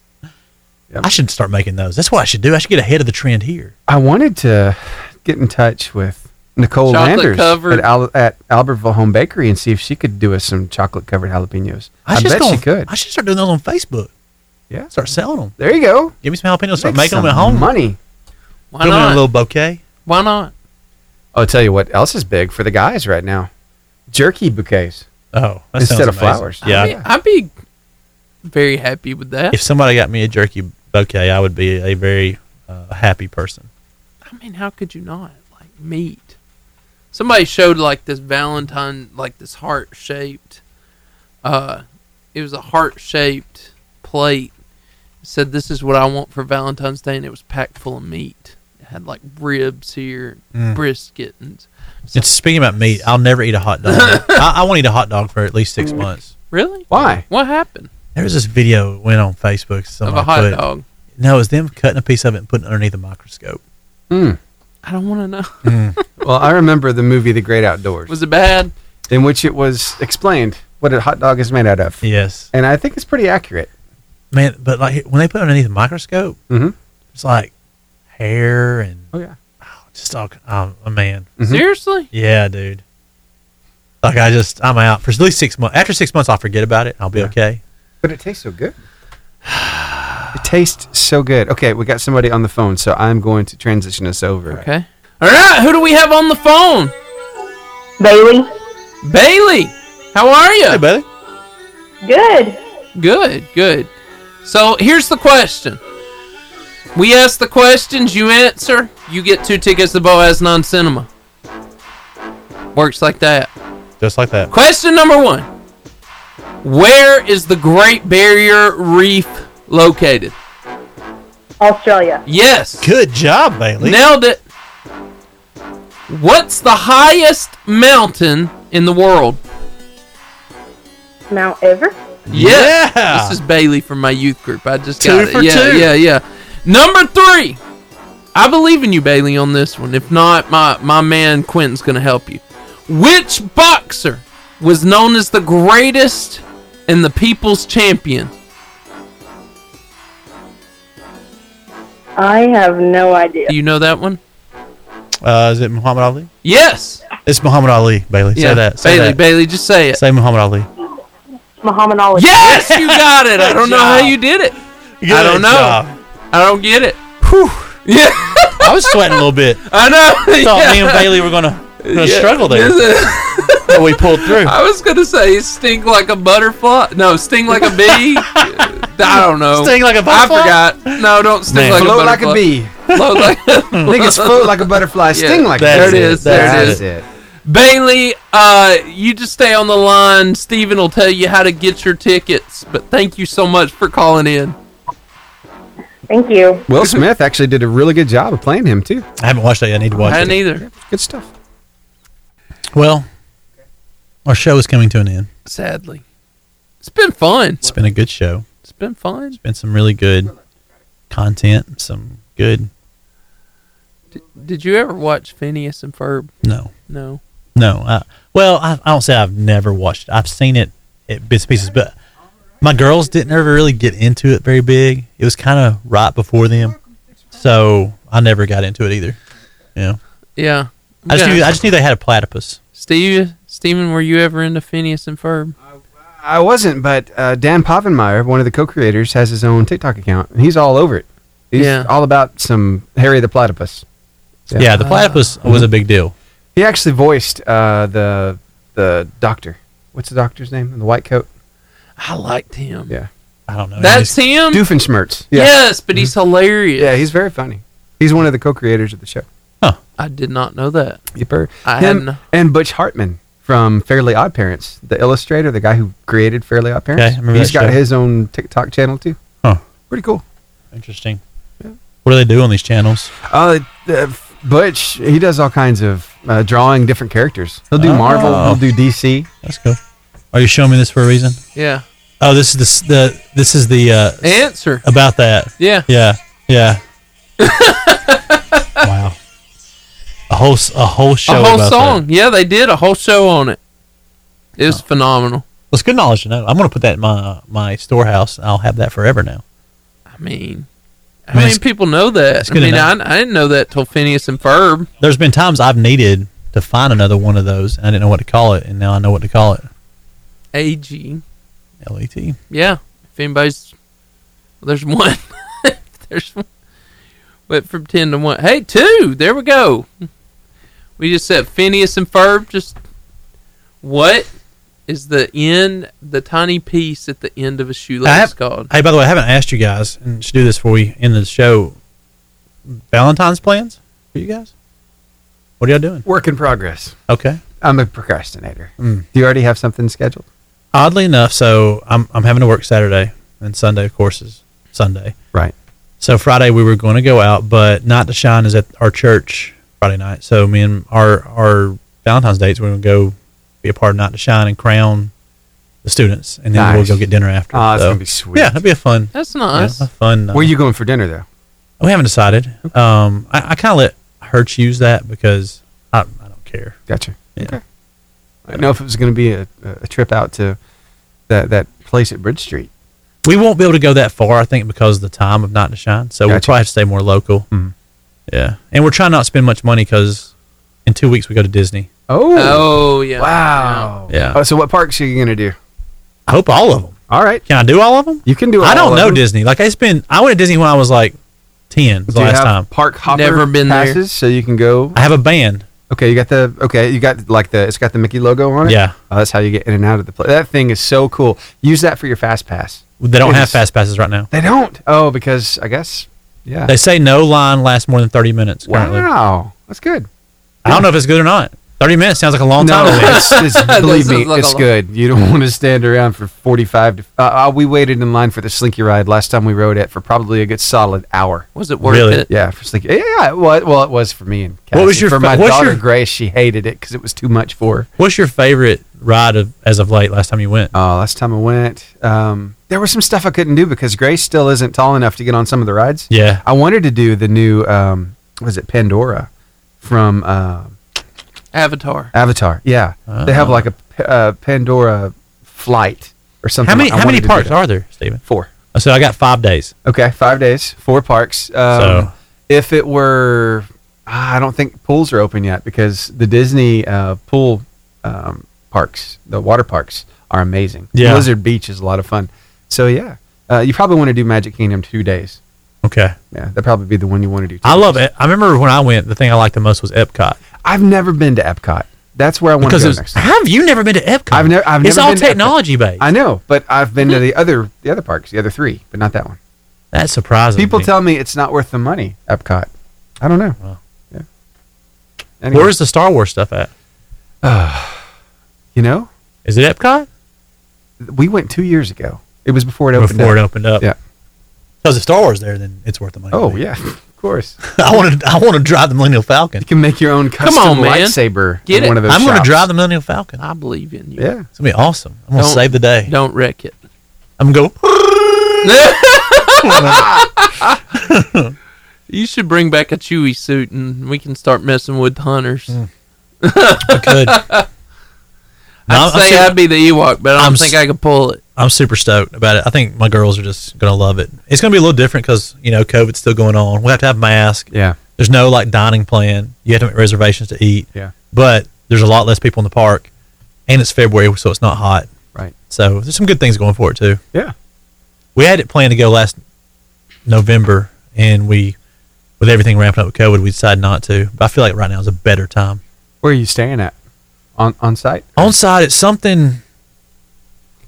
Yep.
I should start making those. That's what I should do. I should get ahead of the trend here.
I wanted to get in touch with Nicole
Chocolate
Landers
covered-
at, Al- at Albertville Home Bakery and see if she could do us some chocolate covered jalapenos. I,
just
bet
don't,
she could.
I should start doing those on Facebook.
yeah.
Start selling them.
There you go.
Give me some jalapenos. Start
Make
making them at
some
home.
Money.
Why
Put them in a
not?
little bouquet.
Why not?
I'll tell you what else is big for the guys right now jerky bouquets.
Oh, that
Instead
sounds
of
amazing.
flowers.
Yeah.
I'd be, I'd be very happy with that.
If somebody got me a jerky bouquet, I would be a very uh, happy person.
I mean, how could you not like meat? Somebody showed like this Valentine, like this heart shaped. Uh, it was a heart shaped plate. It said, "This is what I want for Valentine's Day," and it was packed full of meat. had like ribs here,
Mm.
brisket, and
And speaking about meat, I'll never eat a hot dog. I, I won't eat a hot dog for at least six months.
Really?
Why?
What happened?
There was this video that went on Facebook. Someone
a hot
put-
dog.
No, it was them cutting a piece of it and putting it underneath a microscope.
I don't want to know.
well, I remember the movie The Great Outdoors.
Was it bad?
In which it was explained what a hot dog is made out of.
Yes.
And I think it's pretty accurate.
Man, but like when they put it underneath a microscope,
Mm-hmm.
it's like hair and
oh yeah,
just all um, a man.
Seriously?
Yeah, dude. Like I just I'm out for at least six months. After six months, I'll forget about it. I'll be okay.
But it tastes so good. It tastes so good. Okay, we got somebody on the phone, so I'm going to transition us over.
Okay. All right, who do we have on the phone?
Bailey.
Bailey, how are you? Hey,
Bailey.
Good.
Good, good. So here's the question. We ask the questions, you answer, you get two tickets to Boaz Non Cinema. Works like that.
Just like that.
Question number one Where is the Great Barrier Reef located?
Australia.
Yes.
Good job, Bailey.
Nailed it. What's the highest mountain in the world?
Mount Everest.
Yes.
Yeah.
This is Bailey from my youth group. I just
Two
got it.
for
yeah,
two.
yeah, yeah. Number three. I believe in you, Bailey, on this one. If not, my, my man Quentin's gonna help you. Which boxer was known as the greatest and the people's champion?
I have no idea.
Do you know that one?
Uh, is it Muhammad Ali?
Yes.
It's Muhammad Ali, Bailey. Say
Yeah,
that. Say
Bailey,
that.
Bailey, just say it.
Say Muhammad Ali.
Muhammad Ali.
Yes, you got it. I don't know how you did it. I don't know.
job.
I don't get it. Whew. Yeah.
I was sweating a little bit.
I know.
I thought me and
Yeah.
Bailey were gonna, gonna
Yeah.
struggle there, but we pulled through.
I was gonna say sting like a butterfly. No, sting like a bee. I don't know.
Sting like a butterfly?
I forgot. No, don't
Man.
sting like
Float
a
like a
butterfly.
bee.
Float like.
I think it's float like a butterfly, sting like a
There it
butterfly.
is. There it
That's
is.
it.
Bailey, uh, you just stay on the line. Steven will tell you how to get your tickets. But thank you so much for calling in.
Thank you.
Will Smith actually did a really good job of playing him too.
I haven't watched that. yet. I need to watch
I
it.
didn't either.
Good stuff.
Well, our show is coming to an end.
Sadly, it's been fun.
It's been a good show.
It's been fun.
Been some really good content. Some good.
Did you ever watch Phineas and Ferb?
No.
No.
No. I, well, I, I don't say I've never watched it. I've seen it at bits and pieces, but my girls didn't ever really get into it very big. It was kind of right before them, so I never got into it either. Yeah.
Yeah. I'm
I just,
gonna-
knew, I just knew they had a platypus.
Steve, Steven, were you ever into Phineas and Ferb?
I wasn't, but uh, Dan Povenmire, one of the co-creators, has his own TikTok account, and he's all over it. He's
Yeah.
all about some Harry the Platypus.
Yeah, the platypus was a big deal.
He actually voiced uh, the the doctor. What's the doctor's name? in The white coat.
I liked him.
Yeah.
I don't know.
That's him.
Doofenshmirtz.
Yes, but he's
Mm-hmm.
hilarious.
Yeah, he's very funny. He's one of the co-creators of the show.
I did not know that.
Yipper.
I
Him
hadn't-
and Butch Hartman from Fairly Odd Parents, the illustrator, the guy who created Fairly Odd
Okay, I
Parents.
remember
He's
that
got
show.
his own TikTok channel too.
Huh.
Pretty cool.
Interesting. What do they do on these channels?
Uh, uh, Butch, he does all kinds of uh, drawing different characters. He'll do Marvel.
Oh.
He'll do DC.
Let's go. Are you showing me this for a reason?
Yeah.
Oh, this is the the this is the uh,
Answer.
about that.
Yeah.
Yeah. Yeah. wow. A whole s- a whole show.
a whole
about
song. Yeah, they did a whole show on it. It
Oh.
was phenomenal.
That. Well, it's good knowledge to know. I'm gonna put that in my uh, my storehouse. I'll have that forever now.
I mean,
I
I
mean,
mean,
it's-
people know that.
it's
I
good
mean,
enough.
I, I didn't know that till Phineas and Ferb.
There's been times I've needed to find another one of those, and I didn't know what to call it, and now I know what to call it.
AG.
L E T.
Yeah. If anybody's, well, there's one. there's one. Went from ten to one. Hey, two. There we go. We just said Phineas and Ferb. Just what is the end? The tiny piece at the end of a shoelace
I have-
called?
Hey, by the way, I haven't asked you guys, and should do this before we end the show. Valentine's plans for you guys? What are y'all doing?
Work in progress.
Okay.
I'm a procrastinator.
Mm.
Do you already have something scheduled?
Oddly enough, so I'm I'm having to work Saturday and Sunday, of course, is Sunday.
Right.
So Friday we were going to go out, but Night to Shine is at our church Friday night. So me and our our Valentine's dates we're going to go be a part of Night to Shine and crown the students, and then
Nice.
we'll go get dinner after.
Aw, Oh, that's
Uh, So,
gonna be sweet.
Yeah, that'd be a fun.
That's nice.
yeah, a fun.
Where you going for dinner though?
We haven't decided. Um, I, I kind of let her choose that because I, I don't care.
Gotcha. Okay. I didn't know if it was going to be a, a trip out to that that place at Bridge Street.
We won't be able to go that far, I think, because of the time of Night to Shine. So
Gotcha.
we'll
Mm-hmm.
probably have to stay more local. Yeah, and we're trying not to spend much money because in two weeks we go to Disney.
Oh.
Oh, yeah.
Wow.
Yeah.
Oh, so what parks are you going to do?
I hope all of them.
All right.
Can I do all of them?
You can do. All
I don't
of
know
them.
Disney. Like I spent, I went to Disney when I was like ten the
Do you
last
have
time.
Park hopper
Never been there.
passes, so you can go.
I have a band.
Okay, you got the okay. You got like the it's got the Mickey logo on it.
Yeah.
Oh, that's how you get in and out of the place. That thing is so cool. Use that for your fast pass.
They don't
It
have
is-
fast passes right now.
They don't. Oh, because I guess yeah.
They say no line lasts more than thirty minutes currently.
wow, that's good.
I don't know if it's good or not. Thirty minutes sounds like a long time.
No,
to me.
it's, it's, believe me,
sounds like a
it's
lot.
good. You don't want to stand around for 45 to. Uh, uh, we waited in line for the Slinky ride last time we rode it for probably a good solid hour.
Was it worth
Really?
it?
Yeah, for Slinky. Yeah, yeah well, it- well, it was for me and Cassie.
What was your
for
fa-
my
what's
daughter
your-
Grace? She hated it because it was too much for her.
What's your favorite ride of, as of late? Last time you went?
Uh, last time I went, um, there was some stuff I couldn't do because Grace still isn't tall enough to get on some of the rides.
Yeah.
I wanted to do the new, um, was it Pandora from uh,
Avatar.
Avatar? Yeah, they
Uh-huh.
have like a P- uh, Pandora flight or something.
How many?
I
how
wanted
many
to do
parks
that.
are there, Steven?
Four.
So I got five days.
Okay, five days, four parks. Um,
So-
if it were, ah, I don't think pools are open yet because the Disney uh, pool um, parks, the water parks, are amazing.
Yeah.
Blizzard Beach is a lot of fun. So yeah, uh, you probably want to do Magic Kingdom two days.
Okay.
Yeah, that'd probably be the one you want to do. Two
I
days.
love it. I remember when I went, the thing I liked the most was Epcot
I've never been to Epcot. That's where I want to
because
go
it was,
next. time.
have you never been to Epcot?
I've never. I've
it's
never
all
been to Epcot.
technology based.
I know, but I've been to the other the other parks, the other three, but not that one.
That's surprising.
People
to me.
tell me it's not worth the money. Epcot. I don't know.
Wow.
Yeah. Anyway,
Where's the Star Wars stuff at?
you know
Is it Epcot?
we went two years ago. It was before it opened.
Before it
up.
opened up.
Yeah.
Because if Star Wars there, then it's worth the money. to
Oh
me.
yeah, of course.
I want to. I want to drive the Millennial Falcon.
You can make your own custom
on, man.
lightsaber.
Get
in
it.
One of those
I'm going to
shops.
drive the Millennial Falcon.
I believe in you.
Yeah.
It's gonna be awesome. I'm gonna
Don't-
save the day.
Don't wreck it.
I'm gonna go.
You should bring back a Chewy suit and we can start messing with hunters.
I could. No,
I'd
I'm
say
super-
I'd be the Ewok, but I don't
I'm
think
s-
I could pull it.
I'm super stoked about it. I think my girls are just gonna love it. It's gonna be a little different because you know COVID's still going on. We have to have masks.
Yeah.
There's no like dining plan. You have to make reservations to eat.
Yeah.
But there's a lot less people in the park, and it's February, so it's not hot.
Right.
So there's some good things going for it too.
Yeah.
We had it planned to go last November, and we, with everything ramping up with COVID, we decided not to. But I feel like right now is a better time.
Where are you staying at? On on site.
On site, it's something,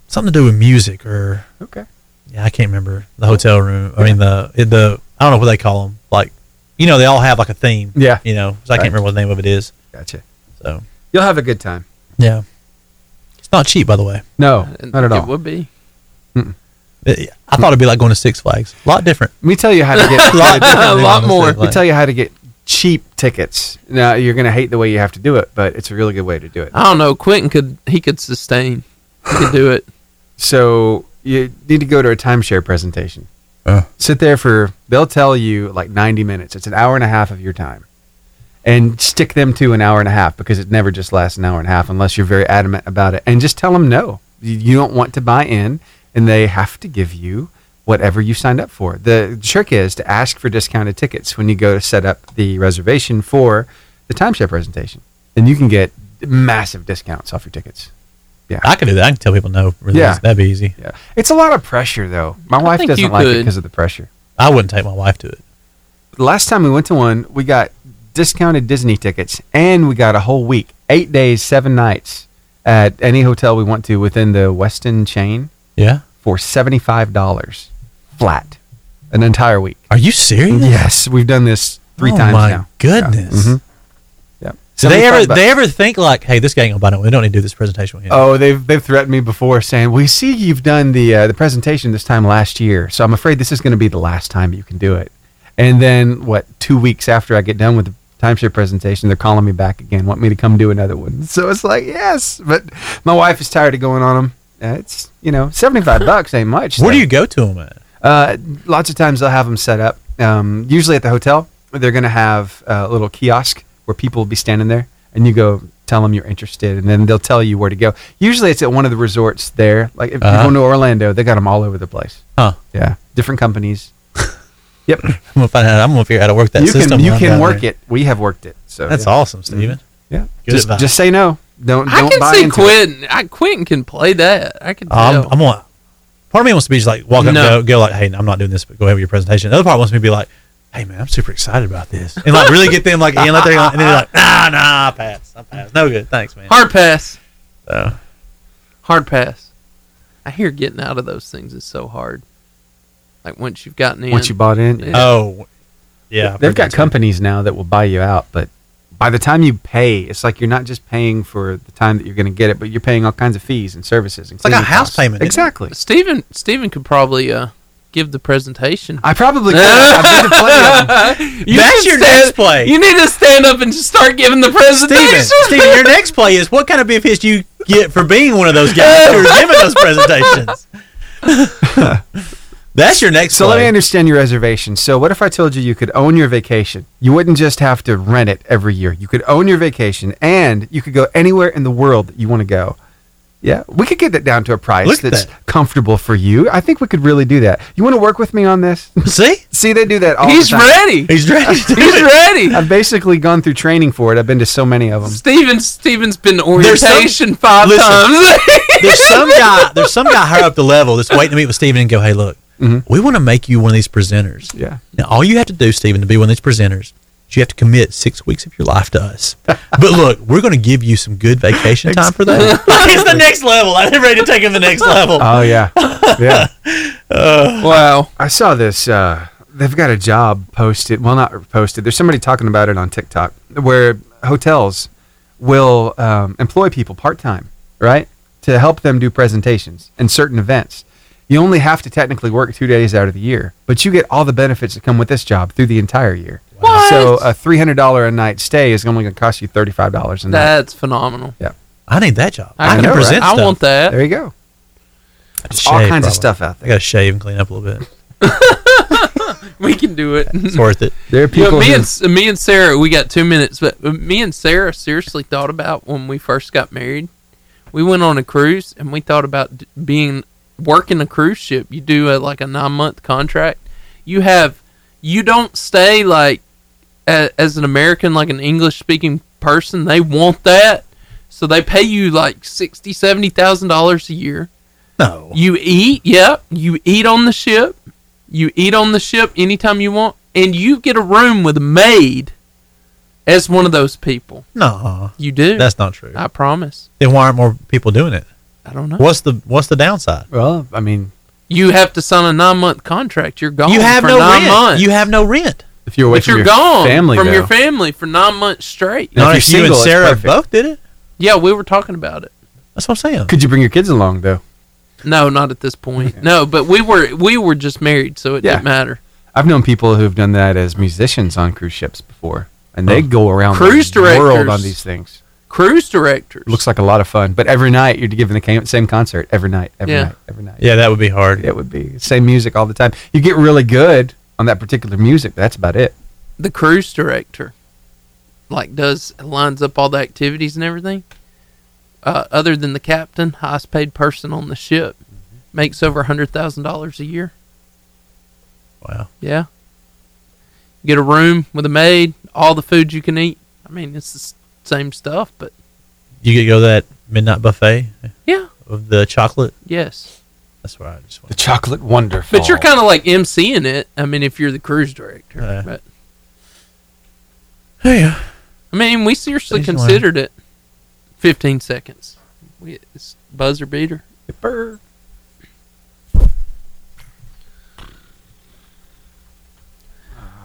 something to do with music or
Okay.
yeah, I can't remember the hotel room. I mean the it- the I don't know what they call them. Like, you know, they all have like a theme.
Yeah.
You know, so I
Right.
can't remember what the name of it is.
Gotcha.
So
You'll have a good time.
yeah, it's not cheap by the way.
No,
And
not at
It
all.
would be.
It- I thought it'd be like going to Six Flags. A lot different.
Let me tell you how to get
lot different than
lot
going to
more.
Let
Six
me
Flags.
tell you how to get cheap tickets. Now you're gonna hate the way you have to do it, but it's a really good way to do it.
I don't know. Quentin could he could sustain. He could do it.
So you need to go to a timeshare presentation.
Uh.
Sit there for they'll tell you like 90 minutes. It's an hour and a half of your time. And stick them to an hour and a half because it never just lasts an hour and a half unless you're very adamant about it. And just tell them no. You- You don't want to buy in and they have to give you whatever you signed up for. The trick is to ask for discounted tickets when you go to set up the reservation for the timeshare presentation. And you can get massive discounts off your tickets.
I can do that. I can tell people no. Really,
Yeah.
that'd be easy.
Yeah, it's a lot of pressure though. My wife
think
doesn't
you
like it
could.
because of the pressure.
I wouldn't take my wife to it.
The last time we went to one, we got discounted Disney tickets, and we got a whole week, eight days, seven nights at any hotel we went to within the Westin chain
Yeah.
for seventy five dollars flat, an entire week.
Are you serious?
Yes, we've done this three
Oh
times
my
now.
goodness.
Yeah. Mhm. Yep.
Do
Somebody's
they ever
talking about-
they ever think like, hey, this guy ain't gonna buy no. We don't need to do this presentation with him.
Oh, they've they've threatened me before, saying, "We see you've done the uh, the presentation this time last year, so I'm afraid this is going to be the last time you can do it." And then what? Two weeks after I get done with the timeshare presentation, they're calling me back again, want me to come do another one. So it's like, yes, but my wife is tired of going on them. Uh, it's you know, seventy five bucks ain't much.
Where do you go to them at?
Uh, lots of times they'll have them set up. Um, usually at the hotel, they're going to have a little kiosk where people will be standing there, and you go tell them you're interested, and then they'll tell you where to go. Usually it's at one of the resorts there. Like if
Uh-huh.
you're going to Orlando, they got them all over the place.
Huh?
Yeah, different companies. yep,
I'm gonna find out. I'm gonna figure out how to work that
you
system.
can you
when I'm
can
down
work
there.
it. We have worked it. So
That's
yeah.
awesome, Steven.
Yeah,
Good
just
advice.
just say no. Don't
I
don't
can
buy
see
into it.
Quentin. I Quentin can play that. I can
I'm,
tell.
Um, I'm on. Part of me wants to be just like walk up,
No.
go, go like, hey, I'm not doing this, but go ahead with your presentation. The other part wants me to be like, hey, man, I'm super excited about this, and like really get them like in, like they're and then they're like, nah, nah, I pass, I pass, no good, thanks, man.
Hard pass.
So,
Hard pass. I hear getting out of those things is so hard. Like once you've gotten in.
Once you bought in,
Yeah.
oh, yeah, I've
they've
heard
got
that
companies now that will buy you out, but by the time you pay, it's like you're not just paying for the time that you're going to get it, but you're paying all kinds of fees and services. And
It's like a
cleaning
house
costs.
payment, isn't it?
Exactly.
Steven Steven could probably uh, give the presentation.
I probably could. I've been to plenty of them.
You
That's
should
your
stand-
next play.
You need to stand up and just start giving the
Steven,
presentation.
Steven, your next play is what kind of benefits do you get for being one of those guys who are giving those presentations? That's your next
So let me
play.
understand your reservation. So what if I told you you could own your vacation? You wouldn't just have to rent it every year. You could own your vacation, and you could go anywhere in the world that you want to go. Yeah, we could get that down to a price
Look at
that's
that.
comfortable for you. I think we could really do that. You want to work with me on this?
See?
See, they do that all
He's
the time.
ready.
He's ready. to do
He's
it.
ready.
I've basically gone through training for it. I've been to so many of them.
Steven Steven's been to
There's some-
orientation five
listen.
times.
there's some guy there's some guy higher up the level that's waiting to meet with Steven and go, Hey, look, we want to make you one of these presenters.
Yeah.
Now all you have to do, Steven, to be one of these presenters is you have to commit six weeks of your life to us. but look, we're gonna give you some good vacation time for that. like, it's the next level. I'm ready to take him to the next level.
Oh yeah, yeah.
wow.
I saw this. Uh, they've got a job posted. Well, not posted. There's somebody talking about it on TikTok where hotels will um, employ people part time, right, to help them do presentations and certain events. You only have to technically work two days out of the year, but you get all the benefits that come with this job through the entire year.
What?
So a three hundred dollar a night stay is only going to cost you thirty five dollars a night.
That's phenomenal.
Yeah,
I need that job.
I
I, can
know, right?
present
I
stuff.
want that.
there you go.
I
all kinds of stuff out
I gotta shave and clean up a little bit.
We can do it.
It's worth it.
There are
You know,
people.
me
who-
and S- me and Sarah, we got two minutes, but uh, me and Sarah seriously thought about when we first got married. We went on a cruise and we thought about d- being working a cruise ship. You do a, like a nine month contract. You have you don't stay like a, as an American, like an English speaking person. They want that, so they pay you like sixty, seventy thousand dollars a year.
No.
You eat, yep. You eat on the ship. You eat on the ship anytime you want, and you get a room with a maid as one of those people.
No.
You do.
That's not true.
I promise.
Then why aren't more people doing it?
I don't know.
What's the what's the downside?
well, I mean,
You have to sign a nine month contract. You're gone.
you have
for
no
nine
rent.
months.
You have no rent.
if you're away
But
from
you're
your
gone
family,
from your
though-
family for nine months straight.
Now,
Not
if
if
you're
you and
single, it's
Sarah
perfect.
both did it.
Yeah, we were talking about it.
That's what I'm saying.
Could you bring your kids along though?
No, not at this point. No, but we were we were just married, so it
Yeah.
didn't matter.
I've known people who've done that as musicians on cruise ships before, and they go around
Cruise
the world
directors.
on these things.
Cruise directors.
Looks like a lot of fun, but every night you're giving the ca- same concert every night, every
Yeah.
night, every night.
Yeah, that would be hard.
It would be same music all the time. You get really good on that particular music. But that's about it.
the cruise director like does lines up all the activities and everything uh, other than the captain highest paid person on the ship makes over a hundred thousand dollars a year
Wow.
yeah you get a room with a maid all the food you can eat i mean it's the s- same stuff but
You could go to that midnight buffet
yeah
of the chocolate.
yes
That's where I just
The
want.
chocolate wonderful.
but you're kind of like mc'ing it i mean if you're the cruise director
Yeah.
but
Yeah.
i mean we seriously
Please learn.
considered it 15 seconds we, it's buzzer beater
of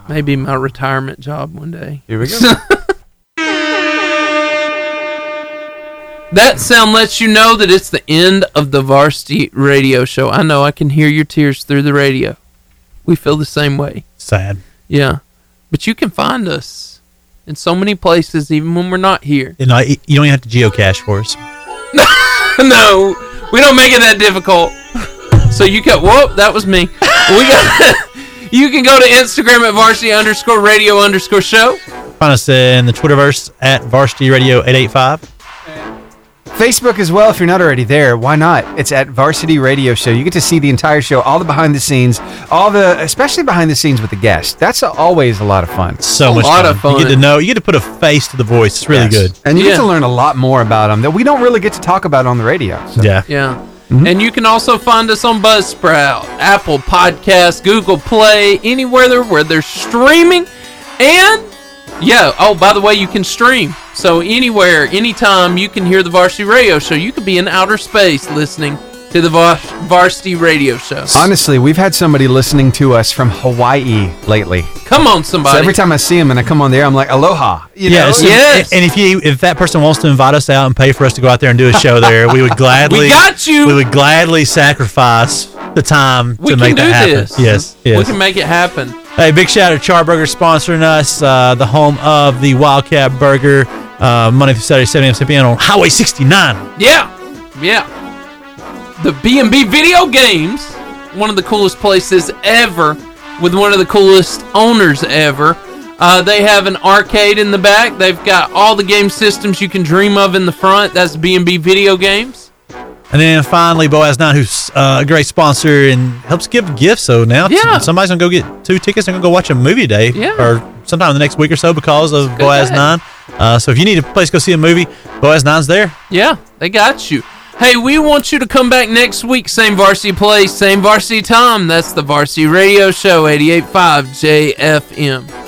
Maybe my retirement job one day.
here we go.
That sound lets you know that it's the end of the varsity radio show. I know I can hear your tears through the radio. We feel the same way.
Sad.
Yeah. But you can find us in so many places, even when we're not here.
You know, you don't even have to geocache for us.
no, we don't make it that difficult. So you can, whoop, that was me. We got, you can go to Instagram at varsity underscore radio underscore show.
Find us in the Twitterverse at Varsity Radio 885.
Facebook as well, if you're not already there. Why not? It's at Varsity Radio Show. You get to see the entire show, all the behind the scenes, all the, especially behind the scenes with the guests. That's a, always a lot of fun.
So much
lot
fun.
of fun.
You get to know, you get to put a face to the voice. It's really
Yes.
good.
And you
Yeah.
get to learn a lot more about them that we don't really get to talk about on the radio. So.
Yeah.
Yeah.
Mm-hmm.
And you can also find us on Buzzsprout, Apple Podcasts, Google Play, anywhere there where they're streaming. And yeah, oh by the way, you can stream. So anywhere, anytime you can hear the Varsity Radio Show. You could be in outer space listening to the Var- Varsity Radio Show.
Honestly, we've had somebody listening to us from Hawaii lately.
Come on,
So
somebody.
every time I see him and I come on there, I'm like, aloha. You know?
so- And if you if that person wants to invite us out and pay for us to go out there and do a show there, we would gladly
We got you.
We would gladly sacrifice the time
we
to
can
make
do
that happen.
this.
Yes. Yes.
We can make it happen.
Hey, big shout out to Charburger sponsoring us, uh, the home of the Wildcat Burger, uh, Monday through Saturday, 7 a.m. 7 p.m. on Highway 69.
Yeah, yeah. The B&B Video Games, one of the coolest places ever, with one of the coolest owners ever. Uh, they have an arcade in the back. They've got all the game systems you can dream of in the front. That's B&B Video Games.
And then finally, Boaz Nine, who's uh, a great sponsor and helps give gifts. So now
Yeah.
somebody's going to go get two tickets and going to go watch a movie day
Yeah.
or sometime in the next week or so because of Boaz
ahead.
9. Uh, so if you need a place to go see a movie, Boaz 9's there.
Yeah, they got you. Hey, we want you to come back next week. Same varsity place, same varsity time. That's the Varsity Radio Show, 88.5 JFM.